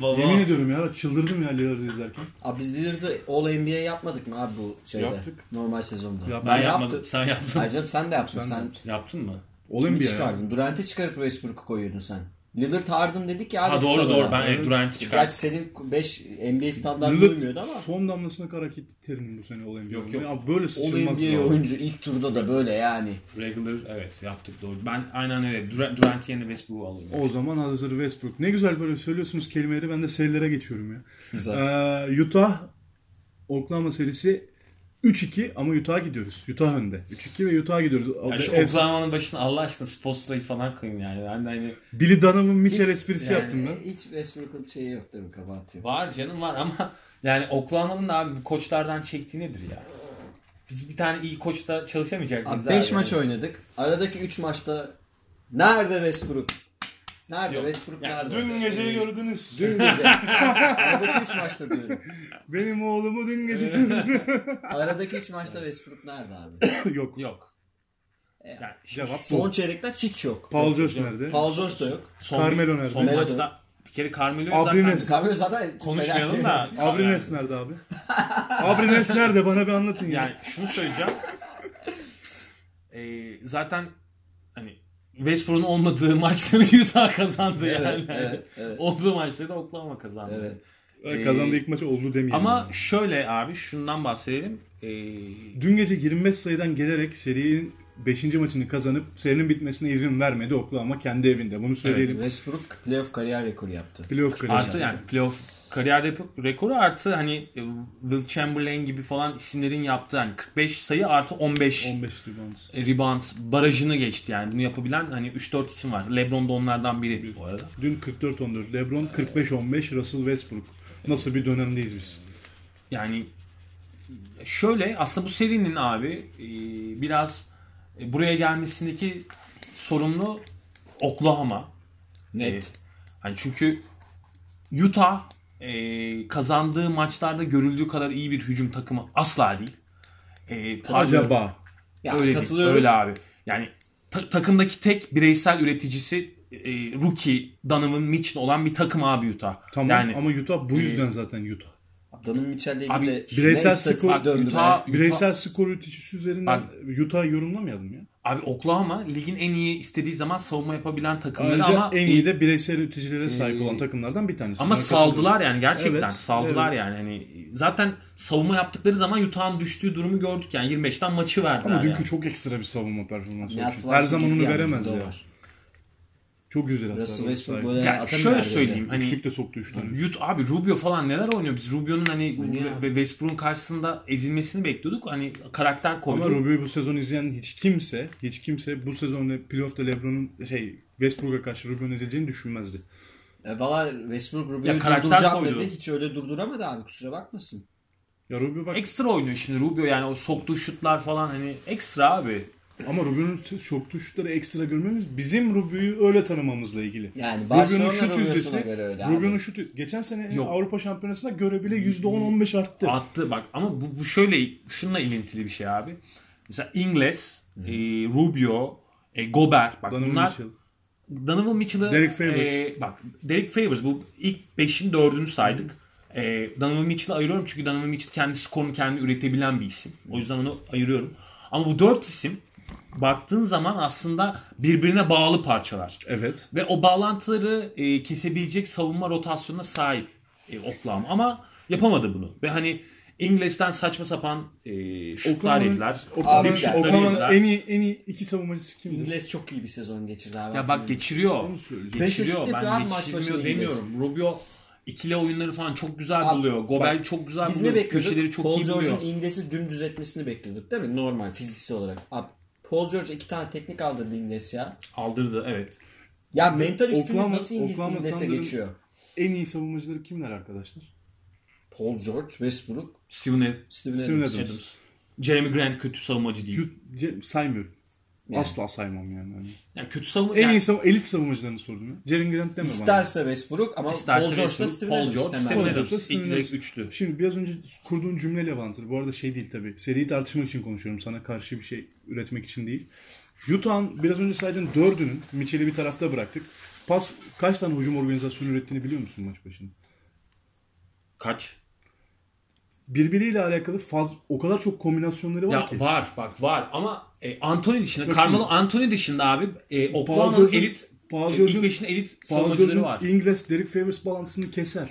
Speaker 3: Baba.
Speaker 1: Yemin ediyorum ya çıldırdım ya Lillard'ı izlerken.
Speaker 2: Abi biz Lillard'ı All NBA yapmadık mı abi bu şeyde?
Speaker 1: Yaptık.
Speaker 2: Normal sezonda.
Speaker 1: Yaptık.
Speaker 3: Ben
Speaker 2: Ne
Speaker 3: yapmadım.
Speaker 2: yaptın?
Speaker 3: Sen yaptın.
Speaker 2: Hayır canım sen de yaptın.
Speaker 1: Sen de
Speaker 2: Sen,
Speaker 1: yaptın.
Speaker 3: Yaptın mı?
Speaker 1: Olayım
Speaker 2: kimi
Speaker 1: bir ya.
Speaker 2: çıkardın? Durant'i çıkarıp Westbrook'u koyuyordun sen. Lillard Harden dedik ya abi.
Speaker 3: Ha
Speaker 2: kısa
Speaker 3: doğru
Speaker 2: dönem.
Speaker 3: doğru. Ben evet, Durant'i
Speaker 2: Gerçi
Speaker 3: çıkarttım.
Speaker 2: senin 5 NBA standartı
Speaker 1: Lillard
Speaker 2: uymuyordu ama.
Speaker 1: son damlasını kara kitle terinin bu sene olayım.
Speaker 3: Yok, yok.
Speaker 1: Ya böyle
Speaker 2: All
Speaker 1: sıçılmaz. bu
Speaker 2: NBA
Speaker 1: arada.
Speaker 2: oyuncu ilk turda da böyle yani.
Speaker 3: Regular evet yaptık doğru. Ben aynen öyle. Durant, Durant yerine Westbrook'u alırım.
Speaker 1: O zaman hazır Westbrook. Ne güzel böyle söylüyorsunuz kelimeleri ben de serilere geçiyorum ya.
Speaker 2: Güzel.
Speaker 1: Ee, Utah Oklahoma serisi 3-2 ama Utah'a gidiyoruz. Utah önde. 3-2 ve Utah'a gidiyoruz. Ee,
Speaker 3: Ya şu
Speaker 1: Ev-
Speaker 3: Oklahoma'nın başına Allah aşkına Spostra'yı falan kıyın yani. Ben de hani
Speaker 1: Billy Donovan Mitchell esprisi
Speaker 2: Yani
Speaker 1: yaptım ben.
Speaker 2: Hiç Westbrook'un şeyi yok değil mi? Kabahati yok.
Speaker 3: var canım var ama yani Oklahoma'nın da abi bu koçlardan çektiği nedir ya? Biz bir tane iyi koçta çalışamayacak mıyız?
Speaker 2: Abi 5
Speaker 3: abi?
Speaker 2: maç oynadık. Aradaki 3 maçta nerede Westbrook? Nerede
Speaker 3: Yok.
Speaker 2: Westbrook
Speaker 3: Yani
Speaker 2: nerede?
Speaker 4: Dün geceyi gördünüz.
Speaker 2: Dün gece. Aradaki 3 maçta diyorum.
Speaker 1: Benim oğlumu dün gece
Speaker 2: Aradaki 3 maçta Westbrook nerede abi?
Speaker 1: yok.
Speaker 3: Yok.
Speaker 2: Yani
Speaker 3: Yani şimdi
Speaker 1: Cevap
Speaker 2: Son
Speaker 1: son.
Speaker 2: çeyrekler hiç yok.
Speaker 1: Paul George nerede?
Speaker 2: Paul George da yok.
Speaker 3: son,
Speaker 1: Carmelo nerede?
Speaker 3: son
Speaker 2: Nerede?
Speaker 3: maçta bir kere Carmelo'yu zaten
Speaker 1: Abrines.
Speaker 2: Kamyon zaten
Speaker 3: konuşmayalım da.
Speaker 1: Abrines nerede abi? Abrines nerede? Bana bir anlatın ya.
Speaker 3: Yani şunu söyleyeceğim. Ee, zaten hani Westbrook'un olmadığı maçları Utah kazandı
Speaker 2: Evet,
Speaker 3: yani.
Speaker 2: evet, evet.
Speaker 3: Olduğu maçları da Oklahoma kazandı.
Speaker 2: Evet.
Speaker 1: Ee, Kazandığı ilk maçı oldu demeyelim.
Speaker 3: Ama şöyle abi şundan bahsedelim. Ee,
Speaker 1: Dün gece 25 sayıdan gelerek serinin 5. maçını kazanıp serinin bitmesine izin vermedi Oklahoma kendi evinde. Bunu söyleyelim.
Speaker 2: Westbrook playoff kariyer rekoru yaptı.
Speaker 1: Playoff kıracak.
Speaker 3: artı yani playoff kariyer rep- rekoru artı hani e, Will Chamberlain gibi falan isimlerin yaptığı hani 45 sayı artı 15,
Speaker 1: 15 rebound.
Speaker 3: rebound barajını geçti yani. Bunu yapabilen hani 3-4 isim var. LeBron da onlardan biri bu arada.
Speaker 1: Dün 44-14. LeBron 45-15. Russell Westbrook. Nasıl bir dönemdeyiz biz?
Speaker 3: Yani şöyle aslında bu serinin abi e, biraz e, buraya gelmesindeki sorumlu Oklahoma.
Speaker 2: Net.
Speaker 3: Hani çünkü Utah e, kazandığı maçlarda görüldüğü kadar iyi bir hücum takımı asla değil. E, pardon,
Speaker 1: Acaba?
Speaker 2: Ya,
Speaker 3: öyle değil.
Speaker 2: katılıyorum.
Speaker 3: Öyle abi. Yani ta- takımdaki tek bireysel üreticisi e, rookie Donovan Mitchell olan bir takım abi Utah.
Speaker 1: Tamam
Speaker 3: yani e,
Speaker 1: ama Utah bu yüzden zaten Utah.
Speaker 2: Donovan Mitchell'le
Speaker 3: Abi,
Speaker 2: ilgili de
Speaker 1: bireysel
Speaker 2: ne istatistik
Speaker 1: skor-
Speaker 2: döndü be.
Speaker 3: Utah, Utah-
Speaker 1: Bireysel skor üreticisi üzerinden Utah'ı yorumlamayalım ya.
Speaker 3: Abi Oklahoma ligin en iyi istediği zaman savunma yapabilen takımları
Speaker 1: Ayrıca
Speaker 3: ama
Speaker 1: en iyi de bireysel üreticilere sahip
Speaker 3: Ee,
Speaker 1: olan takımlardan bir tanesi.
Speaker 3: ama
Speaker 1: Buna
Speaker 3: saldılar
Speaker 1: katılıyorum.
Speaker 3: yani gerçekten
Speaker 1: Evet,
Speaker 3: saldılar yani hani zaten savunma yaptıkları zaman Utah'ın düştüğü durumu gördük yani 25'ten maçı verdiler.
Speaker 1: Ama dünkü
Speaker 3: yani.
Speaker 1: çok ekstra bir savunma
Speaker 3: Şey,
Speaker 1: performansı.
Speaker 2: Ne
Speaker 1: olmuş.
Speaker 2: yaptılar
Speaker 1: Her zaman
Speaker 2: şimdi
Speaker 1: onu
Speaker 2: yalnız
Speaker 1: veremez
Speaker 2: bir de o
Speaker 1: ya.
Speaker 2: var.
Speaker 1: Çok güzel hatta.
Speaker 2: Russell Westbrook böyle
Speaker 3: Ya
Speaker 2: atamıyor.
Speaker 3: şöyle
Speaker 2: herhalde.
Speaker 3: söyleyeyim hani
Speaker 1: Üçlük de soktu üç tane.
Speaker 3: Ut- abi Rubio falan neler oynuyor biz Rubio'nun hani
Speaker 2: Oynuyor.
Speaker 3: ve Westbrook'un karşısında ezilmesini bekliyorduk hani karakter
Speaker 1: Ama
Speaker 3: koydu.
Speaker 1: Rubio'yu bu sezon izleyen hiç kimse, hiç kimse bu sezonla playoff'ta LeBron'un şey Westbrook'a karşı Rubio'nun ezileceğini düşünmezdi.
Speaker 2: E, Valla Westbrook
Speaker 3: Ya
Speaker 2: Rubio'yu
Speaker 3: karakter
Speaker 2: durduracağım
Speaker 3: koydu.
Speaker 2: dedi. Hiç öyle durduramadı abi kusura bakmasın.
Speaker 1: Ya Rubio bak
Speaker 3: Ekstra oynuyor şimdi Rubio yani o soktuğu şutlar falan hani ekstra abi.
Speaker 1: Ama Rubio'nun çok tuşları ekstra görmemiz bizim Rubio'yu öyle tanımamızla ilgili.
Speaker 2: Yani
Speaker 1: Rubio'nun
Speaker 2: Barcelona
Speaker 1: şut
Speaker 2: Rubio'suna
Speaker 1: yüzdesi,
Speaker 2: göre öyle abi.
Speaker 1: Rubio'nun şut geçen sene
Speaker 3: Yok.
Speaker 1: Avrupa Şampiyonası'na göre bile %10-15 arttı.
Speaker 3: Attı bak ama bu, bu şöyle şununla ilintili bir şey abi. Mesela Ingles, e, Rubio, e, Gobert bak
Speaker 1: Donovan
Speaker 3: bunlar
Speaker 1: Mitchell.
Speaker 3: Donovan Mitchell'ı
Speaker 1: Derek Favors.
Speaker 3: e, bak Derek Favors bu ilk 5'in 4'ünü saydık. E, Donovan Mitchell'ı ayırıyorum çünkü Donovan Mitchell kendi skorunu kendi üretebilen bir isim. O yüzden onu ayırıyorum. Ama bu 4 isim baktığın zaman aslında birbirine bağlı parçalar.
Speaker 1: Evet.
Speaker 3: Ve o bağlantıları e, kesebilecek savunma rotasyonuna sahip e, Oklahoma. Ama yapamadı bunu. Ve hani İngiliz'den saçma sapan e, şutlar
Speaker 1: Oklahoma'nın-
Speaker 3: yediler.
Speaker 1: Oklahoma'nın-
Speaker 2: Abi,
Speaker 3: Dip şutları
Speaker 1: Oklahoma'nın
Speaker 3: yediler.
Speaker 1: en iyi, en iyi iki savunmacısı kimdi?
Speaker 2: İngiliz çok iyi bir sezon geçirdi abi.
Speaker 3: Ya bak geçiriyor.
Speaker 1: Onu söyleyeceğim.
Speaker 2: Beş
Speaker 3: Geçiriyor.
Speaker 2: asist yapıyor
Speaker 3: Ben
Speaker 2: abi maç
Speaker 3: geçirmiyor
Speaker 2: başına
Speaker 3: demiyorum. Rubio ikili oyunları falan çok güzel
Speaker 2: Abi,
Speaker 3: buluyor. Gobert çok güzel
Speaker 2: Biz ne
Speaker 3: buluyor.
Speaker 2: bekliyorduk?
Speaker 3: Köşeleri çok
Speaker 2: Paul
Speaker 3: iyi buluyor.
Speaker 2: George'un indesi dümdüz etmesini bekliyorduk değil mi? Normal fiziksel olarak. Abi, Paul George iki tane teknik aldırdı İngiliz ya.
Speaker 3: Aldırdı evet.
Speaker 2: Ya mental üstünlük
Speaker 1: Oklahoma-
Speaker 2: nasıl İngiliz
Speaker 1: Oklahoma
Speaker 2: İngiliz'e
Speaker 1: Thunder'ın-
Speaker 2: geçiyor?
Speaker 1: En iyi savunmacıları kimler arkadaşlar?
Speaker 2: Paul George, Westbrook,
Speaker 3: Steven
Speaker 2: Steven,
Speaker 1: Steven
Speaker 2: Adams.
Speaker 1: Adams.
Speaker 3: Adams. Jeremy Grant kötü savunmacı değil.
Speaker 1: Yut- Ce- Saymıyorum.
Speaker 2: Yani.
Speaker 1: Asla saymam yani. Yani
Speaker 3: Yani kötü savunma.
Speaker 1: En
Speaker 3: yani-
Speaker 1: iyi savun- elit savunmacılarını sordum ya. Jeremy Grant deme bana.
Speaker 2: İsterse Westbrook ama
Speaker 3: İsterse
Speaker 2: Paul George da
Speaker 3: Westbrook,
Speaker 2: Steven
Speaker 3: Paul
Speaker 2: Adams.
Speaker 3: George,
Speaker 2: temelde.
Speaker 3: Steven Adams.
Speaker 1: Adams'ta Steven
Speaker 3: İlk direkt
Speaker 1: Adams.
Speaker 3: üçlü.
Speaker 1: Şimdi biraz önce kurduğun cümle Levanter. Bu arada şey değil tabii. Seriyi tartışmak için konuşuyorum. Sana karşı bir şey üretmek için değil. Utah'ın biraz önce saydığın dördünün Mitchell'i bir tarafta bıraktık. Pas kaç tane hücum organizasyonu ürettiğini biliyor musun maç başında?
Speaker 3: Kaç?
Speaker 1: Birbiriyle alakalı faz o kadar çok kombinasyonları var
Speaker 3: Ya
Speaker 1: ki.
Speaker 3: var bak var ama e, Anthony dışında,
Speaker 1: Yok
Speaker 3: Carmelo
Speaker 1: şimdi-
Speaker 3: Anthony dışında abi e,
Speaker 1: Paul
Speaker 3: Oklahoma'nın
Speaker 1: George'un-
Speaker 3: elit
Speaker 1: Paul
Speaker 3: e, ilk
Speaker 1: George'un-
Speaker 3: beşin elit
Speaker 1: Paul
Speaker 3: savunmacıları var.
Speaker 1: George'un İngiliz Derek Favors balansını keser.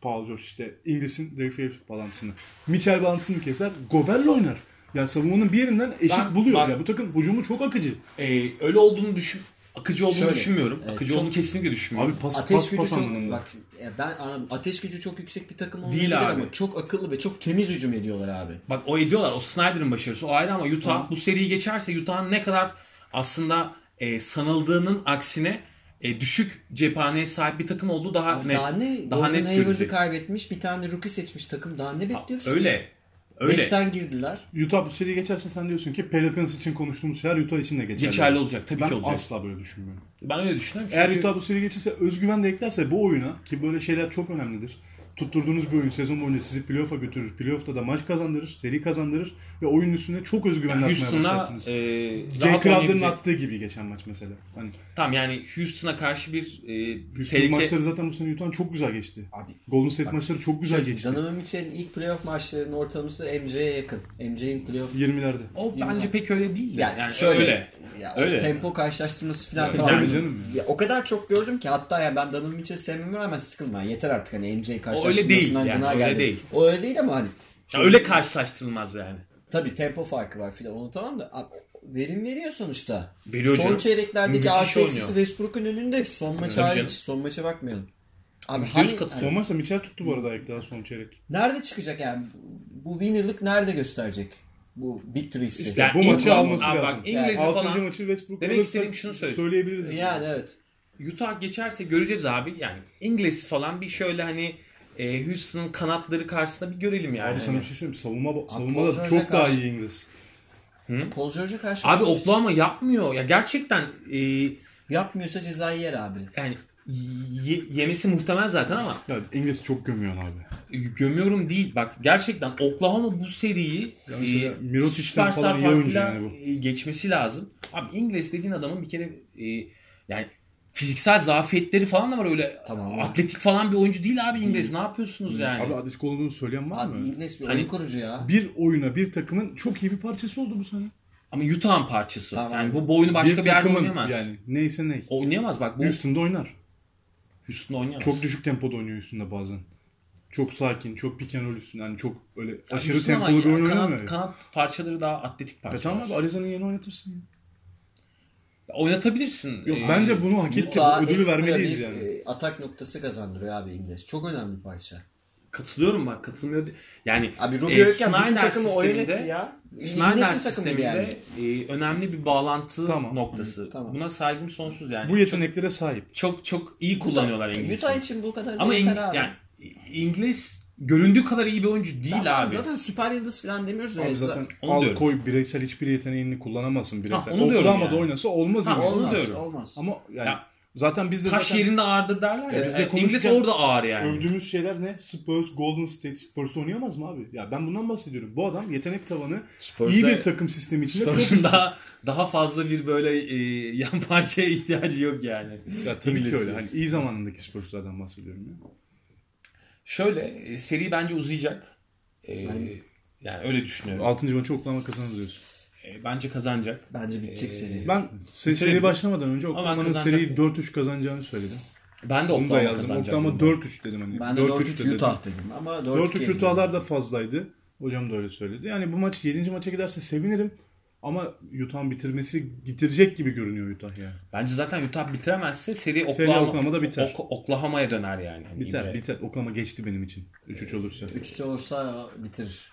Speaker 1: Paul George işte İngiliz'in Derek Favors balansını. Mitchell balansını keser. Gober'le oynar. Yani savunmanın bir yerinden eşit
Speaker 3: Ben-
Speaker 1: buluyor.
Speaker 3: bak-
Speaker 1: ya bu takım hücumu çok akıcı.
Speaker 3: E, öyle olduğunu düşün akıcı olduğunu
Speaker 2: Şöyle,
Speaker 3: düşünmüyorum.
Speaker 2: e,
Speaker 3: akıcı
Speaker 2: çok-
Speaker 3: olduğunu kesinlikle düşünmüyorum.
Speaker 1: Abi pas
Speaker 2: Ateş
Speaker 1: pas,
Speaker 2: gücü
Speaker 1: pas
Speaker 2: çok
Speaker 1: anlamında.
Speaker 2: bak ya ben anladım. Ateş gücü çok yüksek bir takım olabilir
Speaker 3: Değil abi.
Speaker 2: ama çok akıllı ve çok temiz hücum ediyorlar abi.
Speaker 3: bak o ediyorlar. O Snyder'ın başarısı o ayrı ama Utah bu seriyi geçerse Utah'ın ne kadar aslında e, sanıldığının aksine e, düşük cephaneye sahip bir takım olduğu daha net.
Speaker 2: Daha ne?
Speaker 3: daha net
Speaker 2: Hayward'ı
Speaker 3: görülecek.
Speaker 2: kaybetmiş, bir tane rookie seçmiş takım. Daha ne bekliyorsun? ki?
Speaker 3: Öyle. Öyle.
Speaker 2: Beşten girdiler.
Speaker 1: Utah bu seriyi geçerse sen diyorsun ki Pelicans için konuştuğumuz şeyler Utah için de geçerli.
Speaker 3: Geçerli olacak. Tabii
Speaker 1: Ben
Speaker 3: ki olacak.
Speaker 1: asla böyle düşünmüyorum.
Speaker 3: Ben öyle düşünüyorum.
Speaker 1: Eğer
Speaker 3: çünkü-
Speaker 1: Utah bu seri geçirse özgüven de eklerse bu oyuna ki böyle şeyler çok önemlidir. Tutturduğunuz bir oyun sezon boyunca sizi playoff'a götürür. Playoff'ta da maç kazandırır, seri kazandırır ve oyunun üstüne çok özgüvenle atmaya
Speaker 3: Houston'a
Speaker 1: başlarsınız.
Speaker 3: e,
Speaker 1: Jay
Speaker 3: rahat
Speaker 1: Crowder'ın
Speaker 3: oynayabilecek-
Speaker 1: attığı gibi geçen maç mesela. Hani
Speaker 3: Tamam yani Houston'a karşı bir e,
Speaker 1: Houston
Speaker 3: tehlike.
Speaker 1: maçları zaten bu sene Utah'ın çok güzel geçti.
Speaker 2: Abi
Speaker 1: Golden State maçları çok
Speaker 3: Şey,
Speaker 1: güzel geçti.
Speaker 2: Donovan Mitchell'in ilk playoff maçlarının ortalaması MJ'ye yakın. MJ'in playoff
Speaker 1: 20'lerde.
Speaker 3: O bence pek öyle değil de. Yani,
Speaker 2: yani
Speaker 3: şöyle.
Speaker 2: şöyle ya o
Speaker 3: Öyle.
Speaker 2: tempo karşılaştırması falan
Speaker 3: Tabii
Speaker 2: falan.
Speaker 1: Tabii canım
Speaker 2: Ya o kadar çok gördüm ki hatta ya ben Donovan Mitchell'i sevmeme rağmen sıkıldım. Yani yeter artık hani MJ
Speaker 3: değil
Speaker 2: karşılaştırmasından
Speaker 3: yani,
Speaker 2: gına
Speaker 3: öyle
Speaker 2: geldi.
Speaker 3: değil.
Speaker 2: O öyle değil ama hani
Speaker 3: Ya öyle karşılaştırılmaz yani.
Speaker 2: Tabii tempo farkı var filan onu tamam da abi, verim veriyor sonuçta.
Speaker 3: Veriyor
Speaker 2: son
Speaker 3: canım.
Speaker 2: çeyreklerdeki
Speaker 3: Müthiş
Speaker 2: artı
Speaker 3: oynuyor.
Speaker 2: eksisi Westbrook'un önünde son maç
Speaker 3: Tabii
Speaker 2: hariç.
Speaker 3: canım.
Speaker 2: Son maça bakmayalım. Abi
Speaker 3: Yüzde yüz
Speaker 2: hani-
Speaker 3: katılıyorum.
Speaker 1: Son maçta Mitchell tuttu bu arada ayakta daha son çeyrek.
Speaker 2: nerede çıkacak yani? Bu winner'lık nerede gösterecek? Bu big three hissi.
Speaker 1: İşte bu maçı alması
Speaker 3: Abi bak,
Speaker 1: lazım.
Speaker 3: İngiliz'i
Speaker 1: Yani altıncı
Speaker 3: falan-
Speaker 1: maçı Westbrook
Speaker 3: Demek
Speaker 1: alırsa
Speaker 3: istediğim şunu söyle-
Speaker 1: söyleyebiliriz.
Speaker 2: Yani evet.
Speaker 3: Utah geçerse göreceğiz abi. Yani İngiliz falan bir şöyle hani e, Houston'ın kanatları karşısında bir görelim yani.
Speaker 1: Abi
Speaker 3: Abi,
Speaker 1: sana bir şey söyleyeyim. mi? Savunma,
Speaker 2: Paul
Speaker 1: savunmada
Speaker 2: George'a
Speaker 1: çok daha
Speaker 2: karşı-
Speaker 1: iyi İngiliz.
Speaker 2: Paul George'a karşı
Speaker 3: Oklahoma yapmıyor. Ya gerçekten e,
Speaker 2: yapmıyorsa cezayı yer abi.
Speaker 3: yani ye- yemesi muhtemel zaten ama
Speaker 1: Yani İngiliz çok gömüyorsun abi.
Speaker 3: gömüyorum değil. Bak gerçekten Oklahoma bu seriyi
Speaker 1: mesela
Speaker 3: e,
Speaker 1: Mirotic'ten
Speaker 3: süperstar
Speaker 1: falan iyi oyuncu
Speaker 3: farkıyla,
Speaker 1: yani
Speaker 3: e, geçmesi lazım. Abi İngiliz dediğin adamın bir kere e, yani fiziksel zafiyetleri falan da var öyle
Speaker 2: Tamam.
Speaker 3: atletik falan bir oyuncu değil abi İngiliz. Ne yapıyorsunuz yani?
Speaker 1: Abi atletik olduğunu söyleyen var
Speaker 2: Abi
Speaker 1: mı?
Speaker 2: İngiliz bir
Speaker 3: Hani-
Speaker 2: oyun kurucu ya.
Speaker 1: Bir oyuna bir takımın çok iyi bir parçası oldu bu sene.
Speaker 3: Ama Utah'ın parçası.
Speaker 2: Tamam.
Speaker 3: Yani bu, bu oyunu başka bir, yerde
Speaker 1: takımın
Speaker 3: oynayamaz.
Speaker 1: Yani neyse ney.
Speaker 3: Oynayamaz bak bu Houston,
Speaker 1: Houston'da oynar.
Speaker 3: oynayamaz.
Speaker 1: Çok düşük tempoda oynuyor üstünde bazen. Çok sakin, çok pick and roll üstünde. Yani çok öyle
Speaker 3: Ya
Speaker 1: aşırı
Speaker 3: Houston ama
Speaker 1: tempolu bir oyun
Speaker 3: kanat,
Speaker 1: oynamıyor.
Speaker 3: Kanat parçaları daha atletik
Speaker 1: Ya
Speaker 3: parçalar.
Speaker 1: tamam abi Arizona'yı yeni oynatırsın. ya.
Speaker 3: Ya Oynatabilirsin.
Speaker 1: Yok
Speaker 3: Ee,
Speaker 1: bence bunu hak etti. Bu ödülü
Speaker 2: ekstra
Speaker 1: vermeliyiz
Speaker 2: bir,
Speaker 1: yani.
Speaker 2: e, atak noktası kazandırıyor abi İngiliz. Çok önemli bir parça.
Speaker 3: E, Katılıyorum bak katılmıyor. de- Yani
Speaker 2: Abi
Speaker 3: e,
Speaker 2: Rubio yokken bütün
Speaker 3: Snyder
Speaker 2: takımı oyun
Speaker 3: sisteminde-
Speaker 2: etti ya.
Speaker 3: Snyder
Speaker 2: Nesin takımı
Speaker 3: sisteminde
Speaker 2: yani?
Speaker 3: e, önemli bir bağlantı
Speaker 1: Tamam.
Speaker 3: noktası.
Speaker 2: Tamam.
Speaker 3: Buna saygım sonsuz yani.
Speaker 1: Bu yeteneklere sahip.
Speaker 3: çok çok iyi kullanıyorlar İngiliz'i.
Speaker 2: Utah için bu kadar
Speaker 3: Ama
Speaker 2: e, yeter
Speaker 3: İng-
Speaker 2: abi.
Speaker 3: yani İngiliz göründüğü kadar iyi bir oyuncu değil
Speaker 2: Tamam,
Speaker 3: abi.
Speaker 2: Zaten süper yıldız falan demiyoruz.
Speaker 1: Abi
Speaker 2: öyle.
Speaker 1: zaten
Speaker 3: onu
Speaker 1: al
Speaker 3: diyorum.
Speaker 1: koy bireysel hiçbir yeteneğini kullanamazsın bireysel.
Speaker 3: onu
Speaker 1: o
Speaker 3: diyorum
Speaker 1: kullanmadı
Speaker 3: yani.
Speaker 1: oynasa olmaz
Speaker 3: Ha,
Speaker 1: yani.
Speaker 3: onu
Speaker 2: olmaz.
Speaker 3: diyorum.
Speaker 2: Olmaz.
Speaker 1: Ama yani
Speaker 3: Ya.
Speaker 1: zaten biz de
Speaker 3: Taş
Speaker 1: zaten
Speaker 3: yerinde ağırdır derler ya.
Speaker 1: biz de
Speaker 3: Yani İngiliz
Speaker 1: konuşurken
Speaker 3: orada ağır yani.
Speaker 1: övdüğümüz şeyler ne? Spurs, Golden State, Spurs oynayamaz mı abi? Ya ben bundan bahsediyorum. Bu adam yetenek tavanı
Speaker 3: Spurs'da-
Speaker 1: iyi bir takım sistemi içinde çok
Speaker 3: Spurs'un
Speaker 1: üstün.
Speaker 3: daha daha fazla bir böyle e, yan parçaya ihtiyacı yok yani.
Speaker 1: Ya tabii ki
Speaker 3: İngiliz
Speaker 1: öyle.
Speaker 3: diyor.
Speaker 1: Hani iyi zamanındaki Spurs'lardan bahsediyorum ya.
Speaker 3: Şöyle e, seri bence uzayacak. E, yani öyle düşünüyorum.
Speaker 1: 6. maçı Oklahoma kazanır diyoruz.
Speaker 3: E, bence kazanacak.
Speaker 2: Bence bitecek seri.
Speaker 1: Ben se- seri başlamadan önce
Speaker 3: ben
Speaker 1: Oklahoma'nın
Speaker 3: kazanacak
Speaker 1: seriyi
Speaker 3: mı?
Speaker 1: 4-3 kazanacağını söyledim.
Speaker 3: Ben de
Speaker 1: Bunu da
Speaker 3: Oklahoma
Speaker 1: yazdım.
Speaker 3: kazanacak.
Speaker 1: Oklahoma
Speaker 3: bunu.
Speaker 1: 4-3 dedim hani.
Speaker 2: Ben de
Speaker 1: 4-3 de
Speaker 2: 4-3
Speaker 1: dedim.
Speaker 2: Utah dedim ama 4-2
Speaker 1: 4-3 Utah'lar da fazlaydı. Hocam da öyle söyledi. Yani bu maç 7. maça giderse sevinirim. Ama Utah'ın bitirmesi gitirecek gibi görünüyor Utah yani.
Speaker 3: Bence zaten Utah bitiremezse seri
Speaker 1: Seri
Speaker 3: Oklahoma,
Speaker 1: Oklahoma'da biter.
Speaker 3: Ok- Oklahoma'ya döner yani. Hani
Speaker 1: Biter
Speaker 3: İbre. Ee,
Speaker 1: biter. Oklahoma geçti benim için. 3-3 olursa.
Speaker 2: 3 olursa bitirir.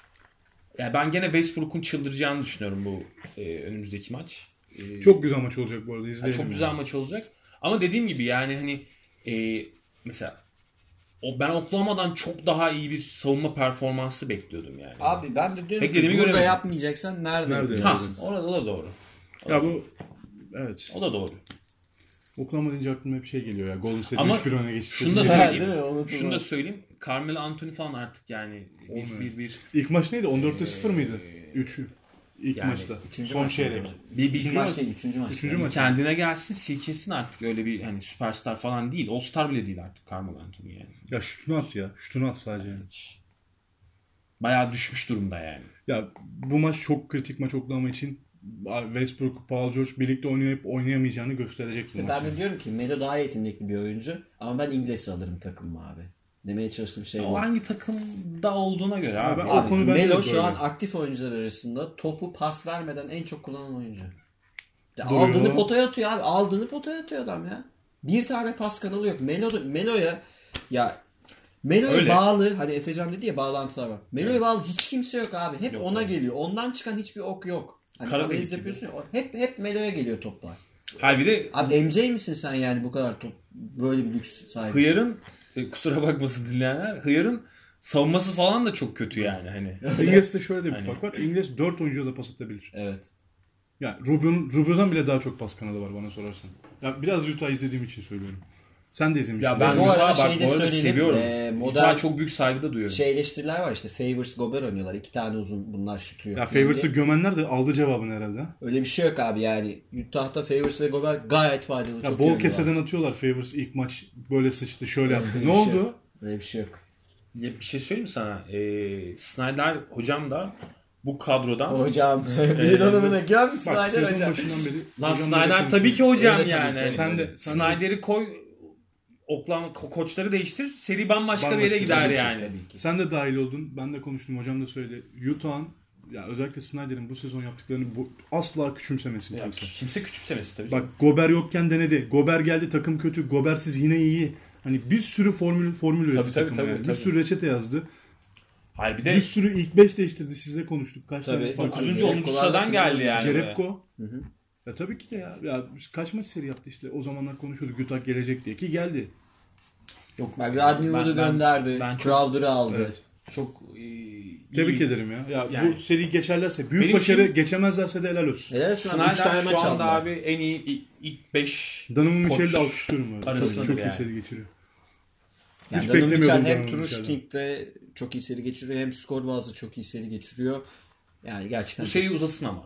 Speaker 3: Ya ben gene Westbrook'un çıldıracağını düşünüyorum bu e, önümüzdeki maç. E,
Speaker 1: Çok güzel maç olacak bu arada. izleyelim.
Speaker 3: çok
Speaker 1: yani.
Speaker 3: güzel maç olacak. Ama dediğim gibi yani hani e, mesela o ben Oklahoma'dan çok daha iyi bir savunma performansı bekliyordum yani.
Speaker 2: Abi ben de diyorum
Speaker 3: Beklediğimi
Speaker 2: ki burada
Speaker 3: göremedim.
Speaker 2: yapmayacaksan nerede?
Speaker 1: Nerede
Speaker 2: yapacaksın?
Speaker 3: ha,
Speaker 1: evet.
Speaker 3: orada da doğru.
Speaker 1: Ya bu evet.
Speaker 3: O da doğru.
Speaker 1: Oklahoma deyince aklıma hep şey geliyor ya. Golden State
Speaker 3: Ama
Speaker 1: 3-1 öne geçti.
Speaker 3: Şunu da
Speaker 2: Ha,
Speaker 3: söyleyeyim.
Speaker 2: değil mi? Unutulmaz.
Speaker 3: Şunu da söyleyeyim. Carmelo Anthony falan artık yani bir bir bir,
Speaker 1: İlk maç neydi? 14'te 0 mıydı? 3'ü. İlk
Speaker 3: Ee, Yani
Speaker 1: maçta.
Speaker 2: üçüncü
Speaker 1: Son
Speaker 2: maç
Speaker 1: çeyrek.
Speaker 2: mıydı?
Speaker 3: bir, bir
Speaker 2: İkinci maç değil, üçüncü maç.
Speaker 1: Üçüncü
Speaker 2: Yani.
Speaker 1: maç.
Speaker 3: kendine gelsin, silkinsin artık öyle bir hani süperstar falan değil. All Star bile değil artık Carmelo Anthony yani.
Speaker 1: Ya şutunu at ya. Şutunu at sadece. yani.
Speaker 3: Hiç. Bayağı düşmüş durumda yani.
Speaker 1: Ya bu maç çok kritik maç Oklahoma için. Westbrook, Paul George birlikte oynayıp oynayamayacağını gösterecek bu
Speaker 2: İşte
Speaker 1: maç.
Speaker 2: ben de diyorum ki Melo daha yetenekli bir oyuncu ama ben İngiliz alırım takımıma abi. Demeye çalıştığım şey
Speaker 3: O
Speaker 2: bu.
Speaker 3: hangi takımda olduğuna göre abi.
Speaker 1: ben-
Speaker 2: Abi,
Speaker 1: O konu bence de
Speaker 2: Melo şu
Speaker 1: böyle.
Speaker 2: an aktif oyuncular arasında topu pas vermeden en çok kullanan oyuncu. Ya
Speaker 1: Doğru.
Speaker 2: aldığını potaya atıyor abi. Aldığını potaya atıyor adam ya. Bir tane pas kanalı yok. Melo Melo'ya ya Melo'ya
Speaker 3: Öyle.
Speaker 2: bağlı hani Efecan dedi ya bağlantılar var. Melo'ya bağlı hiç kimse yok abi. Hep ona geliyor. Ondan çıkan hiçbir ok yok. Hani
Speaker 3: Karadeniz
Speaker 2: analiz
Speaker 3: gibi.
Speaker 2: yapıyorsun ya, o- hep hep Melo'ya geliyor toplar.
Speaker 3: Hayır bir de
Speaker 2: Abi MC misin sen yani bu kadar top böyle bir lüks sahibi?
Speaker 3: Hıyar'ın e, kusura bakmasın dinleyenler. Hıyar'ın savunması falan da çok kötü yani hani.
Speaker 1: İngiliz'de şöyle de bir
Speaker 3: Aynen.
Speaker 1: fark var. İngiliz 4 oyuncuya da pas atabilir.
Speaker 2: Evet.
Speaker 1: Yani Rubio'nun Rubio'dan bile daha çok pas kanalı var bana sorarsan. Ya biraz Utah izlediğim için söylüyorum. Sen de izlemişsin.
Speaker 3: ya ben
Speaker 2: Bu arada
Speaker 3: Utah'a bak
Speaker 2: şeyi de
Speaker 3: bu arada
Speaker 2: söyleyelim.
Speaker 3: seviyorum.
Speaker 2: Ee, modern-
Speaker 3: Utah'a çok büyük saygıda duyuyorum.
Speaker 2: Şey eleştiriler var işte Favors Gober oynuyorlar. İki tane uzun bunlar şutu yok.
Speaker 1: ya
Speaker 2: falan
Speaker 1: Favors'ı
Speaker 2: diye.
Speaker 1: gömenler de aldı cevabını herhalde. ha.
Speaker 2: Öyle bir şey yok abi yani. Utah'ta Favors ve Gober gayet faydalı.
Speaker 1: Ya
Speaker 2: çok iyi
Speaker 1: bol
Speaker 2: oynuyorlar.
Speaker 1: keseden atıyorlar Favors ilk maç böyle sıçtı şöyle yaptı. ne
Speaker 2: Bir şey
Speaker 1: oldu?
Speaker 2: yok. Öyle bir şey yok.
Speaker 3: Ya bir şey söyleyeyim mi sana? Ee, Snyder hocam da bu kadrodan.
Speaker 2: Hocam. Bir dönemine gel misin
Speaker 1: Ee, Bak
Speaker 2: Aynen
Speaker 1: sezon
Speaker 2: hocam?
Speaker 1: başından beri.
Speaker 3: Lan
Speaker 1: hocamla da
Speaker 3: Snyder tabii ki
Speaker 1: konuşuyoruz.
Speaker 3: hocam
Speaker 2: Öyle tabii
Speaker 3: yani.
Speaker 2: ki.
Speaker 3: Hani
Speaker 1: Sen de sen de-
Speaker 3: Snyder'i koy Oklahoma ko- koçları değiştir. Seri bambaşka, bir
Speaker 1: Bambaşka
Speaker 3: yere gider
Speaker 1: tabii
Speaker 3: yani.
Speaker 2: Tabii ki.
Speaker 1: Sen de dahil oldun. Ben de konuştum. Hocam da söyledi. Utah'ın ya özellikle Snyder'in bu sezon yaptıklarını bu, asla küçümsemesin
Speaker 3: Ya,
Speaker 1: kimse.
Speaker 3: kimse küçümsemesi tabii.
Speaker 1: Bak Gober yokken denedi. Gober geldi takım kötü. Gobersiz yine iyi. Hani bir sürü formül formül üretti
Speaker 3: tabii,
Speaker 1: takım.
Speaker 3: tabii,
Speaker 1: yani. Bir
Speaker 3: tabii.
Speaker 1: sürü reçete yazdı.
Speaker 3: Hayır
Speaker 1: Bir
Speaker 3: bir de
Speaker 1: sürü ilk 5 değiştirdi. Sizle konuştuk. Kaç
Speaker 2: Tabii.
Speaker 1: tane fark
Speaker 2: Dokuzuncu
Speaker 3: 9.
Speaker 1: oldu?
Speaker 2: Cerebko
Speaker 3: 10. sıradan
Speaker 2: Larkin
Speaker 3: geldi yani.
Speaker 1: Cerebko. Ya tabii ki de ya. ya. Kaç maç seri yaptı işte. O zamanlar konuşuyorduk Utah gelecek diye ki geldi.
Speaker 3: Yok,
Speaker 2: Bak Rodney
Speaker 3: ben-
Speaker 2: Hood'u
Speaker 3: ben-
Speaker 2: gönderdi.
Speaker 3: ben çok-
Speaker 2: Crowder'ı aldı.
Speaker 1: Evet.
Speaker 3: Çok e, iyi.
Speaker 1: Tebrik ederim ya. Ya
Speaker 3: Yani.
Speaker 1: bu seri geçerlerse büyük
Speaker 3: Benim
Speaker 1: başarı
Speaker 3: için-
Speaker 1: geçemezlerse de helal olsun.
Speaker 2: Helal olsun abi.
Speaker 3: Snyder
Speaker 2: 3 tane maç
Speaker 3: şu
Speaker 2: aldı.
Speaker 3: anda abi en iyi i- ilk 5
Speaker 1: Donovan Mitchell'i de alkışlıyorum böyle.
Speaker 3: arasındadır
Speaker 1: Çok, çok iyi
Speaker 3: yani.
Speaker 1: seri geçiriyor.
Speaker 2: Yani
Speaker 1: Hiç
Speaker 2: Donovan
Speaker 1: beklemiyordum
Speaker 2: Mitchell hem
Speaker 1: Donovan
Speaker 2: true
Speaker 1: Mitchell'den.
Speaker 2: shooting'de çok iyi seri geçiriyor hem skor bazlı çok iyi seri geçiriyor. Yani gerçekten
Speaker 3: Bu seri uzasın ama.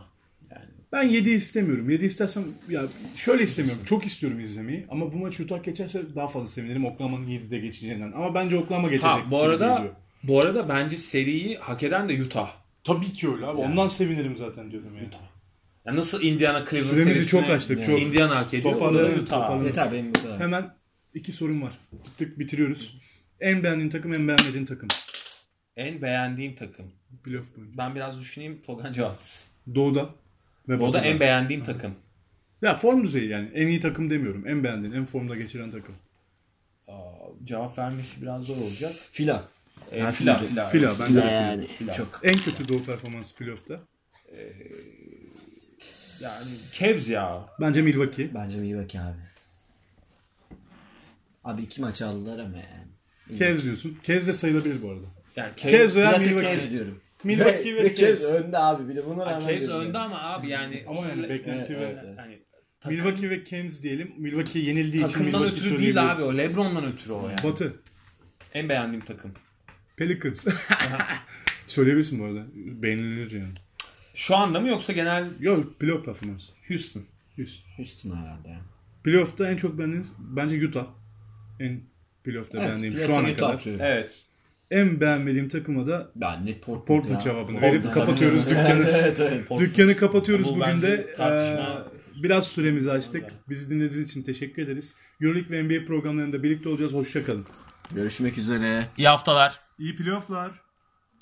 Speaker 3: Yani
Speaker 1: Ben 7 istemiyorum. 7 istersem ya şöyle istemiyorum. Çok istiyorum izlemeyi ama bu maç Utah geçerse daha fazla sevinirim Oklahoma'nın 7'de geçeceğinden. Ama bence Oklahoma geçecek.
Speaker 3: ha bu
Speaker 1: gibi
Speaker 3: arada
Speaker 1: geliyor.
Speaker 3: bu arada bence seriyi hak eden de Utah.
Speaker 1: tabii ki öyle abi. Ondan sevinirim zaten diyorum yani.
Speaker 3: Yani nasıl Indiana Cleveland
Speaker 1: Süremizi
Speaker 3: serisine
Speaker 1: çok açtık, çok.
Speaker 3: Indiana hak ediyor.
Speaker 1: Toparlanın,
Speaker 3: Utah.
Speaker 1: toparlanın.
Speaker 2: yeter benim bu kadar.
Speaker 1: Hemen iki sorun var. Tık tık bitiriyoruz. En beğendiğin takım, en beğenmediğin takım.
Speaker 3: En beğendiğim takım.
Speaker 1: Playoff boyunca.
Speaker 3: Ben biraz düşüneyim Togan cevaplasın.
Speaker 1: Doğuda ve
Speaker 3: O da
Speaker 1: Batı'da.
Speaker 3: en beğendiğim takım.
Speaker 1: Ya form düzeyi yani. En iyi takım demiyorum. En beğendiğin, en formda geçiren takım.
Speaker 3: Cevap vermesi biraz zor olacak.
Speaker 2: Fila.
Speaker 3: Ee, fila,
Speaker 2: fila.
Speaker 3: fila.
Speaker 1: Fila bence. de fila.
Speaker 2: Yani çok.
Speaker 1: En kötü doğu performansı playoff'ta.
Speaker 3: Yani Cavs ya.
Speaker 1: Bence Milwaukee.
Speaker 2: Bence Milwaukee abi. Abi iki maç aldılar ama yani.
Speaker 1: Cavs diyorsun. Cavs de sayılabilir bu arada.
Speaker 3: Yani
Speaker 1: Kez veya
Speaker 2: Biraz
Speaker 1: Milwaukee.
Speaker 2: Cavs diyorum.
Speaker 1: Milwaukee ve
Speaker 2: Cavs
Speaker 1: Cavs.
Speaker 2: önde abi bir de buna rağmen.
Speaker 3: Cavs
Speaker 2: diyorum yani.
Speaker 3: önde ama abi yani
Speaker 1: Ama yani beklenti
Speaker 2: Evet,
Speaker 1: ve...
Speaker 2: evet.
Speaker 3: hani takım-
Speaker 1: Milwaukee ve Cavs diyelim. Milwaukee yenildiği için
Speaker 3: takımdan
Speaker 1: Milwaukee
Speaker 3: ötürü değil abi
Speaker 1: söyleyebiliriz.
Speaker 3: o. LeBron'dan ötürü o yani.
Speaker 1: Batı.
Speaker 3: En beğendiğim takım.
Speaker 1: Pelicans. Söyleyebilirsin bu arada. Beğenilir yani.
Speaker 3: Şu anda mı yoksa genel
Speaker 1: Yok playoff performansı.
Speaker 3: Houston.
Speaker 1: Yüz.
Speaker 2: Houston herhalde. ya.
Speaker 1: Playoff'ta en çok beğendiğiniz bence Utah. En playoff'ta beğendiğim şu
Speaker 2: piyasayı
Speaker 1: ana kadar.
Speaker 2: topluyor.
Speaker 3: Evet.
Speaker 1: En beğenmediğim takıma da
Speaker 2: Ben ne Portland,
Speaker 1: Portland
Speaker 2: ya.
Speaker 1: cevabını
Speaker 2: Portland.
Speaker 1: verip kapatıyoruz dükkanı.
Speaker 2: evet evet.
Speaker 1: Dükkanı kapatıyoruz
Speaker 3: Bu
Speaker 1: bugün
Speaker 3: bence
Speaker 1: de.
Speaker 3: tartışma-
Speaker 1: Ee, biraz süremizi açtık. Bizi dinlediğiniz için teşekkür ederiz. Euroleague ve NBA programlarında birlikte olacağız. Hoşçakalın.
Speaker 2: Görüşmek üzere.
Speaker 3: İyi haftalar.
Speaker 1: İyi playofflar.